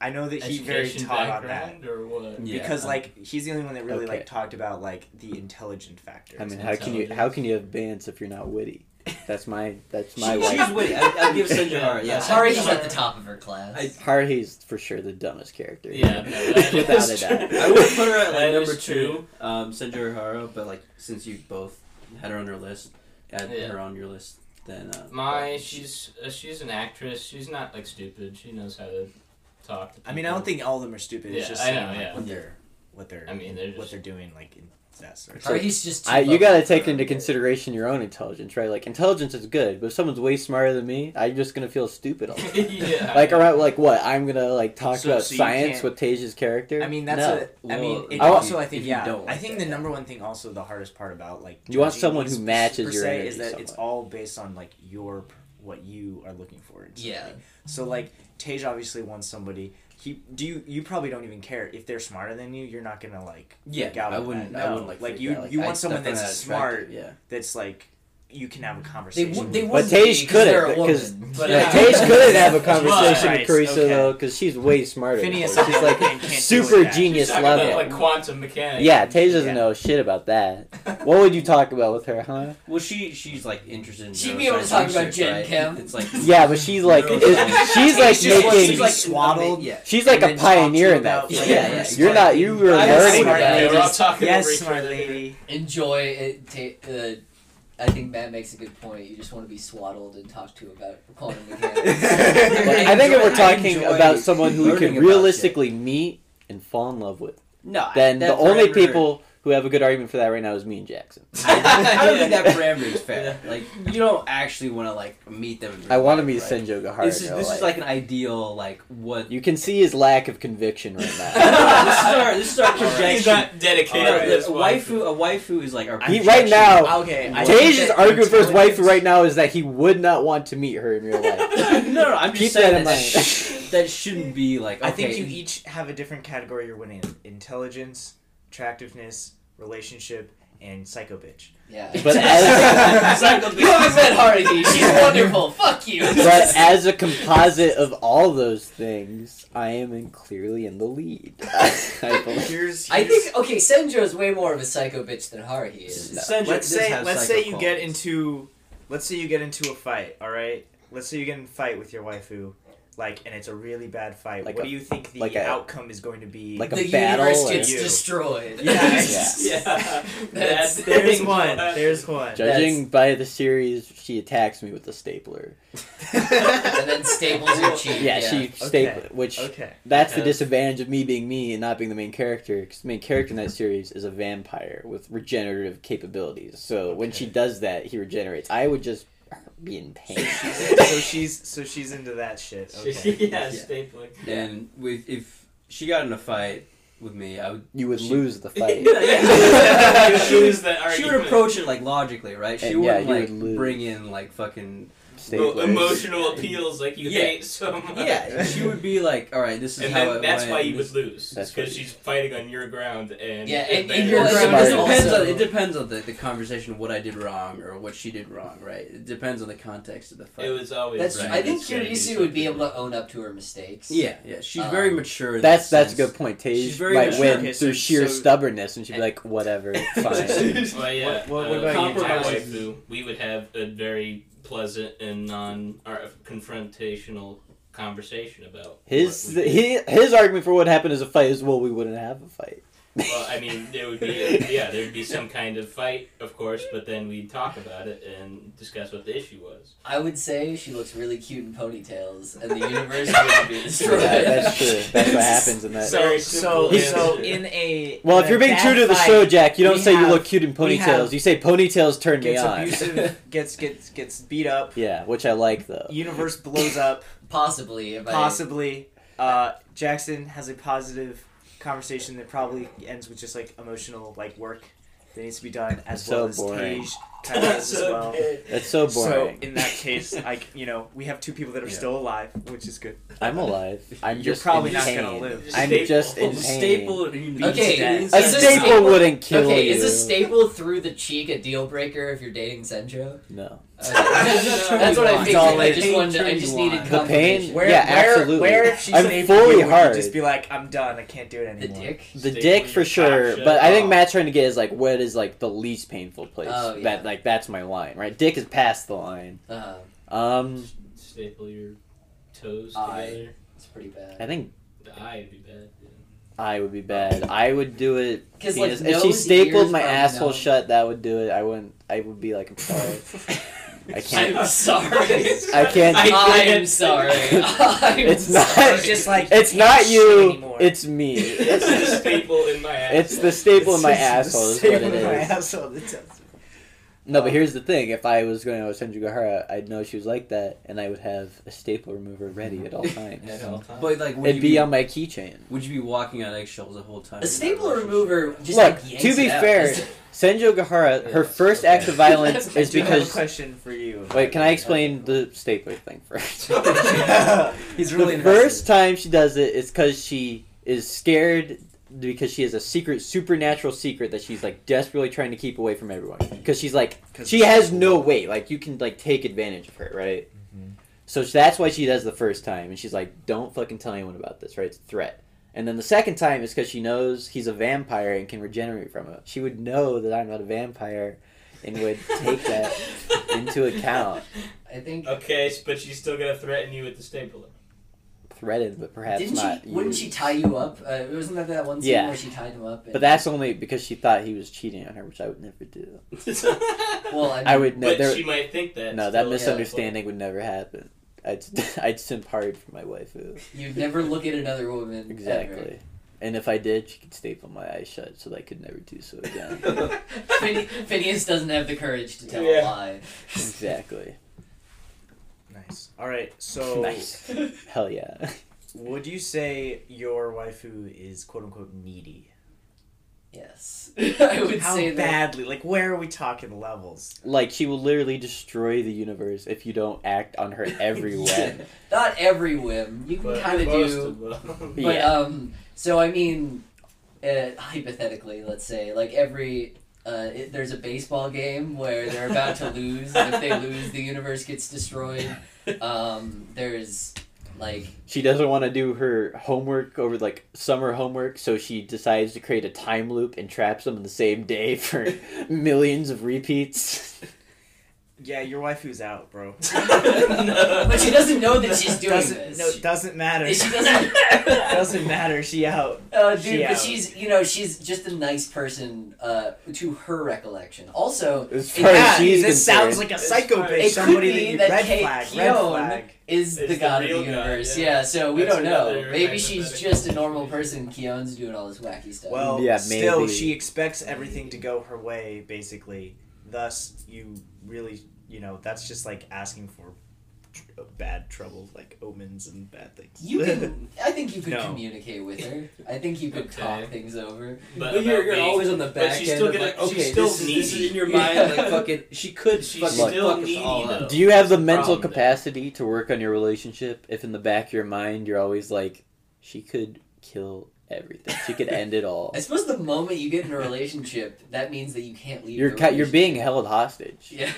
F: I know that he very
A: education
F: taught on that
A: background or what?
D: Yeah,
F: because
D: um,
F: like he's the only one that really
C: Okay.
F: like talked about like the intelligent factor.
C: I mean, how can you how can you have bands if you're not witty? That's my that's my
D: she,
C: wife.
D: she's witty. I, I'll give Sanjahara. Yeah,
B: Sorry,
D: I,
B: he's at the top of her class.
D: I-
C: Haruhi's for sure the dumbest character.
A: Yeah, no, that
C: without a
A: is
C: doubt.
A: true.
D: I would put her at
A: That
D: like, number
A: is true.
D: two, um, Sanjahara. But like, since you both had her on your list, had
A: Yeah.
D: her on your list, then uh,
A: My, she's uh, she's an actress. She's not like stupid. She knows how to talk. To
F: I mean, I
A: people.
F: don't think all of them are stupid.
A: Yeah,
F: it's just
A: I know,
F: saying, like,
A: yeah.
F: what
D: Yeah.
F: they're what they're
A: I mean, they're
F: what
A: just-
F: they're doing like in that sort of
B: Or he's just. too
C: I, you
B: low.
C: got to take into consideration your own intelligence, right? Like intelligence is good, but if someone's way smarter than me, I'm just gonna feel stupid. All the time.
A: yeah.
C: like around like what I'm gonna like talk
F: So-
C: about
F: so you
C: science
F: can't-
C: with Tasia's character.
F: I mean, that's
C: no.
F: a. I mean,
D: Well,
F: it
D: if
F: also
D: you-
F: I think
D: if you
F: yeah.
D: don't
F: I
D: like
F: think
D: that,
F: the
D: yeah.
F: number one thing, also the hardest part about like
C: You want
F: judging
C: someone who
F: these
C: matches
F: per
C: your
F: se
C: energy
F: is that it's
C: somewhat.
F: all based on like your what you are looking for. in
B: Yeah.
F: something. So like Tej obviously wants somebody. He do you you probably don't even care if they're smarter than you. You're not gonna like
D: Yeah,
F: freak out
D: I
F: about
D: wouldn't-
F: that.
D: I
F: No.
D: wouldn't, like, freak
F: you
D: out, like,
F: you
D: I
F: want someone
D: definitely
F: that's
D: not
F: smart.
D: attractive, yeah.
F: That's like you can have a
B: They,
F: conversation.
B: w-
F: with.
B: they
C: But
B: wouldn't
C: Tage
B: be because they're
C: couldn't
B: a
C: because
B: woman.
A: but,
C: yeah,
A: uh,
C: Tage couldn't have a
A: That's why.
C: conversation with
F: Christ,
C: Carissa
F: okay.
C: though, because she's way smarter. than
F: Phineas
C: her. She's
F: on the
C: like
F: other hand can't do
C: super
F: that.
A: She's
C: genius
A: talking about,
C: level.
A: like quantum mechanics.
C: yeah, Tage doesn't
F: Yeah.
C: know shit about that. What would you talk about with her, huh?
D: well, she she's like interested in.
B: She'd be able to
D: neuroscience
B: talk about
D: research,
B: Gen
D: right?
B: Chem.
D: It's like
C: Yeah, but she's like
D: No.
C: is- she's
F: She's
C: like
F: just wants to
C: making
F: be swaddled.
D: Yeah,
C: she's like
F: and
C: a
F: then talk to
C: pioneer
F: you
C: in that.
F: about,
C: field.
F: like,
D: Yeah, yeah,
F: your
C: You're
F: smart
C: not you were
D: I-
C: learning
F: smart
C: about
A: Yeah,
C: it.
A: we're all talking over
F: Yes,
A: each
F: smart
A: other.
F: lady.
B: enjoy it. Ta- uh, I think Matt makes a good point. You just want to be swaddled and talked to about quantum mechanics.
C: Like, I think if we're
D: I
C: talking
D: enjoy
C: about someone who we
D: learning
C: can
D: about shit.
C: realistically meet and fall in love with,
D: no.
C: then the
D: that
C: only
D: parameter-
C: people who have a good argument for that right now is me and Jackson.
D: I don't think that parameter is fair. Like you don't actually want to like meet them.
C: I want to meet Senjo
D: Sanjay.
C: Gahara.
D: This is
C: though,
D: this is like an ideal like what.
C: You can see his lack of conviction right
D: this is
C: now.
D: our this is our
A: He's
D: projection.
A: not dedicated
D: No,
A: to
D: Uh, a
A: this
D: waifu, a waifu is like our.
C: He-
D: projection.
C: right now-
F: Okay, I think
C: Tage is
F: that
C: arguing for his wife
F: intelligence-
C: right now is that he would not want to meet her in real life.
D: no, no, I'm
C: Keep
D: just
C: that
D: saying
C: in
D: that.
C: mind.
D: that shouldn't be like.
F: I think
D: okay,
F: you each have a different category you're winning: intelligence, attractiveness, relationship, and psycho bitch.
B: Yeah.
C: But as-
B: Psycho bitch. Who has met Hardy? She's wonderful. Fuck you.
C: but as a composite of all those things, I am in clearly in the lead. I believe.
F: Here's,
B: I
F: here's-
B: think okay, Senjo's way more of a psycho bitch than Haruhi is.
D: Senju
F: let's
D: does
F: say
D: have
F: let's say you
D: psycho
F: get
D: qualities.
F: into let's say you get into a fight. All right, let's say you get in a fight with your waifu. Like and it's a really bad fight.
C: Like
F: what
C: a-
F: do you think the
C: like a-
F: outcome is going to be?
C: like a
B: the
C: battle
B: universe
C: or-
B: gets
F: You.
B: destroyed.
F: Yeah.
A: yeah.
B: That's-
A: That's-
F: there's one. There's one.
C: Judging by the series, she attacks me with a stapler.
B: and then staples your cheek.
C: Yeah, she staple which
F: okay.
C: that's the
A: Yeah.
C: disadvantage of me being me and not being the main character because the main character in that series is a vampire with regenerative capabilities. So when she does that, he regenerates. I would just be in pain.
F: so she's so she's into that shit. Okay.
A: yeah, stapling.
D: And with, if she got in a fight with me, I would.
C: you would
D: She-
C: lose the fight.
A: You
D: Yeah.
A: lose that
D: she would
A: argument.
D: approach it like logically, right? She
C: And, yeah,
D: wouldn't
C: you
D: like
C: would lose.
D: bring in like fucking.
A: Well,
C: Staplers.
A: emotional appeals like you
D: Yeah.
A: hate so much.
D: Yeah, she would be like, "All right, this is
A: And
D: how."
A: then
D: it
A: that's
D: went.
A: why you
D: This-
A: would lose.
C: That's
A: Because
C: what-
A: she's fighting on your ground and
B: Yeah, and-
A: then-
B: and your
D: Well,
B: ground
D: it,
B: is
D: it depends
B: also-
D: on it depends on the, the conversation, what I did wrong or what she did wrong, right? It depends on the context of the fight.
A: It was always.
B: That's.
D: Right,
B: I think
A: it's gonna be
B: Kiryu would be able
A: something.
B: to own up to her mistakes.
D: yeah, yeah. She's
B: Um,
D: very mature. In
C: That's
D: that
C: that's a good point. Tage
D: She's very
C: might
D: mature.
C: win
F: Okay, so-
C: through sheer
F: so-
C: stubborness, and she'd be like, "Whatever, fine."
A: Well, yeah.
F: What- what-
A: uh,
F: what about
D: you,
A: compromise
D: Jack?
A: waifu, we would have a very pleasant and non or confrontational conversation about
C: His
A: what we-
C: he, his argument for what happened as a fight is, "Well, we wouldn't have a fight."
A: Well, I mean, there would be yeah, there would be some kind of fight, of course, but then we'd talk about it and discuss what the issue was.
B: I would say she looks really cute in ponytails, and the universe would be destroyed.
C: Yeah, that's true. That's what happens in that.
F: So
A: Very
F: so
A: simple
F: so
A: answer.
F: in a
C: Well,
F: in
C: if
F: a
C: you're being
F: bad
C: true to the
F: fight,
C: show, Jack, you don't
F: we
C: say you
F: have-
C: look cute in
F: we
C: ponytails.
F: have-
C: You say ponytails turn me
F: gets
C: on.
F: abusive, gets gets gets beat up.
C: yeah, which I like though.
F: Universe blows up.
B: Possibly, if
F: Possibly, uh, Jackson has a positive conversation that probably ends with just like emotional like work that needs to be done as
C: So
F: well as
C: boring.
F: Paige kind of does as well.
C: That's so
F: So
C: boring.
F: in that case, like you know, we have two people that are
D: Yeah.
F: still alive, which is good.
C: I'm alive. I'm
F: You're
C: just
F: probably
C: in
F: not
C: pain.
F: gonna live.
C: I'm
A: Staple.
C: just in
D: It's
C: pain.
D: staple. and you beat
B: Okay,
D: to death.
B: is
C: A
B: this
C: staple,
B: staple-
C: wouldn't
B: I
C: kill
B: okay,
C: you.
B: is a staple through the cheek a deal breaker if you're dating Senjo?
C: no.
B: Okay.
D: That's what
B: That's what I
D: you
B: figured.
C: want.
B: I just
D: Pain
B: wanted. I
D: turns
B: just
D: you
B: needed
D: on.
C: The pain.
B: confirmation.
F: Where,
C: yeah,
F: where,
C: absolutely.
F: Where if she
C: I'm
F: stapled you,
C: fully
F: would you
C: hard.
F: just be like, I'm done. I can't do it
B: The
F: anymore.
B: dick.
C: The
A: Staple
C: dick
A: your
C: for sure,
A: cock
C: but
A: shut
C: I think
A: off.
C: Matt's trying to get is like what is like the least painful place.
B: Oh, yeah.
C: That like that's my line, right? Dick is past the line.
B: Uh,
C: Um,
A: Staple your toes
B: Eye.
A: together.
B: it's pretty
C: I
B: bad.
C: think
A: The eye would be bad.
C: I would be bad. I would do it.
B: Because like
C: penis- if
B: nose,
C: she stapled
B: ears,
C: my
B: are
C: asshole
B: numb.
C: shut, that would do it. I wouldn't. I would be like, I'm sorry. I can't.
B: I'm sorry.
C: I can't.
B: I'm sorry. I'm
C: It's not-
B: sorry.
F: It's just like
C: it's
F: you
C: not
F: can't shit
C: you.
F: anymore.
C: It's me.
A: It's the staple in my ass.
C: It's the staple in my
F: It's just
C: asshole. Is
F: the
C: what
F: same
C: it
F: with my
C: is.
F: asshole. It's just-
C: No, but here's the thing. If I was going to Senju Gahara, I'd know she was like that, and I would have a staple remover ready at all times.
A: At all times.
D: But like, would
C: It'd
D: you
C: be
D: be, um,
C: on my keychain.
D: would you be walking on eggshells the whole time?
B: A staple remover just
C: Look,
B: like, yanks
C: to be
B: it out.
C: fair, Senju Gahara, her
D: Yeah,
C: first
D: okay.
C: act of violence is
F: Do you have a
C: because.
F: question for you.
C: Wait, can I explain the stapler thing first?
D: He's
C: the first time she does it is because she is scared because she has a secret supernatural secret that she's like desperately trying to keep away from everyone because she's like she has no way like you can like take advantage of her right
B: Mm-hmm.
C: so sh- that's why she does the first time and she's like don't fucking tell anyone about this right it's a threat and then the second time is because she knows he's a vampire and can regenerate from it she would know that i'm not a vampire and would take that into account
B: I think.
A: Okay, but she's still gonna threaten you with the stapler.
C: threaded but perhaps
B: Didn't
C: not
B: she? Wouldn't
C: used.
B: she tie you up? Uh, wasn't that that one scene
C: Yeah.
B: where she tied him up? And,
C: But that's only because she thought he was cheating on her, which I would never do.
B: well, I, mean,
C: I would
A: but
C: never.
A: she might think that.
C: No, that
A: still.
C: misunderstanding would never happen. I'd I'd simp hard for my waifu.
B: You'd never look at another woman. ever.
C: Exactly. And if I did, she could staple my eyes shut, so that I could never do so again.
B: Phine- Phineas doesn't have the courage to tell a
A: Yeah.
B: lie.
C: exactly.
F: Nice. All right. So,
C: Nice. Hell yeah.
F: would you say your waifu is quote unquote needy?
B: Yes. I would
F: How
B: say that.
F: badly? Like, where are we talking levels?
C: Like she will literally destroy the universe if you don't act on her every way.
B: Not every whim. You can
A: But
B: kind of
A: most
B: do.
A: of them.
B: But
C: yeah.
B: um, so I mean, uh, hypothetically, let's say like every uh, it, there's a baseball game where they're about to lose, and if they lose, the universe gets destroyed. Um, there's like
C: She doesn't want to do her homework over like summer homework, so she decides to create a time loop and traps them in the same day for millions of repeats.
F: Yeah, your waifu's out, bro.
B: but she doesn't know that she's doing
F: doesn't,
B: this.
F: No, doesn't matter.
B: She doesn't.
F: doesn't matter. She out.
B: Oh, dude,
F: She
B: but
F: out.
B: she's you know she's just a nice person uh, to her recollection. Also,
C: As
B: it-
C: far as
B: yeah,
C: she's
F: this sounds
C: concerned.
F: like a psycho
A: It
F: bitch.
B: it could
F: Somebody
B: be
F: you-
B: that
F: red
B: Kate
F: flag. Red
B: Keown
F: flag.
B: is the
A: Is the
B: god of
A: real
B: the
A: god,
B: universe.
A: yeah.
B: yeah. so we
A: That's
B: don't know.
A: another
B: Maybe she's
A: hypothetical
B: just a normal
A: situation.
B: person. Keon's doing all this wacky stuff.
F: Well,
C: Yeah,
F: still,
C: maybe.
F: she expects everything to go her way, basically. Thus, you really, you know, that's just like asking for tr- bad trouble, like omens and bad things.
B: you can. I think you could
F: No.
B: communicate with her. I think you could
A: Okay.
B: talk things over.
A: But
D: But you're,
A: about
D: you're
A: being-
D: always on the
A: but
D: back
A: she's
D: end
A: still
D: of
A: gonna-
D: like,
A: she's
D: okay,
A: still
D: this, is, this
A: needy.
D: is in your mind, like
B: Yeah.
D: fucking. She could
A: She's
D: fucking
A: still
D: fuck us
A: needy,
D: all up.
A: though.
C: Do you have the
A: That's the
C: mental
A: problem there.
C: capacity to work on your relationship if in the back of your mind you're always like, she could kill everything. She could end it all.
B: I suppose the moment you get in a relationship, that means that you can't leave.
C: You're
B: the
C: ca- you're being
B: relationship.
C: held hostage.
B: Yeah.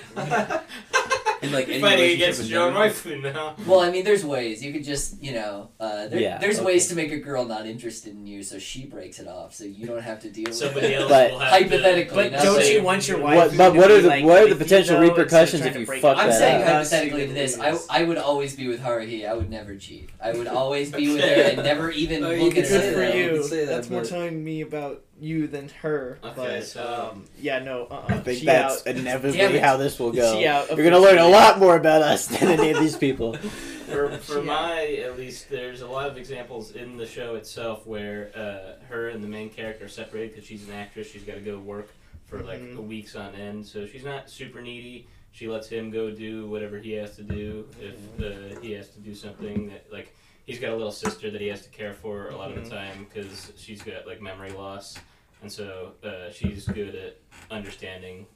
D: In like any
A: fighting
D: relationship
A: against
D: with
A: your own
D: men.
A: waifu now.
B: Well, I mean, there's ways you could just, you know, uh, there,
C: Yeah,
B: there's
C: okay.
B: ways to make a girl not interested in you, so she breaks it off, so you don't have to deal with
A: Somebody
B: it.
A: else
C: But-
A: will have
B: Hypothetically,
A: to,
F: But
B: not
F: don't
B: saying-
F: you want your wife?
C: What- but
F: to
C: what
F: be,
C: are the-
F: like,
C: what are the
F: with you,
C: potential
F: though, instead of
C: repercussions
F: trying
C: if
F: to
C: you
F: break
C: fuck
F: up
B: I'm
F: with
C: that
B: saying
C: up?
F: us?
B: hypothetically to this, I, I would always be with Haruhi. I would never cheat. I would always be with her and never even
D: Oh, you
B: look
D: could
B: at
D: say
B: her.
D: that.
B: though.
D: you could say that,
I: That's more
D: but-
I: telling me about you than her.
A: Okay,
I: But
A: so
I: um, yeah, no.
F: uh-uh.
I: Uh,
C: I
I: uh
C: think
I: she
C: that's
I: out.
B: Damn
C: inevitably
B: it.
C: how this will go.
I: She out.
C: You're gonna learn a lot more about us than any of these people.
A: for, for
I: Yeah.
A: my at least, there's a lot of examples in the show itself where uh, her and the main character are separated because she's an actress. She's got to go work for
I: Mhm.
A: like weeks on end, so she's not super needy. She lets him go do whatever he has to do if uh, he has to do something that like he's got a little sister that he has to care for a lot of the time because she's got like memory loss, and so uh, she's good at understanding.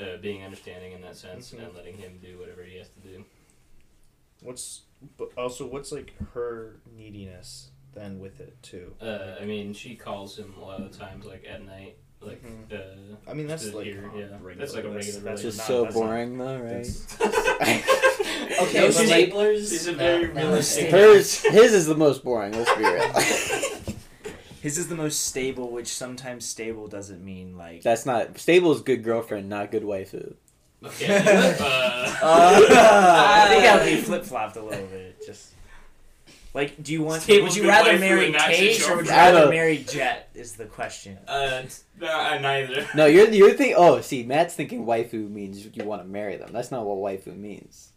A: Uh, being understanding in that sense
I: Mhm.
A: and letting him do whatever he has to do.
I: What's but also what's like her neediness then with it too?
A: Uh, I mean, she calls him a lot of the times, like at night, like.
I: Mhm.
A: Uh,
I: I mean that's
A: Just
I: like
A: here, yeah.
I: regular-
A: That's like a regular
I: that's
C: Just
I: not-
C: so
I: that's not-
C: boring though, right?
I: Okay,
B: no
I: but
A: she's-
I: like-
B: staplers.
A: she's a
B: No,
A: very
B: no,
A: realistic-
C: Hers, his is the most boring. Let's be real.
F: His is the most stable, which sometimes stable doesn't mean like.
C: That's not stable. Is good girlfriend, not good waifu.
A: okay. uh,
F: I think I'll be flip flopped a little bit. Just like, do you want?
A: Stable
F: would
A: good
F: you rather
A: waifu
F: marry
A: and not
F: Cage
A: your
F: or would
C: girlfriend.
F: you
C: I
F: rather
C: don't-
F: marry Jet? Is the question.
A: uh, no, uh, neither.
C: No, you're you're thinking. Oh, see, Matt's thinking waifu means you want to marry them. That's not what waifu means.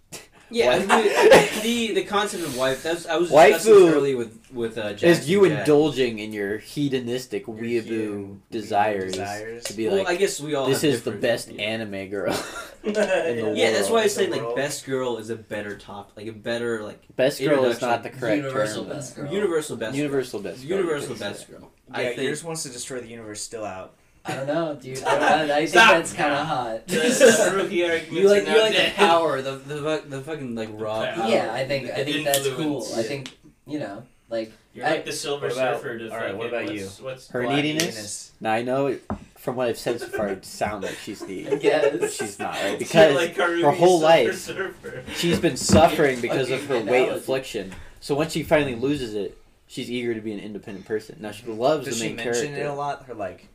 D: Yeah,
C: Wife-
D: the, the the concept of wife. That's I was discussing
C: Waifu
D: this earlier with with uh, Jack.
C: Is you
D: and Jack.
C: indulging in your hedonistic
F: Your
C: weeaboo
F: hero-
C: desires,
F: desires.
C: to be
D: Well,
C: like,
D: I guess we all.
C: this
D: have
C: is the
D: different-
C: best
D: Yeah.
C: anime girl.
F: yeah,
D: Yeah, that's why I
F: The
D: say like
F: world.
D: best girl is a better top, like a better like
C: best girl is
D: Introduction.
C: not the correct
B: Universal
C: term.
B: best girl.
D: universal best.
C: Universal
D: girl.
C: best. girl,
D: universal
C: you could
D: best
C: say.
D: girl.
F: Yeah,
D: I think
F: yours wants to destroy the universe. Still out.
B: I don't know, dude. I, don't, I think
A: Stop.
B: that's kind of hot.
A: The, the rookie arguments
D: you like
A: are
D: you
A: not
D: like the
A: dead.
D: power, the the, fu- the fucking like raw.
A: power.
D: power.
B: yeah, I think I
A: The
B: think that's cool.
A: influence.
B: I think you know, like
A: You're like the silver
F: What about-
A: surfer. To
F: all right,
A: fucking-
F: what about you?
A: what's, What's
C: Her
A: black?
C: neediness? Now I know it- from what I've said so far, it sounds like she's
B: I
C: the,
B: guess.
C: but she's not right
A: You're
C: because
A: like Haruhi
C: her whole
A: Silver
C: life-
A: Surfer.
C: she's been suffering because of her
B: Fucking
C: weight
B: analogy.
C: affliction. So once she finally loses it, she's eager to be an independent person. Now she loves
F: Does
C: the
F: she
C: main
F: mention
C: character.
F: it a lot? Her like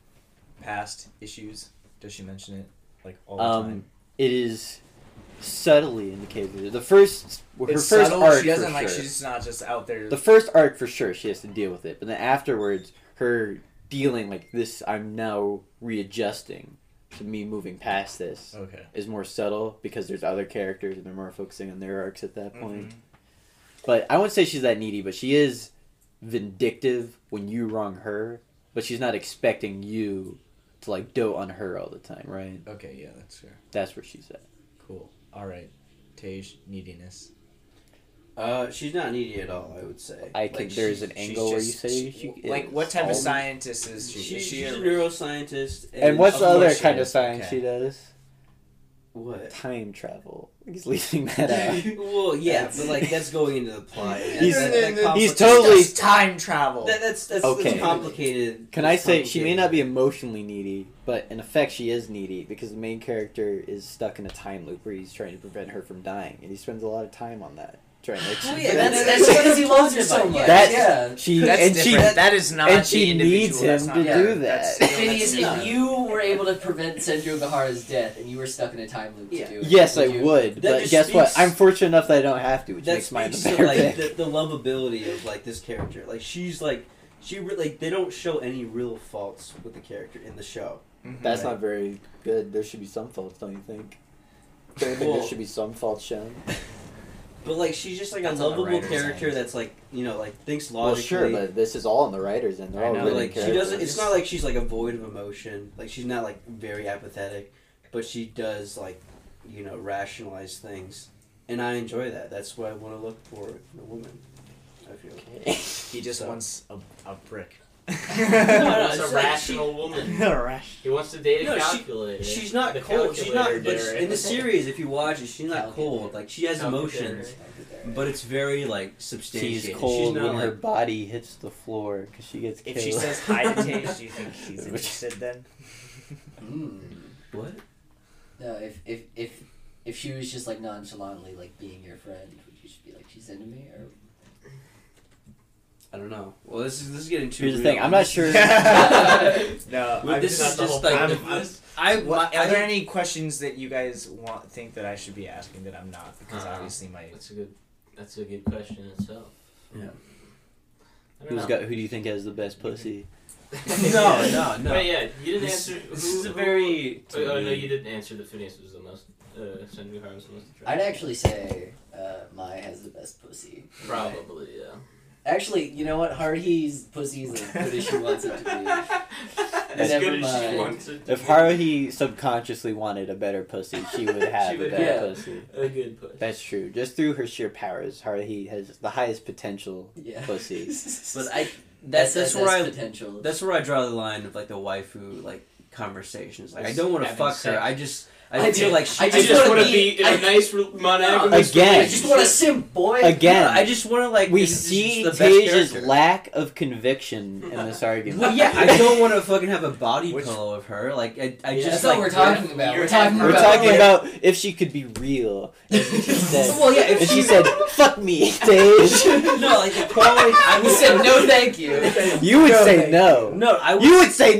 F: past issues. Does she mention it like all the
C: um,
F: time?
C: it is subtly indicated. The first, her
F: it's
C: first
F: subtle.
C: arc,
F: she doesn't
C: for
F: like.
C: sure.
F: She's not just out there.
C: The first arc for sure, she has to deal with it, but then afterwards, her dealing like this, I'm now readjusting to me moving past this
F: okay.
C: is more subtle because there's other characters and they're more focusing on their arcs at that point. But I wouldn't say she's that needy, but she is vindictive when you wrong her, but she's not expecting you to like dote on her all the time, right?
F: Okay. Yeah, that's fair.
C: That's where she's at.
F: Cool. All right. Tej neediness.
D: Uh, she's not needy at all. I would say.
C: I can.
D: Like,
C: there is
D: she's-
C: an angle where you
F: just-
C: say
F: she-
C: she
F: like,
C: is
F: what type of
C: almond-
F: scientist is she?
D: She,
F: is she
D: she's
F: a-
D: a neuroscientist. And,
C: And what's the
D: course
C: other
D: she
C: kind of
D: is.
C: science
F: Okay.
C: she does?
D: What?
C: Time travel. He's leaving that out.
D: well, yeah,
F: That's-
D: but like that's going into the plot. and
C: He's-
D: that- that
C: he's
D: complicates-
C: totally-
F: Does time travel.
D: That, that's that's,
C: Okay.
D: that's complicated.
C: Can I
D: That's
C: say she may
D: complicated.
C: not be emotionally needy, but in effect she is needy because the main character is stuck in a time loop where he's trying to prevent her from dying, and he spends a lot of time on that. Trying to
D: Well,
B: But
D: Oh, yeah,
B: that's,
D: that-
B: that's
D: that-
B: because he loves her so much.
C: That's-
B: yeah.
C: she
F: That's
C: and she
F: different. that is not
C: and she
F: the individual.
C: needs
F: That's
C: him
F: not
C: to
F: her.
C: do
F: That's-
C: that.
F: no,
B: Phineas,
F: that's not-
B: if you were able to prevent Senju Gahara's death and you were stuck in a time loop
D: Yeah.
B: to do it,
C: Yes, I
B: you-
C: would,
D: That
C: but
D: just
C: guess what?
D: speaks-
C: I'm fortunate enough that I don't have to, which
D: that
C: makes mine
D: speaks
C: the
D: to
C: better
D: like
C: pick.
D: the, the lovability of like this character. Like she's like she re- like they don't show any real faults with the character in the show.
C: That's not very good. There should be some faults, don't you think? Don't you think
D: Well-
C: there should be some faults shown?
D: But like she's just like
F: That's
D: a
F: on the
D: lovable
F: writer's
D: character
F: end.
D: that's like you know like thinks
C: Well, sure,
D: logically.
C: but this is all on the writers, and they're
F: I
C: all
F: know.
D: But,
C: really
D: like she
C: characters.
D: doesn't. It's not like she's like a void of emotion. Like she's not like very apathetic, but she does like you know rationalize things, and I enjoy that. That's what I want to look for in a woman. I feel.
F: He just
D: So-
F: wants a, a brick.
A: He
D: no,
A: wants
D: it's
A: a
D: like
A: rational woman.
F: Rash.
A: He wants to date a
D: No, she-
A: calculator.
D: She's not
A: The
D: cold. She's not. But
A: calculator
D: in the
A: did.
D: series, if you watch it, she's not cold. Like she has
B: Calculator.
D: emotions, but it's very like substantiated.
C: She's cold
D: She's
C: when
D: not
C: her
D: like.
C: body hits the floor because she gets killed.
F: If she says hi to Tage, do you think he's interested then?
B: Mm.
D: What?
B: No, if, if, if, if she was just like nonchalantly like being your friend, would you just be like, she's into me? Or
D: I don't know. Well, this is this is getting too.
C: Here's the
D: real.
C: thing. I'm not sure.
F: No,
D: Well,
F: I'm
D: this
F: not
D: is
F: the whole-
D: just like
F: I'm-
D: the,
F: I'm-
D: this- I,
F: What,
D: my-
F: are
D: I
F: there any questions that you guys want think that I should be asking that I'm not? Because
A: Uh-huh.
F: obviously my
A: That's a good. That's a good question in itself.
C: Yeah.
A: I don't
C: Who's
A: know.
C: got? Who do you think has the best pussy?
D: no, no, no.
A: But yeah, you didn't
D: This-
A: answer.
D: this
A: who-
D: is a
A: who-
D: very-
A: Oh, oh, no, you didn't answer. The Phineas was the most. Uh, Senju Hara was the most attractive.
B: I'd actually say uh, Mai has the best pussy.
A: probably yeah.
B: Actually, you know what? Haruhi's pussy is as good as she wants it to be.
A: As
B: Never
A: good as she
B: mind.
A: wants it to
C: If
A: be.
C: Haruhi subconsciously wanted a better pussy, she would have
A: She
C: a
A: would
C: better
B: have.
C: pussy.
A: a good push.
C: That's true. Just through her sheer powers, Haruhi has the highest potential
B: Yeah.
C: pussy.
D: But I
B: that's that's
D: that's that's where I
B: potential.
D: that's where I draw the line of like the waifu like conversations. Like I don't want to
A: Having
D: fuck
A: sex.
D: her. I just I,
B: I
D: feel
B: do.
D: like she,
B: I
A: I just
B: wanna
A: want to
B: be-
A: be in a
B: I-
A: nice re- monogamous
C: Again.
B: I just want a simp, boy.
C: Again,
D: I just want to like
C: we
D: this is just
C: see
D: the best
C: Tej's
D: character.
C: lack of conviction in this argument.
D: Well, yeah, I don't want to fucking have a body
F: Which-
D: pillow of her. Like I, I
B: Yeah, that's
D: just
B: not what
D: like,
B: we're talking about. We're talking
C: We're
B: about.
C: talking about if she could be real. If she said,
D: Well, yeah, if
C: if she
D: she-
C: said, "Fuck me, Tej,"
D: no, like the quality. I
B: We
D: would
B: said no, thank you.
C: you would
F: No,
C: say
F: thank
C: no.
D: No, I would.
C: You would say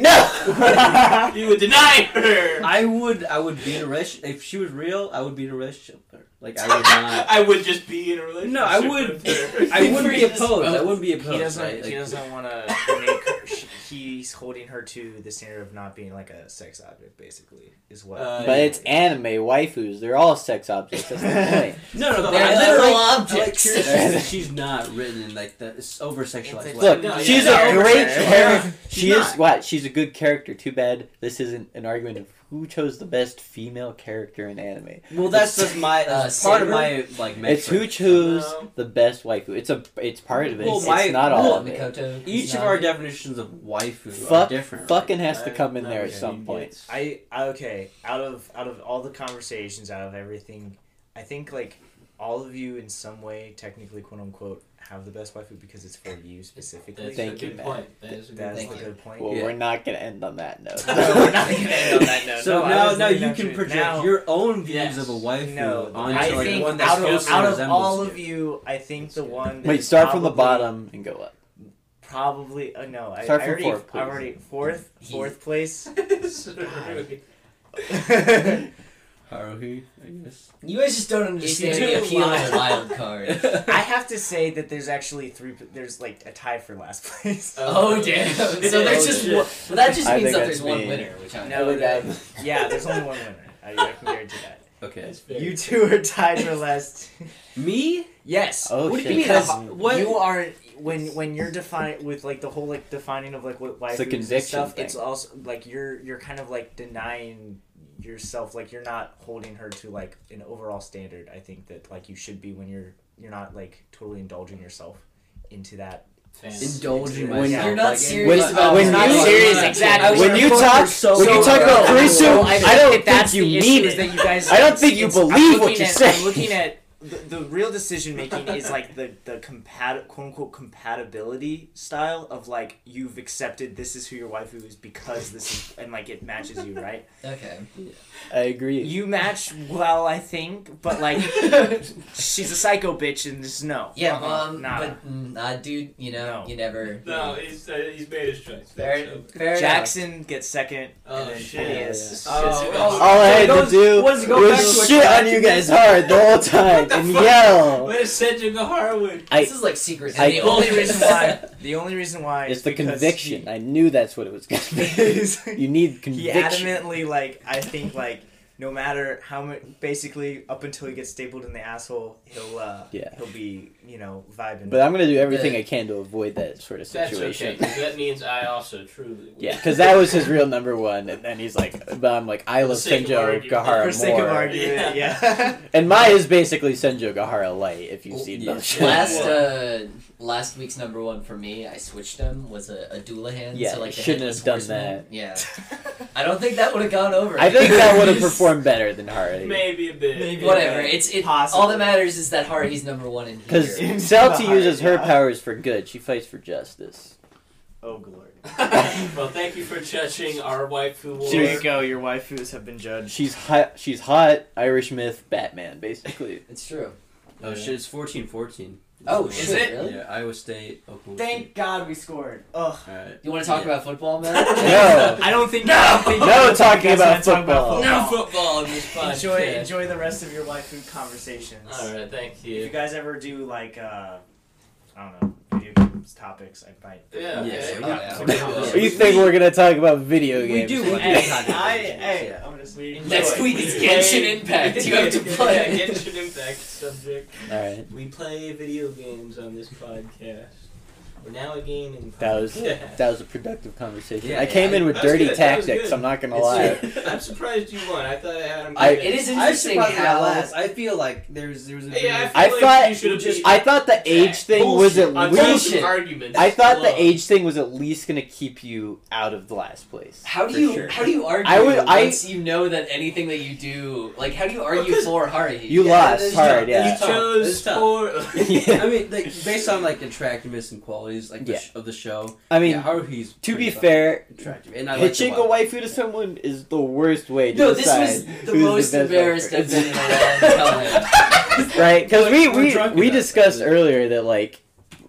C: no.
A: You would deny her.
D: I would. I would be in a relationship if she was real. I would be in a relationship with her. Like I would not.
A: I would just be in a relationship.
D: No, I would.
A: with her.
D: I wouldn't be
B: Free as
D: opposed. I
B: well.
D: wouldn't be opposed.
F: he doesn't
D: right?
F: he
D: Like,
F: doesn't want to make her. She, he's holding her to the standard of not being like a sex object, basically, is what.
A: Uh,
C: but it's anime waifus. They're all sex objects. That's the point.
D: No,
A: They're
D: no, but I
B: They're
D: like-
B: literal
D: I like
B: objects.
D: Kirsten. she's not written in like the over sexualized
F: It's
D: way.
F: like-
C: Look,
A: No,
C: she's
A: yeah,
C: a
A: no,
C: great
F: okay.
C: character. She
D: She's
C: is
D: not.
C: what? She's a good character. Too bad this isn't an argument of who chose the best female character in anime.
D: Well, that's just my that's
B: Uh,
D: part of my
B: Saber?
D: like.
C: It's
D: metric.
C: who chose
A: No.
C: the best waifu. It's a it's part of it.
D: Well,
C: it's
D: my-
C: not all
D: well,
C: of it.
B: Mikoto,
D: Each of
B: Izanami.
D: our definitions of waifu are
C: Fuck,
D: different.
C: fucking has to come in
A: That-
C: there at
A: that
C: some
A: would
C: point.
A: be-
F: I, I okay. Out of out of all the conversations, out of everything, I think like all of you in some way, technically, quote unquote, have the best waifu because it's for you specifically.
A: That's
C: Thank
A: a
C: you,
A: good
C: Matt.
A: point. That is a good
F: That's
B: Thank
F: a
A: point.
B: you.
F: good point.
C: Well,
D: Yeah.
C: we're not gonna end on that note.
F: No, we're not gonna end on that note.
D: So
F: No, I
D: now,
F: was
D: now
F: looking
D: you
F: at
D: can
F: you.
D: project
F: Now-
D: your own views
A: Yes.
D: of a waifu
F: No,
D: onto
F: I
D: like
F: think
D: one that's
F: out of,
D: closely
F: out of
D: resembles
F: all of you, I think the one.
C: Wait,
F: that's
C: start from the
F: probably-
C: bottom and go up.
F: Probably uh, no. I,
C: Start
F: I
C: from
F: already,
C: fourth,
F: I
C: please.
F: already fourth,
B: He-
F: fourth place.
D: Haruhi, I guess.
B: you guys just don't understand
F: do
B: the appeal of
F: lie.
B: a wild card.
F: I have to say that there's actually three. There's like a tie for last place.
B: oh damn! So there's just
A: shit.
B: one. Well, that just
C: I
B: means
C: think
B: that
C: that's
B: there's one
C: me.
B: winner, which I
F: No,
B: know.
F: that- yeah, there's only one winner. I, I can guarantee that.
D: Okay.
A: That's fair.
F: You two are tied for last.
D: Me?
F: yes.
C: Oh
D: what do
C: shit!
D: you mean?
F: Because
D: How- what?
F: You are when when you're defined with like the whole like defining of like what life
C: the
F: is and
C: conviction
F: stuff.
C: thing.
F: It's also like you're you're kind of like denying yourself like you're not holding her to like an overall standard. I think that like you should be when you're you're not like totally indulging yourself into that.
B: Indulging
F: When
B: myself.
F: you're
B: not like,
F: serious
B: when-
F: about
B: when
F: it.
B: you-
F: Not serious,
B: I was
F: exactly.
B: on
F: When
B: the
F: you
B: phone for
F: talk-
B: so
F: when you
B: long.
F: talk about Furisu,
B: Well,
F: uh, I
B: think
F: don't
B: that
F: think you mean is it. That you guys,
C: I don't think you
F: it's- I'm
C: believe what
F: looking
C: you
F: at-
C: say.
F: I'm looking at the, the real decision making is like the the compat quote unquote compatibility style of like you've accepted this is who your waifu is because this is and like it matches you right.
B: Okay.
C: I agree.
F: You match well, I think, but like she's a psycho bitch and just no.
B: Yeah,
F: Uh-uh,
B: um,
F: nah.
B: but mm, uh, dude, you know,
F: No.
B: you never.
J: No, he's uh, he's made his choice.
B: Fair,
J: So-
B: fair enough.
F: Jackson gets second.
J: Oh,
F: and then
J: shit.
F: Phineas.
B: Yeah, yeah.
J: Oh,
C: All I had to do
F: was
C: was
F: go back to what
C: shit on you guys hard the whole time
J: the
C: and
J: fuck?
C: yell.
J: Where's Senju Harwood?
C: I-
B: this is like secret.
C: I-
B: and the only reason why.
F: The only reason why
C: It's
F: is
C: the
F: because
C: conviction. I knew that's what it was gonna be.
F: He,
C: You need
F: he
C: conviction.
F: adamantly like I think like no matter how much basically up until he gets stapled in the asshole he'll uh
C: Yeah.
F: he'll be you know vibing.
C: But I'm gonna do everything
B: Yeah.
C: I can to avoid that sort of
A: That's
C: situation.
A: okay. 'cause that means I also truly.
C: Yeah, because that was his real number one, and then he's like, "But I'm like, I love
J: For the sake of
C: Senjo
J: argument.
F: for
C: Gahara
F: sake
C: more."
F: of argument, yeah.
C: and my is basically Senjo Gahara light. If you've
B: Well,
C: seen
B: yeah.
C: those shows.
B: Last uh, last week's number one for me, I switched them was a, a Doulahan.
C: Yeah,
B: so like
C: you
B: the
C: shouldn't have
B: headless
C: done
B: horseman. Yeah, I don't think that would have gone over.
C: I think that would have performed better than Harley.
J: Maybe a bit.
F: Maybe.
B: whatever. It's it.
F: Possibly.
B: All that matters is that Haruhi's number one in
C: Because
B: here.
C: Celti uses her
F: Yeah.
C: powers for good. She fights for justice.
F: oh glory.
J: well, thank you for judging our waifu war.
C: There
F: There
C: you
F: you go. Your waifus have been judged.
C: She's hot. She's hot. Irish myth. Batman, basically.
B: It's true.
D: Oh shit! It's fourteen fourteen.
B: Oh
D: Is
B: shit!
J: Is it?
B: Really?
D: Yeah, Iowa State, Oklahoma.
F: Thank God we scored. Ugh.
D: State. All right.
B: You want to talk
D: Yeah.
B: about football, man?
C: No.
F: I don't think. No. I don't think
C: No talking
F: Yes,
C: about
F: let's talk about
C: football.
J: No football in this podcast.
F: Enjoy enjoy the rest of your waifu conversations.
J: All right, thank
F: If you
J: you.
F: guys ever do like uh, I don't know, video games topics, I might.
J: Yeah.
D: Yes.
J: okay.
B: Oh, yeah.
J: Okay.
B: Yeah.
C: You think we're gonna talk about video
B: We
C: games?
B: do.
C: Like,
B: We
F: Hey,
B: do.
F: I, hey, I'm gonna sleep.
B: Next
J: Enjoy.
B: week is
J: Play-
B: Genshin Impact. You have to
J: Yeah,
B: play.
J: Yeah, Genshin Impact subject.
C: All right.
J: We play video games on this podcast. We're now a gaming.
C: That was
J: podcast.
C: that was a productive conversation.
D: Yeah,
C: I came
J: yeah,
C: in with
J: that was
C: dirty
J: good, that was
C: tactics.
J: good.
C: I'm not gonna
D: It's
C: lie.
J: I'm surprised you won. I thought I had him.
C: I-
B: It is
D: I should
B: interesting
D: probably
B: how.
D: not last. I feel like there's there was a.
J: Hey, I, feel
C: I
J: like
C: thought
J: you should have
D: just-
J: just.
C: I thought the age thing was at
J: on
C: least.
J: some arguments.
C: I thought the
J: alone.
C: age thing was at least gonna keep you out of the last place.
B: How do
C: for
B: you
C: sure.
B: how do you argue
C: I would- I-
B: once you know that anything that you do like how do you argue
J: Because-
B: for Haruhi?
C: You
D: Yeah,
C: lost
D: it's
C: hard,
D: tough.
C: yeah.
J: You
D: It's tough.
J: chose
D: It's tough.
J: four.
D: I mean, like based on like attractiveness and qualities, like the
C: Yeah.
D: sh- of the show.
C: I mean,
D: yeah, Haruhi's
C: to be
D: pretty fucking
C: fair,
D: attractive, and I like the
C: pitching a
D: wife.
C: waifu to someone is the worst way to
B: no, this
C: decide.
B: was the
C: who's the
B: most
C: best
B: embarrassed
C: actress.
B: I've been in a long time.
C: right? Because we
D: We're
C: we,
D: drunk
C: we
D: about that.
C: discussed earlier that like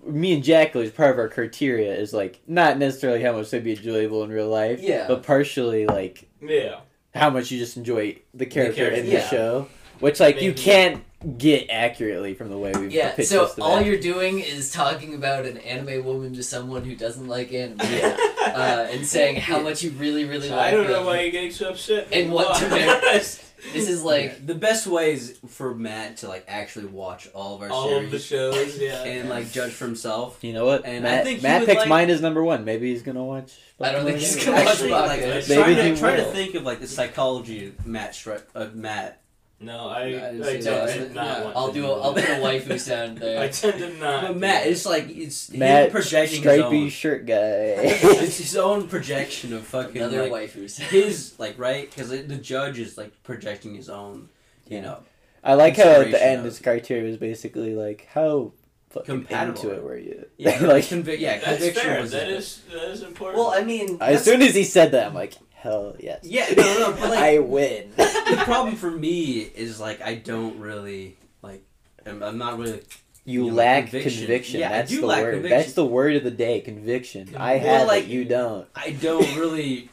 C: me and Jack, as part of our criteria, is like not necessarily how much they'd be enjoyable in real life,
B: Yeah.
C: but partially like
J: yeah.
C: how much you just enjoy the character in the
B: Yeah.
C: show, which like you
J: Maybe.
C: can't get accurately from the way we've
B: Yeah,
C: pitched
B: so
C: this to
B: all
C: them.
B: you're doing is talking about an anime woman to someone who doesn't like anime,
C: Yeah.
B: uh, and saying how much you really, really like.
J: I don't know
B: them.
J: why you're getting so upset.
B: And what to This is like
D: the best way is for Matt to like actually watch all of our
J: all
D: series
J: of the shows. Yeah.
D: and like judge for himself.
C: You know what?
D: And I
C: Matt,
D: think he
C: Matt
D: would
C: picks
D: like-
C: mine as number one. Maybe he's gonna watch.
B: I don't think he's
C: Pokemon.
B: gonna watch
D: Actually,
B: Bakugan.
D: like,
J: Maybe
D: trying,
C: he
D: to, trying to
C: will.
D: think of like the psychology of Matt Shre- of Matt.
J: no, I.
D: No, I
J: I,
D: didn't
J: tend
D: see that.
J: to
D: I-
J: not
D: no,
J: want
B: I'll
J: to
B: do a, I'll
J: that.
B: put a waifu sound
J: I
B: there.
J: tend to not.
D: But
J: do
D: Matt,
J: that.
D: it's like it's him
C: Matt,
D: projecting his
C: stripey
D: own.
C: shirt guy.
D: it's his own projection of fucking
B: Another
D: like,
B: waifu sound.
D: his like right because the judge is like projecting his own you know
C: I like how at the
D: Inspiration
C: end
D: of-
C: his criteria was basically like how fucking
D: Compatible.
C: into it were you?
D: yeah
C: like
D: convi- yeah
J: That's
D: conviction
J: fair.
D: was
J: That
D: his-
J: is that is important.
B: Well, I mean,
C: as
B: that's-
C: soon as he said that, I'm like hell yes.
D: yeah no no but like
C: I win.
D: the problem for me is like I don't really like I'm, I'm not really
C: You,
D: You know,
C: lack conviction.
D: conviction. Yeah, I
C: That's
D: do
C: the
D: lack
C: word.
D: conviction.
C: That's the word of the day. Conviction. I
D: Well,
C: have
D: like-
C: it. You don't.
D: I don't really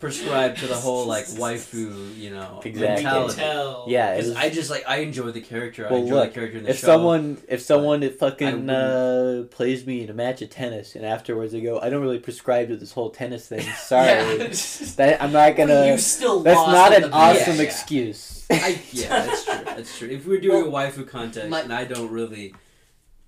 D: prescribe to the whole like waifu you know
C: Exactly.
J: we can
D: mentality
J: tell.
C: Yeah. it
D: because
C: was-
D: I just like I enjoy the character
C: Well,
D: I enjoy
C: look,
D: the character in the
C: if
D: show
C: someone if someone it
D: I
C: fucking
D: wouldn't-
C: uh, plays me in a match of tennis and afterwards they go, I don't really prescribe to this whole tennis thing. Sorry,
B: Yeah.
C: that I'm not gonna.
B: you still
C: That's
B: lost
C: not an
B: in the beginning.
C: awesome
D: Yeah.
C: excuse.
D: I, yeah that's true that's true if we're doing a waifu contest
B: my-
D: and I don't really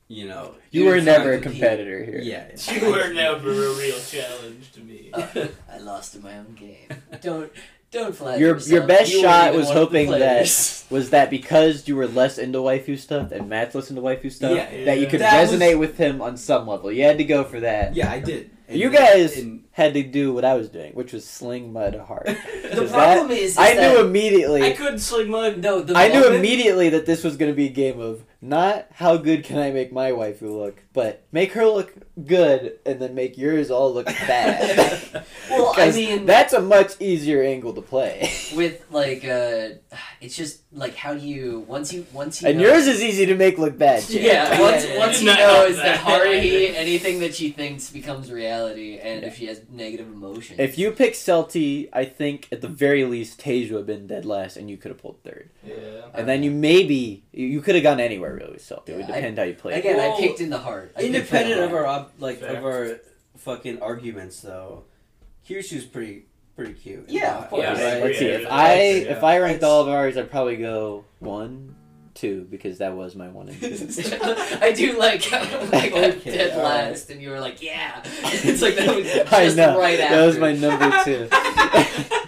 D: you know
C: you were
D: it's
C: never
D: not
C: a
D: compete.
C: competitor here.
D: yeah
J: You were never a real challenge to me.
D: Uh,
B: Oh, I lost in my own game. Don't don't flatter
C: Your- your
B: yourself.
C: best
B: You
C: shot
B: weren't even
C: was
B: one of the
C: hoping that-
B: players.
C: was that because you were less into waifu stuff and Matt's less into waifu stuff
D: Yeah,
C: that you
E: yeah.
C: could
D: That was-
C: resonate with him on some level. You had to go for that.
D: Yeah, I did.
C: You guys-
D: and-
C: Had to do what I was doing, which was sling mud hard.
B: The
C: Is that-
B: problem is, is
C: I
B: that-
C: knew immediately.
A: I could sling mud.
B: No, the
C: I knew
B: moment-
C: immediately that this was going to be a game of not how good can I make my waifu look, but make her look good and then make yours all look bad.
B: Well, I
C: 'Cause
B: mean,
C: that's a much easier angle to play.
B: with like, uh, it's just like how do you once you once you
C: and
B: know-
C: yours is easy to make look bad. Jake.
B: Yeah, once,
A: Yeah,
B: once
A: it's
B: he
A: not help
B: knows that
A: that
B: Haruhi,
A: either.
B: anything that she thinks becomes reality, and if she has negative emotions.
C: If you pick Celti, I think at the very least Tej would have been dead last, and you could have pulled third.
A: Yeah.
C: And then you maybe you- you could have gone anywhere really with Celti. it
B: Yeah,
C: would
B: I-
C: depend how you played.
B: Again,
D: Well,
B: I picked in the heart. I picked
D: independent
B: in
D: of
B: the
D: our
B: heart.
D: ob- like
A: Fair.
D: of our fucking arguments though, Kyushu's pretty pretty cute.
B: Yeah, of course.
A: Yeah, I
C: Let's
A: agree.
C: see. If
A: Yeah,
C: I
I: that's-
C: if I ranked
D: That's-
C: all of ours, I'd probably go one, two because that was my one. And two.
B: I do like like I'm
D: Okay,
B: dead
D: all right.
B: last, and you were like, yeah. It's like that was just
C: I know.
B: right after.
C: That was my number two.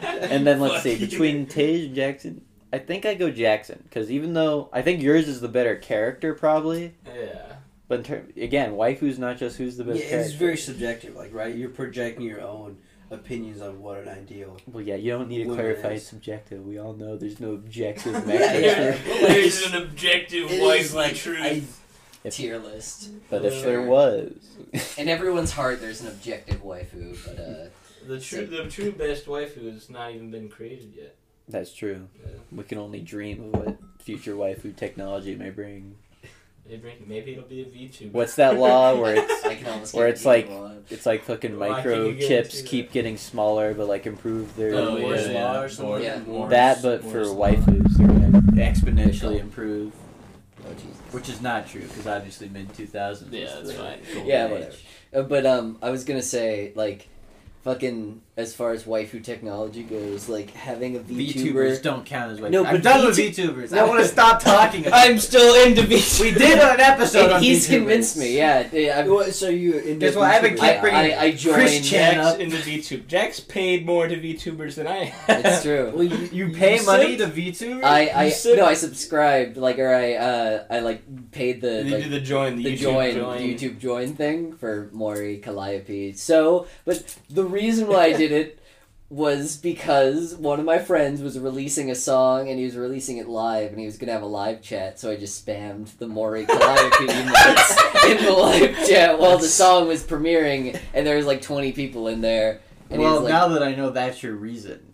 C: and then let's
A: Fuck
C: see
A: you.
C: between Tej and Jackson. I think I go Jackson because even though I think yours is the better character probably,
A: Yeah.
C: but in ter- again, waifu's not just who's the
D: Yeah,
C: best
D: it's
C: character.
D: very subjective. Like, right? You're projecting your own opinions on what an ideal.
C: Well, yeah, you don't need to
D: Women
C: clarify
D: is.
C: subjective. We all know there's no objective
D: Yeah,
C: metric.
D: yeah.
C: here.
A: There's an objective
D: It
A: wife
D: is like
A: truth.
D: I-
B: tier list.
C: But if
B: Sure.
C: there was,
B: In everyone's heart, there's an objective waifu, but uh,
A: The true, the true best waifu has not even been created yet.
C: that's true.
A: Yeah.
C: We can only dream of what future waifu technology may bring.
A: Maybe, maybe it'll be a VTuber.
C: What's that law where it's
B: I can almost.
C: Where
B: get
C: it's like-
B: either one.
C: it's like fucking
A: Well, I think you
C: microchips
A: guarantee that.
C: keep getting smaller but like improve their
A: Oh,
F: Moore's
A: yeah,
F: Law
A: yeah.
F: or something?
A: Moore's-
B: Yeah.
A: Moore's-
C: that, but for
A: Moore's Law.
C: waifus, they're gonna exponentially improve.
B: Oh, Jesus.
C: Which is not true, because obviously mid 2000s.
A: Yeah, that's fine. Cool.
B: Yeah, whatever. Uh, But um, I was gonna say like, fucking as far as waifu technology goes, like having a
C: VTubers
B: VTuber.
C: don't count as waifus.
B: No,
C: I'm
B: but
C: done
B: VT
C: with VTubers. I want to stop talking about
B: I'm still into VTubers.
C: We did an episode
B: And
C: on
B: he's
C: VTubers.
B: convinced me. Yeah, yeah, I'm,
D: Well, so you end
C: Guess
D: up
C: what? I haven't
D: YouTubers.
C: kept
B: I,
C: bringing
B: I, I joined.
C: Chris Chan
A: Jack's
C: up.
A: into VTube. Jack's paid more to VTubers than I have.
B: It's true.
D: Well, you,
C: You pay money
D: said-
C: to VTubers?
B: I, I
A: said-
B: no, I subscribed like or I uh I like paid the
A: They
B: like,
A: do the join, the,
B: the
A: YouTube
B: join,
A: join,
B: the YouTube join thing for Maury Calliope. So, but the reason why I did it was because one of my friends was releasing a song and he was releasing it live and he was gonna have a live chat, so I just spammed the Maury Calliope emotes in the live chat while the song was premiering, and there was like twenty people in there. And he
C: well,
B: was like,
C: now that I know that's your reason.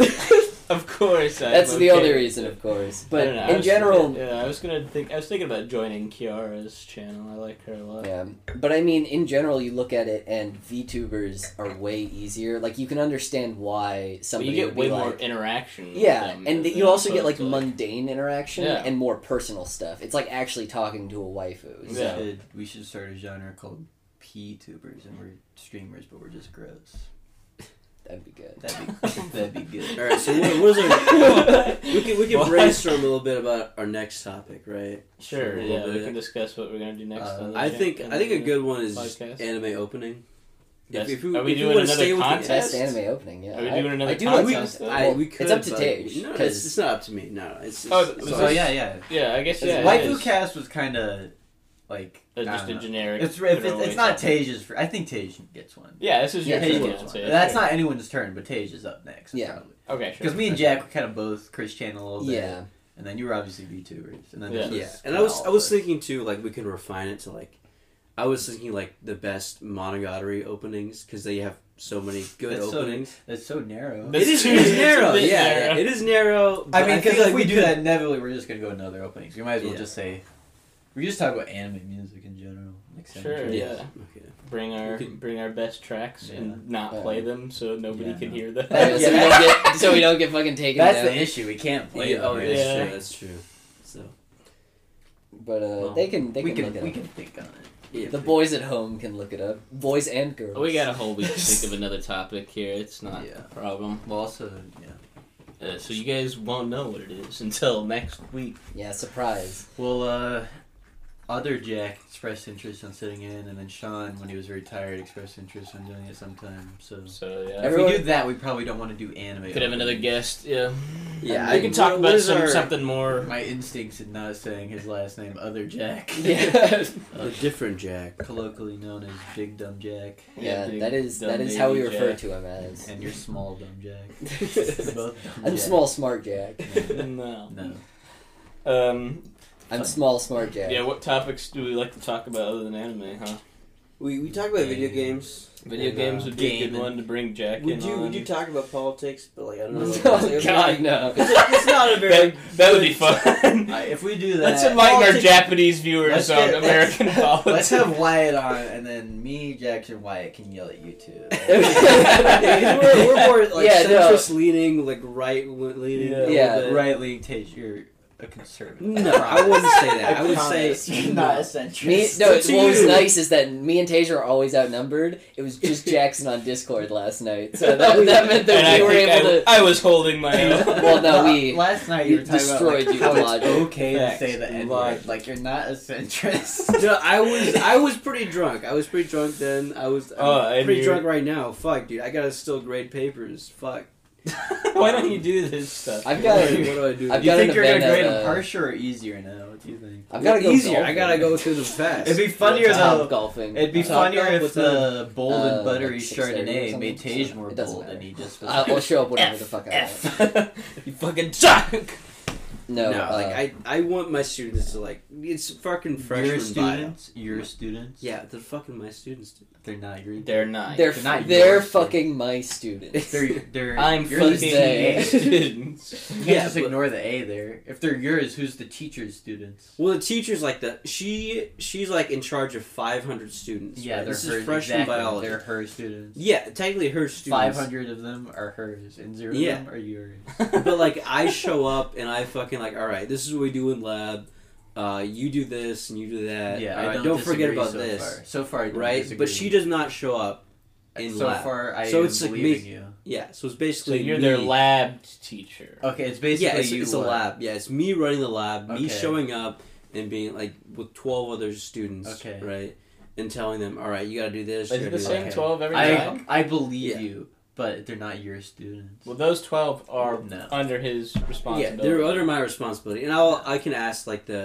A: Of course, I'm
B: that's
A: okay
B: the other
A: with
B: reason,
A: it.
B: of course.
A: I
B: But
A: don't know, I
B: in
A: was-
B: general,
A: yeah, I was gonna think. I was thinking about joining Kiara's channel. I like her a lot.
B: Yeah, but I mean, in general, you look at it, and VTubers are way easier. Like you can understand why
A: But
B: somebody
A: you get
B: would
A: way
B: be
A: more
B: like,
A: interaction. with
B: yeah,
A: them
B: and
A: than
B: you also get
A: opposed
B: like
A: to,
B: mundane interaction
A: Yeah.
B: and more personal stuff. It's like actually talking to a waifu. So.
A: Yeah.
C: We, should, we should start a genre called P-tubers, and we're streamers, but we're just gross.
B: That'd be good.
C: That'd be, that'd be good.
D: All right, so what, what is our, we can we can brainstorm a little bit about our next topic, right?
A: Sure,
D: A little
A: yeah, we
D: bit.
A: can discuss what we're gonna do next.
C: Uh,
A: on the
D: I
A: cha-
D: think
A: on
D: I think
A: the-
D: a good one is
A: podcast.
D: anime opening.
A: Yes.
D: If, if we,
A: Are we
D: if we
A: doing
D: wanna
A: another
D: stay with the-
A: contest?
B: Best anime opening. Yeah,
A: Are we
B: I-
A: doing another
B: I do like
A: contest,
B: content.
A: though?
D: I,
B: Well,
D: we could,
B: it's up to
D: but-
B: Tage
D: No, it's, it's
B: because
D: not up to me. No, it's, it's,
A: Oh,
D: it's
A: so
C: So
D: us.
C: yeah, yeah.
A: Yeah, I guess yeah. it
C: Waifu
A: is.
C: Cast was kind of like
A: Uh,
C: I
A: just
C: don't
A: a
C: know.
A: generic.
C: It's if it's,
A: throwaway
C: it's not
A: topic.
C: Tej's. fir- I think Tej gets one.
A: Yeah, this is your
B: Yeah,
A: Tej
B: Tej
A: one,
B: gets
A: so
B: one.
A: yeah,
C: That's
A: sure.
C: not anyone's turn, but Tej is up next.
B: Yeah.
A: okay. Sure.
C: Because me and Jack were kind of both Chris Channel a little bit.
B: yeah,
C: And then you were obviously VTubers. And then
A: Yeah.
C: this was
D: Yeah, and
C: kinda
D: I was
C: all
D: I
C: of
D: was
C: us.
D: thinking too, like we can refine it to like, I was thinking like the best monogatari openings because they have so many good
C: That's so-
D: openings.
C: That's so narrow.
A: That's
D: it is,
A: too-
D: it is
A: it's a
D: narrow.
A: bit
D: Yeah,
A: narrow.
D: yeah, it is narrow. but
C: I mean,
D: feel
C: because if
D: like
C: we do
D: could-
C: that inevitably, we're just gonna go into other openings. We might as well
D: Yeah.
C: just say we just talk about anime music in general. Like
A: Sure.
C: soundtracks.
A: Yeah.
D: Yes. Okay.
A: Bring our
D: We can-
A: bring our best tracks
C: Yeah.
A: and not
B: Yeah.
A: play them so nobody
C: Yeah,
A: can
C: no.
A: hear them.
B: Uh, so, we
C: Yeah.
B: don't get, so we don't get fucking taken
C: That's
B: down.
C: the issue. We can't play.
D: Yeah,
C: them,
D: oh, yeah,
C: right?
D: that's
A: Yeah.
D: true. That's true. So
B: But uh,
D: Well,
B: they can they
C: we
B: can,
C: can
B: look
C: we
B: it
C: can think on it.
D: yeah,
B: up. The boys at home can look it up. Boys and girls.
A: we got a whole week to think of another topic here. It's not
C: Yeah.
A: a problem.
C: Well, also, yeah.
A: Uh, so you guys won't know what it is until next week.
B: yeah surprise.
C: Well, uh, other Jack expressed interest in sitting in, and then Sean, when he was retired, expressed interest in doing it sometime. So
A: So yeah,
C: if we
B: Everyone-
C: do that, we probably don't want to do anime.
A: could have another guest. Yeah,
B: Yeah,
A: we
B: I-
A: can talk
C: what
A: about
C: is
A: some,
C: our-
A: something more.
C: My instincts in not saying his last name, other Jack,
B: yeah,
D: The different Jack.
C: colloquially known as Big Dumb Jack,
B: yeah.
A: big,
B: That is
A: dumb
B: that is how we
A: baby
B: refer
A: Jack.
B: to him as.
C: and you're Small Dumb Jack. Both dumb
B: I'm
C: Jack.
B: small smart Jack.
A: no.
C: No.
A: Um.
B: I'm small smart Jack.
A: Yeah. What topics do we like to talk about other than anime? Huh?
D: We, we talk about video games.
A: Video
D: And,
A: games
D: uh,
A: would be a
C: game
A: good one to bring Jack
D: We
A: in
D: do
A: on.
D: we do talk about politics, but like I don't know.
B: oh God, no.
D: It's not a very
A: that, that would be fun.
C: Uh, if we do that,
A: Let's invite our
C: Politics-
A: Japanese viewers
C: Let's
A: on
C: get-
A: American politics.
C: Let's have Wyatt on, and then me, Jackson, Wyatt can yell at you two.
D: Yeah, 'cause we're, we're more like
B: Yeah, no.
D: centrist leaning, like right leaning.
A: Yeah.
B: Yeah,
C: right leaning taste, you're a conservative.
D: No, I wouldn't say that. I, would say
G: you're not a centrist.
B: Me, no,
D: to
B: what was
D: you.
B: nice is that me and Tasia are always outnumbered. It was just Jackson on Discord last night, so
D: Oh,
B: that, that meant that
A: and I
B: we were
A: think I,
B: able to.
A: I was holding my own.
B: Well, no, we.
G: Last night
B: we
G: you were talking
B: destroyed
G: about like,
B: you
G: how
B: with
G: it's
B: logic.
G: okay
C: Facts.
G: to say the N
C: Logic.
G: word. Like you're not a centrist.
D: no, I was I was pretty drunk. I was pretty drunk then. I was I'm
A: Oh, and
D: pretty
A: you're-
D: drunk right now. Fuck, dude. I gotta still grade papers. Fuck.
A: Why don't you do this stuff?
B: I've
D: What
B: got.
D: do I do?
B: I've
C: You
B: got
C: think
B: an
C: you're gonna
B: event
C: grade
B: at,
C: him
B: uh,
C: harsher or easier now? What do you think?
B: I've got to go
D: easier. I
B: golfing.
D: gotta go through them fast.
C: It'd be funnier
B: Top
C: though.
B: golfing.
C: It'd be
D: Top
C: funnier
D: golf
C: if
D: with
C: the bold
B: uh,
C: and buttery
B: like 6:30 or
C: Chardonnay
B: something.
C: made Tage more
B: It doesn't
C: bold,
B: matter.
C: and he just was.
B: I'll, I'll show up whenever the fuck I want.
A: you fucking suck.
B: No,
D: no,
B: uh,
D: like I, I want my students to like it's fucking freshman
C: your
D: bio.
C: students, your students.
D: Yeah, they're fucking my students. Dude.
C: they're not your.
A: They're not.
B: they're
C: They're not
B: they're
C: yours, dude.
B: fucking my students.
C: They're. they're
A: I'm
C: you're
A: fucking
C: the TA.
A: students.
C: You eh? can't
D: Yeah,
C: just
D: but-
C: ignore the A there. If they're yours, who's the teacher's students?
D: Well, the teacher's like the she she's like in charge of 500 students.
C: Yeah,
D: right?
C: they're
D: this
C: her,
D: is freshman
C: exactly,
D: biology.
C: They're her students.
D: Yeah, technically her
C: Five
D: students.
C: hundred of them are hers, and zero
D: Yeah.
C: of them are yours.
D: but like I show up and I fucking like, all right, this is what we do in lab. Uh, you do this and you do that.
C: Yeah,
D: All right,
C: Uh, I don't,
D: forget
C: disagree
D: about
C: so
D: this,
C: Far. So far, I don't
D: right?
C: disagree.
D: But she does not show up. in
C: so
D: lab.
C: far, I
D: So
C: am
D: it's like me-
C: believing you.
D: Yeah, so it's
A: so
D: basically
A: you're
D: me.
A: their lab teacher.
C: Okay, it's basically
D: Yeah, it's,
C: you.
D: it's a
C: uh,
D: lab. Yeah, it's me running the lab, me
C: Okay.
D: showing up and being like with twelve other students.
C: Okay.
D: right, and telling them, all right, you got to do this.
A: Is
D: you
A: it
D: gotta
A: the
D: do
A: same
D: that.
A: twelve every time?
C: I I believe
D: Yeah.
C: you, but they're not your students.
A: Well, uh, those twelve are
C: No.
A: under his
D: Yeah,
A: responsibility.
D: they're under my responsibility, and I'll I can ask like the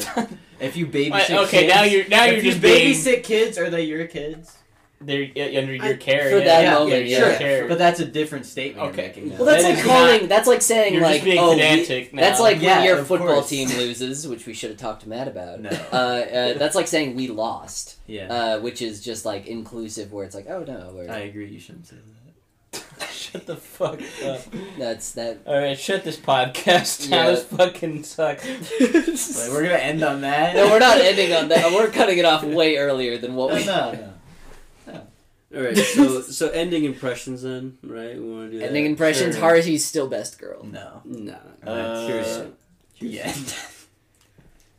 C: If you babysit,
A: Wait, okay,
C: kids,
A: now you're now
C: if
A: you're
C: you
A: just
C: babysit
A: being
C: kids, are they your kids?
A: they're yeah, under your
D: I-
A: care
B: for
A: yeah,
B: that
A: yeah,
B: moment,
A: yeah, your
B: yeah.
A: care.
C: But that's a different statement.
A: Okay.
C: You're making now.
B: well, that's
A: That
B: like
A: is
B: calling. that's like saying
A: You're just
B: like,
A: being
B: oh, we-
A: pedantic now.
B: that's like
C: Yeah,
B: when your
C: of
B: football
C: course.
B: team loses, which we should have talked to Matt about.
C: No.
B: Uh, uh, that's like saying we lost,
C: yeah,
B: uh, which is just like inclusive, where it's like, oh no, we're,
C: I agree. You shouldn't say that.
A: shut the fuck up.
B: that's that.
A: All right, shut this podcast down.
B: Yeah.
A: This fucking sucks.
C: Like, we're gonna end on that.
B: No, we're not ending on that. We're cutting it off way earlier than what
C: No,
B: we.
C: no, no.
D: all right. So so ending impressions then, right? We want to do that.
B: Ending impressions.
A: Sure.
B: Haruhi's still best girl.
C: No.
D: No,
A: Uh,
D: seriously,
C: Yeah.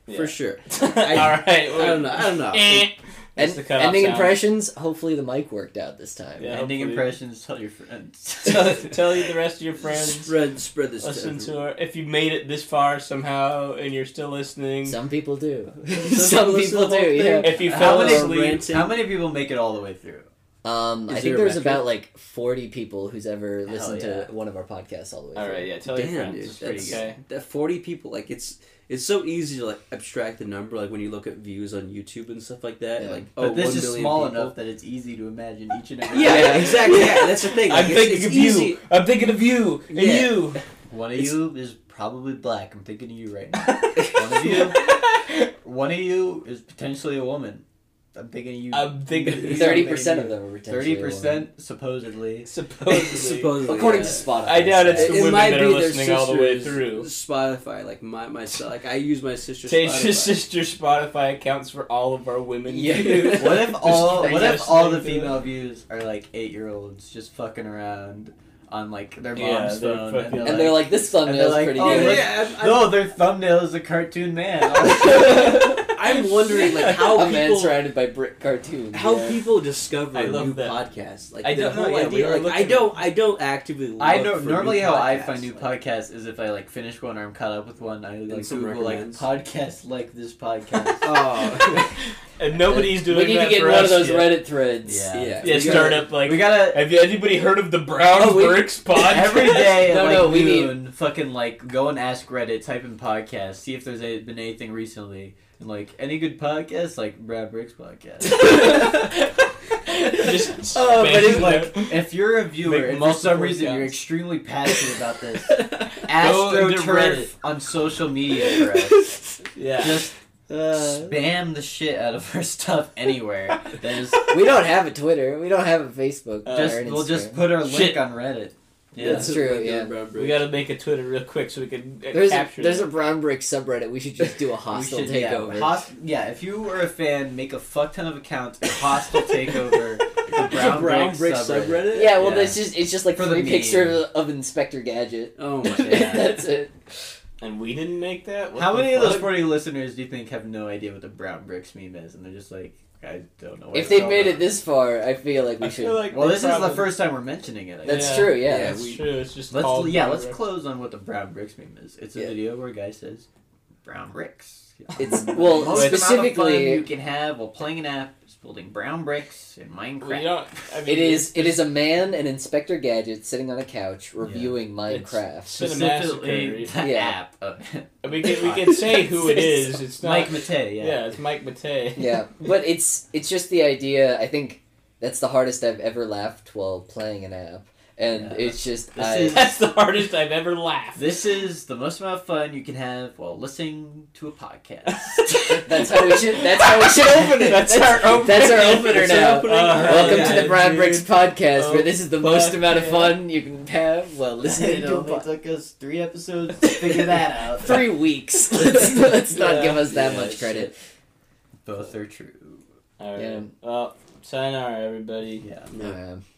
A: Yeah.
D: for sure.
A: All right,
D: I don't know. I don't know.
A: Eh. That's
B: And,
A: the cutoff
B: ending
A: sound.
B: impressions. Hopefully the mic worked out this time.
A: Yeah,
C: Ending
A: hopefully.
C: impressions. Tell your friends.
A: tell, tell you the rest of your friends.
D: spread spread this.
A: Listen to
D: everyone.
A: her. If you made it this far somehow and you're still listening,
B: Some people do.
D: people
B: Some
D: listen to
B: people
D: the whole
B: do. Yeah.
D: thing.
A: if you
C: How
A: fell
C: many-
A: asleep,
D: Ranting.
C: How many people make it all the way through?
B: Um,
D: Is
B: I
D: there
B: think
D: a
B: there was
D: metric?
B: about like 40 people who's ever listened
C: yeah.
B: to one of our podcasts all the way
A: all
B: through.
A: right, yeah, tell your
D: Damn, dude,
A: friends.
D: that's
A: It's pretty okay.
D: that forty people. Like it's it's so easy to like abstract the number. Like when you look at views on YouTube and stuff like that.
B: Yeah.
D: Like
C: But
D: oh,
C: this
D: 1
C: is
D: billion
C: small
D: people.
C: enough that it's easy to imagine each and every.
D: Yeah,
A: Yeah.
D: exactly. Yeah, that's the thing. Like,
A: I'm
D: it's,
A: thinking
D: it's
A: of
D: easy.
A: you. I'm thinking of you and
D: Yeah.
A: you.
C: One of
D: It's-
C: you is probably black. I'm thinking of you right now. one of you. One of you is potentially a woman. I'm thinking of you.
A: I'm thinking of you.
B: 30% of them are potentially.
C: Thirty percent, supposedly.
A: Supposedly.
D: Supposedly,
B: According to
D: yeah.
B: Spotify.
A: I doubt it's
B: stats.
A: the women
D: might
A: that are
D: be their
A: listening all the way
D: sister's
A: through.
D: Spotify, like my myself, like I use my sister's
A: Tasha's
D: Spotify.
A: sister Spotify accounts for all of our women.
B: Yeah.
A: views.
C: What if all?
A: Just
C: What if all the
A: listening to
C: female views are like eight-year-olds just fucking around on like their
A: Yeah,
C: mom's
A: they're
C: phone,
A: fucking-
B: And they're like, this
C: and they're
D: oh,
B: thumbnail's
C: like,
B: pretty
C: oh,
B: good.
C: look-
D: yeah, I- I-
C: no, their thumbnail is a cartoon man.
D: I
B: I'm wondering like how
C: A man
B: people
C: surrounded by brick cartoons.
B: how
C: yeah.
B: people discover
C: I love
B: new
C: that.
B: podcasts. Like
C: I
B: the
C: don't know,
B: whole
C: yeah, we
B: idea.
C: were
B: like I
C: looking-
B: don't I don't actively. Look
C: I know
B: for
C: normally
B: new
C: how I
B: podcasts,
C: find new
B: like-
C: podcasts is if I like finish one or I'm caught up with one. I like
D: some
C: Google like
D: recommends.
C: podcast like this podcast.
D: Oh,
A: And nobody's doing
B: We need
A: that
B: to get
A: for
B: one
A: us
B: of those
A: yet.
B: Reddit threads.
C: Yeah.
B: yeah.
A: Yeah,
B: We gotta-
A: start up like.
C: we gotta
A: have you, anybody heard of the Brown
C: Oh, we-
A: Bricks podcast?
C: every day at
B: No,
C: like
B: no, we need-
C: noon. Fucking like go and ask Reddit, type in podcast, see if there's a, been anything recently, and like any good podcast, like Brad Bricks podcast.
A: Just
C: Oh, but
A: spam
C: it's like
A: them.
C: if you're a viewer,
A: Make
C: and for
A: multiple
C: some reason
A: accounts.
C: you're extremely passionate about this,
A: Go to Reddit.
C: AstroTurf on social media, bro.
A: yeah.
C: Just
B: Uh,
C: spam the shit out of our stuff anywhere. That is,
B: we don't have a Twitter. We don't have a Facebook.
A: Uh,
C: just
B: or an
C: we'll just
B: Instagram.
C: put our link
A: Shit.
C: on Reddit. Yeah.
B: That's true. Yeah.
A: We gotta make a Twitter real quick so we can uh,
B: There's a,
A: capture.
B: there's a
A: that.
B: brown brick subreddit. We should just do a hostile
C: We should- yeah,
B: takeover.
C: hos- yeah, if you were a fan, make a fuck ton of accounts. and Hostile takeover. the brown, brick, subreddit.
B: yeah, well,
C: Yeah.
B: it's just it's just like
C: For the
B: three
C: meme.
B: pictures of, of Inspector Gadget.
D: oh my god.
C: Yeah.
B: That's it.
A: and we didn't make that. What
C: How
A: the
C: many of those
A: fuck?
C: forty listeners do you think have no idea what the brown bricks meme is, and they're just like, I don't know. What
B: If
C: it's
B: they
C: all
B: made
C: about.
B: it this far, I feel like we
A: I
B: should.
A: feel like
C: well,
A: they
C: this is
A: probably-
C: the first time we're mentioning it. I
B: That's
C: guess.
B: true. Yeah.
D: Yeah,
A: That's
D: we-
A: true. It's just
C: Let's
A: called
C: yeah,
A: Brown
C: let's
A: Bricks.
C: close on what the brown bricks meme is. It's a
B: Yeah.
C: video where a guy says, "Brown bricks."
B: It's well
C: Most amount of fun
B: specifically.
C: you can have while playing an app is building brown bricks in
A: We
C: Minecraft.
A: don't. I mean,
B: It is it is a man and Inspector Gadget sitting on a couch reviewing
A: It's-
B: Minecraft.
C: Specifically,
A: Cinemastically.
C: the
B: Yeah.
C: app. Of
A: We can, we can say who it is. It's not.
C: Mike Matei.
A: yeah.
C: Yeah.
A: it's Mike Matei.
B: yeah, but it's it's just the idea. I think that's the hardest I've ever laughed while playing an app, and
C: Yeah.
B: it's just
C: This
B: I,
C: is-
A: That's the hardest I've ever laughed.
C: This is the most amount of fun you can have while listening to a podcast.
B: that's how we should that's how we should open it.
A: That's our opener.
B: That's our opener
A: That's our
B: now.
A: opener.
C: Uh,
B: Welcome
C: yeah,
B: to the Brown
A: dude.
B: Bricks podcast,
A: Oh,
B: where this is the most
A: fuck
B: amount of
A: yeah.
B: fun you can have while listening
C: it
B: to a
C: only
B: podcast.
C: took us three episodes to figure that out.
B: Three weeks. Let's, let's not
A: Yeah.
B: give us that
C: Yeah,
B: much credit.
C: Both are true.
A: All right.
B: Yeah.
A: Well, sayonara, everybody.
C: Yeah.
B: Um,